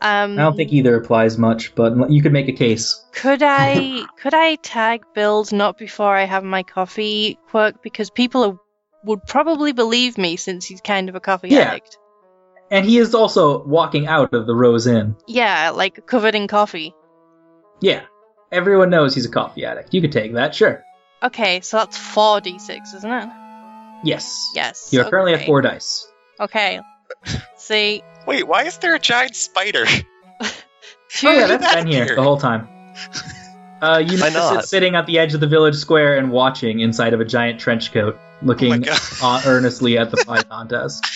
Speaker 4: Um,
Speaker 1: I don't think either applies much, but you could make a case.
Speaker 4: could I could I tag build not before I have my coffee quirk because people are, would probably believe me since he's kind of a coffee
Speaker 1: Yeah.
Speaker 4: addict.
Speaker 1: And he is also walking out of the Rose Inn.
Speaker 4: Yeah, like covered in coffee.
Speaker 1: Yeah, everyone knows he's a coffee addict. You could take that, sure.
Speaker 4: Okay, so that's four d six, isn't it?
Speaker 1: Yes.
Speaker 4: Yes.
Speaker 1: You are currently at
Speaker 4: okay.
Speaker 1: four dice.
Speaker 4: Okay. See,
Speaker 3: Wait, why is there a giant spider?
Speaker 4: two,
Speaker 1: Oh yeah,
Speaker 3: did
Speaker 1: that's
Speaker 3: that
Speaker 1: been here
Speaker 3: appear?
Speaker 1: the whole time. Uh, you
Speaker 5: Why
Speaker 1: notice
Speaker 5: not?
Speaker 1: it sitting at the edge of the village square and watching inside of a giant trench coat,
Speaker 3: oh my
Speaker 1: looking
Speaker 3: god.
Speaker 1: uh, earnestly at the pie contest.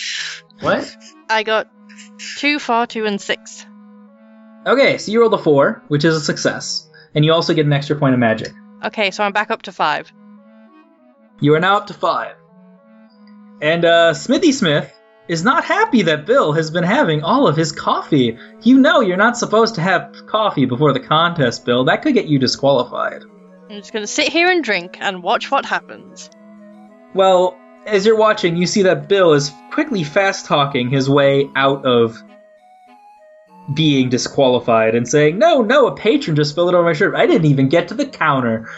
Speaker 1: What?
Speaker 4: I got two, four, two, and six.
Speaker 1: Okay, so you rolled a four, which is a success, and you also get an extra point of magic.
Speaker 4: Okay, so I'm back up to five.
Speaker 1: You are now up to five. And uh, Smithy Smith is not happy that Bill has been having all of his coffee. You know you're not supposed to have coffee before the contest, Bill. That could get you disqualified.
Speaker 4: I'm just gonna sit here and drink and watch what happens.
Speaker 1: Well, as you're watching, you see that Bill is quickly fast talking his way out of being disqualified and saying, No, no, a patron just spilled it over my shirt. I didn't even get to the counter.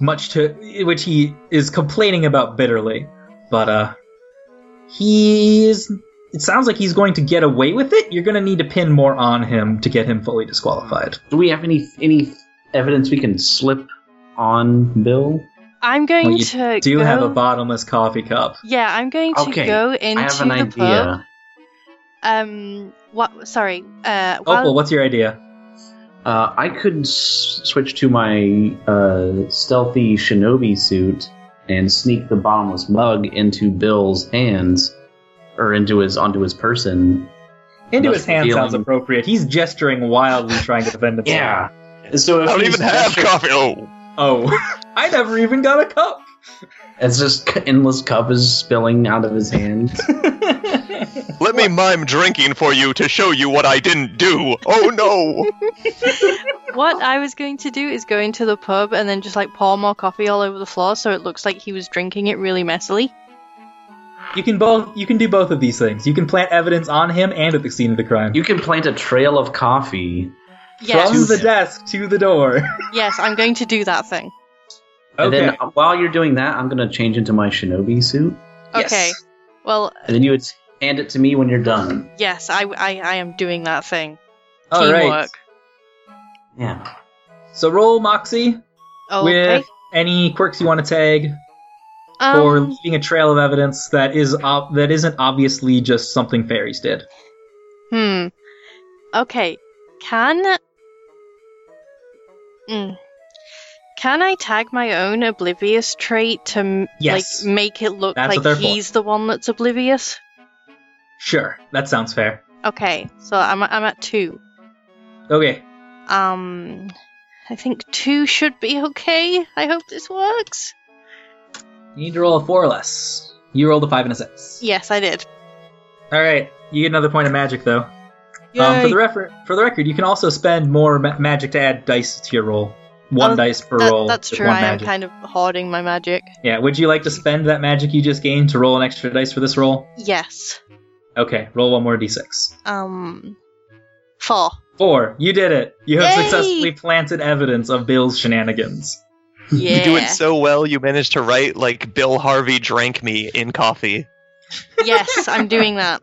Speaker 1: Much to which he is complaining about bitterly. But, uh, he is. It sounds like he's going to get away with it. You're going to need to pin more on him to get him fully disqualified.
Speaker 2: Do we have any any evidence we can slip on Bill?
Speaker 4: I'm going
Speaker 1: Well, you
Speaker 4: to
Speaker 1: Do
Speaker 4: go...
Speaker 1: have a bottomless coffee cup.
Speaker 4: Yeah, I'm going to
Speaker 2: Okay,
Speaker 4: go into
Speaker 2: I have an
Speaker 4: the
Speaker 2: idea.
Speaker 4: pub. Um, what? Sorry. Uh, while-
Speaker 1: Opal, what's your idea?
Speaker 2: Uh, I could s- switch to my uh, stealthy shinobi suit and sneak the bottomless mug into Bill's hands, or into his onto his person.
Speaker 1: Into
Speaker 2: Must
Speaker 1: his hand
Speaker 2: be
Speaker 1: sounds
Speaker 2: feeling-
Speaker 1: appropriate. He's gesturing wildly, trying to defend himself.
Speaker 2: Yeah. So
Speaker 5: I
Speaker 2: if
Speaker 5: don't
Speaker 2: he's
Speaker 5: even have
Speaker 2: gesturing-
Speaker 5: coffee. Oh,
Speaker 1: Oh, I never even got a cup.
Speaker 2: It's just c- endless cup is spilling out of his hand.
Speaker 5: let me mime drinking for you to show you what I didn't do. Oh no!
Speaker 4: what I was going to do is go into the pub and then just like pour more coffee all over the floor, so it looks like he was drinking it really messily.
Speaker 1: you can both. You can do both of these things. You can plant evidence on him and at the scene of the crime.
Speaker 2: You can plant a trail of coffee,
Speaker 4: Yes.
Speaker 1: From the desk to the door.
Speaker 4: yes, I'm going to do that thing.
Speaker 2: and
Speaker 1: okay.
Speaker 2: then while you're doing that, I'm gonna change into my shinobi suit,
Speaker 3: Yes.
Speaker 4: Okay. Well,
Speaker 2: and then you would hand it to me when you're done.
Speaker 4: yes, I, I, I am doing that thing.
Speaker 1: All
Speaker 4: Teamwork.
Speaker 1: right.
Speaker 2: Yeah.
Speaker 1: So roll Moxie
Speaker 4: Okay.
Speaker 1: with any quirks you want to tag
Speaker 4: Um,
Speaker 1: or leaving a trail of evidence that is ob- that isn't obviously just something fairies did.
Speaker 4: Hmm. Okay. Can. Mm. Can I tag my own oblivious trait to m
Speaker 1: Yes.
Speaker 4: like make it look
Speaker 1: That's what they're
Speaker 4: like
Speaker 1: for.
Speaker 4: he's the one that's oblivious?
Speaker 1: Sure, that sounds fair.
Speaker 4: Okay, so I'm I'm at two.
Speaker 1: Okay.
Speaker 4: Um, I think two should be okay. I hope this works.
Speaker 1: You need to roll a four or less. You rolled a five and a six.
Speaker 4: Yes, I did.
Speaker 1: All right. You get another point of magic though. Um, for
Speaker 4: Yay.
Speaker 1: the refer- for the record, you can also spend more ma- magic to add dice to your roll. One
Speaker 4: Oh,
Speaker 1: dice per
Speaker 4: That-
Speaker 1: roll.
Speaker 4: that's
Speaker 1: with
Speaker 4: true.
Speaker 1: One
Speaker 4: I am
Speaker 1: magic.
Speaker 4: kind of hoarding my magic.
Speaker 1: Yeah. Would you like to spend that magic you just gained to roll an extra dice for this roll?
Speaker 4: Yes.
Speaker 1: Okay. Roll one more d6.
Speaker 4: Um, four.
Speaker 1: Four. You did it. You have
Speaker 4: Yay!
Speaker 1: successfully planted evidence of Bill's shenanigans.
Speaker 4: Yeah.
Speaker 5: You do it so well, you managed to write like Bill Harvey drank me in coffee.
Speaker 4: yes, I'm doing that.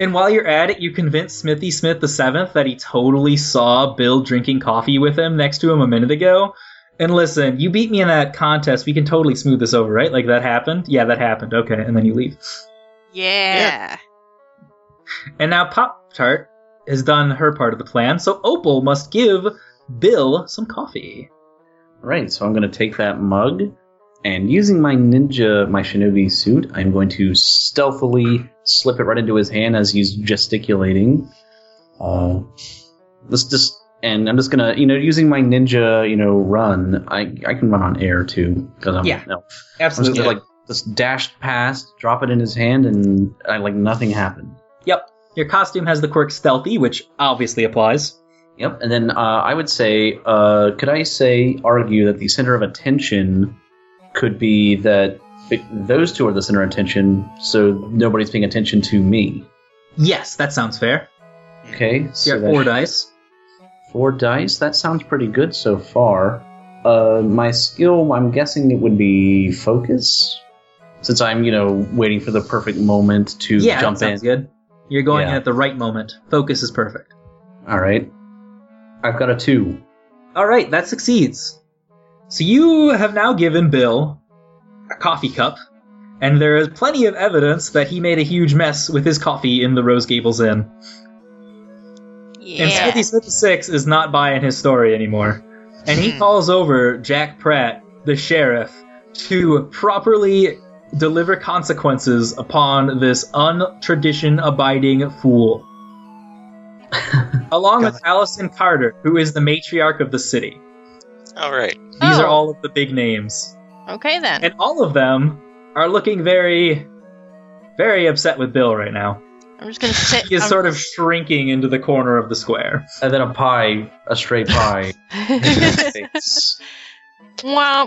Speaker 1: And while you're at it, you convince Smithy Smith the Seventh that he totally saw Bill drinking coffee with him next to him a minute ago. And listen, you beat me in that contest. We can totally smooth this over, right? Like that happened. Yeah, that happened. Okay, and then you leave.
Speaker 4: Yeah.
Speaker 1: And now Pop Tart has done her part of the plan, so Opal must give Bill some coffee.
Speaker 2: Right, so I'm going to take that mug, and using my ninja, my shinobi suit, I'm going to stealthily slip it right into his hand as he's gesticulating. Uh, let's just, and I'm just going to, you know, using my ninja, you know, run. I I can run on air too because I'm
Speaker 1: Yeah,
Speaker 2: no, I'm just gonna, like just dashed past, drop it in his hand, and I like nothing happened.
Speaker 1: Yep. Your costume has the quirk stealthy, which obviously applies.
Speaker 2: Yep, and then uh, I would say, uh, could I say argue that the center of attention could be that it, those two are the center of attention, so nobody's paying attention to me.
Speaker 1: Yes, that sounds fair.
Speaker 2: Okay,
Speaker 1: you
Speaker 2: so
Speaker 1: got
Speaker 2: that-
Speaker 1: four dice.
Speaker 2: Four dice. That sounds pretty good so far. Uh, my skill, I'm guessing it would be focus, since I'm you know waiting for the perfect moment to
Speaker 1: yeah,
Speaker 2: jump
Speaker 1: that
Speaker 2: in.
Speaker 1: sounds good. You're going in
Speaker 2: Yeah.
Speaker 1: at the right moment. Focus is perfect.
Speaker 2: All right, I've got a two.
Speaker 1: All right, that succeeds. So you have now given Bill a coffee cup, and there is plenty of evidence that he made a huge mess with his coffee in the Rose Gables Inn.
Speaker 4: Yeah.
Speaker 1: And Smithy Smith Six is not buying his story anymore, and he calls over Jack Pratt, the sheriff, to properly deliver consequences upon this untradition abiding fool. Along with Allison Carter, who is the matriarch of the city.
Speaker 3: All right.
Speaker 1: These are
Speaker 4: Oh.
Speaker 1: all of the big names.
Speaker 4: Okay then.
Speaker 1: And all of them are looking very, very upset with Bill right now.
Speaker 4: I'm just gonna sit.
Speaker 1: He is
Speaker 4: I'm-
Speaker 1: sort of shrinking into the corner of the square.
Speaker 2: And then a pie, a stray pie. It's-
Speaker 4: wah,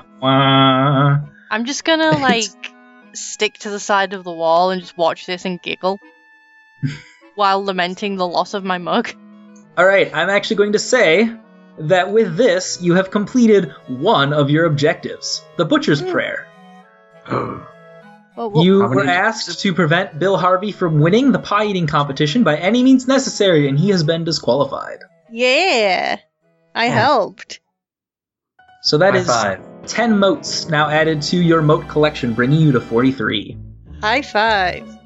Speaker 1: Wah, wah.
Speaker 4: I'm just gonna like stick to the side of the wall and just watch this and giggle while lamenting the loss of my mug.
Speaker 1: All right, I'm actually going to say that with this, you have completed one of your objectives the Butcher's Prayer.
Speaker 4: Oh, Hmm. well,
Speaker 1: you
Speaker 2: How many-
Speaker 1: were asked to prevent Bill Harvey from winning the pie eating competition by any means necessary, and he has been disqualified.
Speaker 4: yeah, I
Speaker 2: Yeah.
Speaker 4: helped.
Speaker 1: So that
Speaker 2: High
Speaker 1: is
Speaker 2: five.
Speaker 1: 10 motes now added to your mote collection, bringing you to 43.
Speaker 4: High five.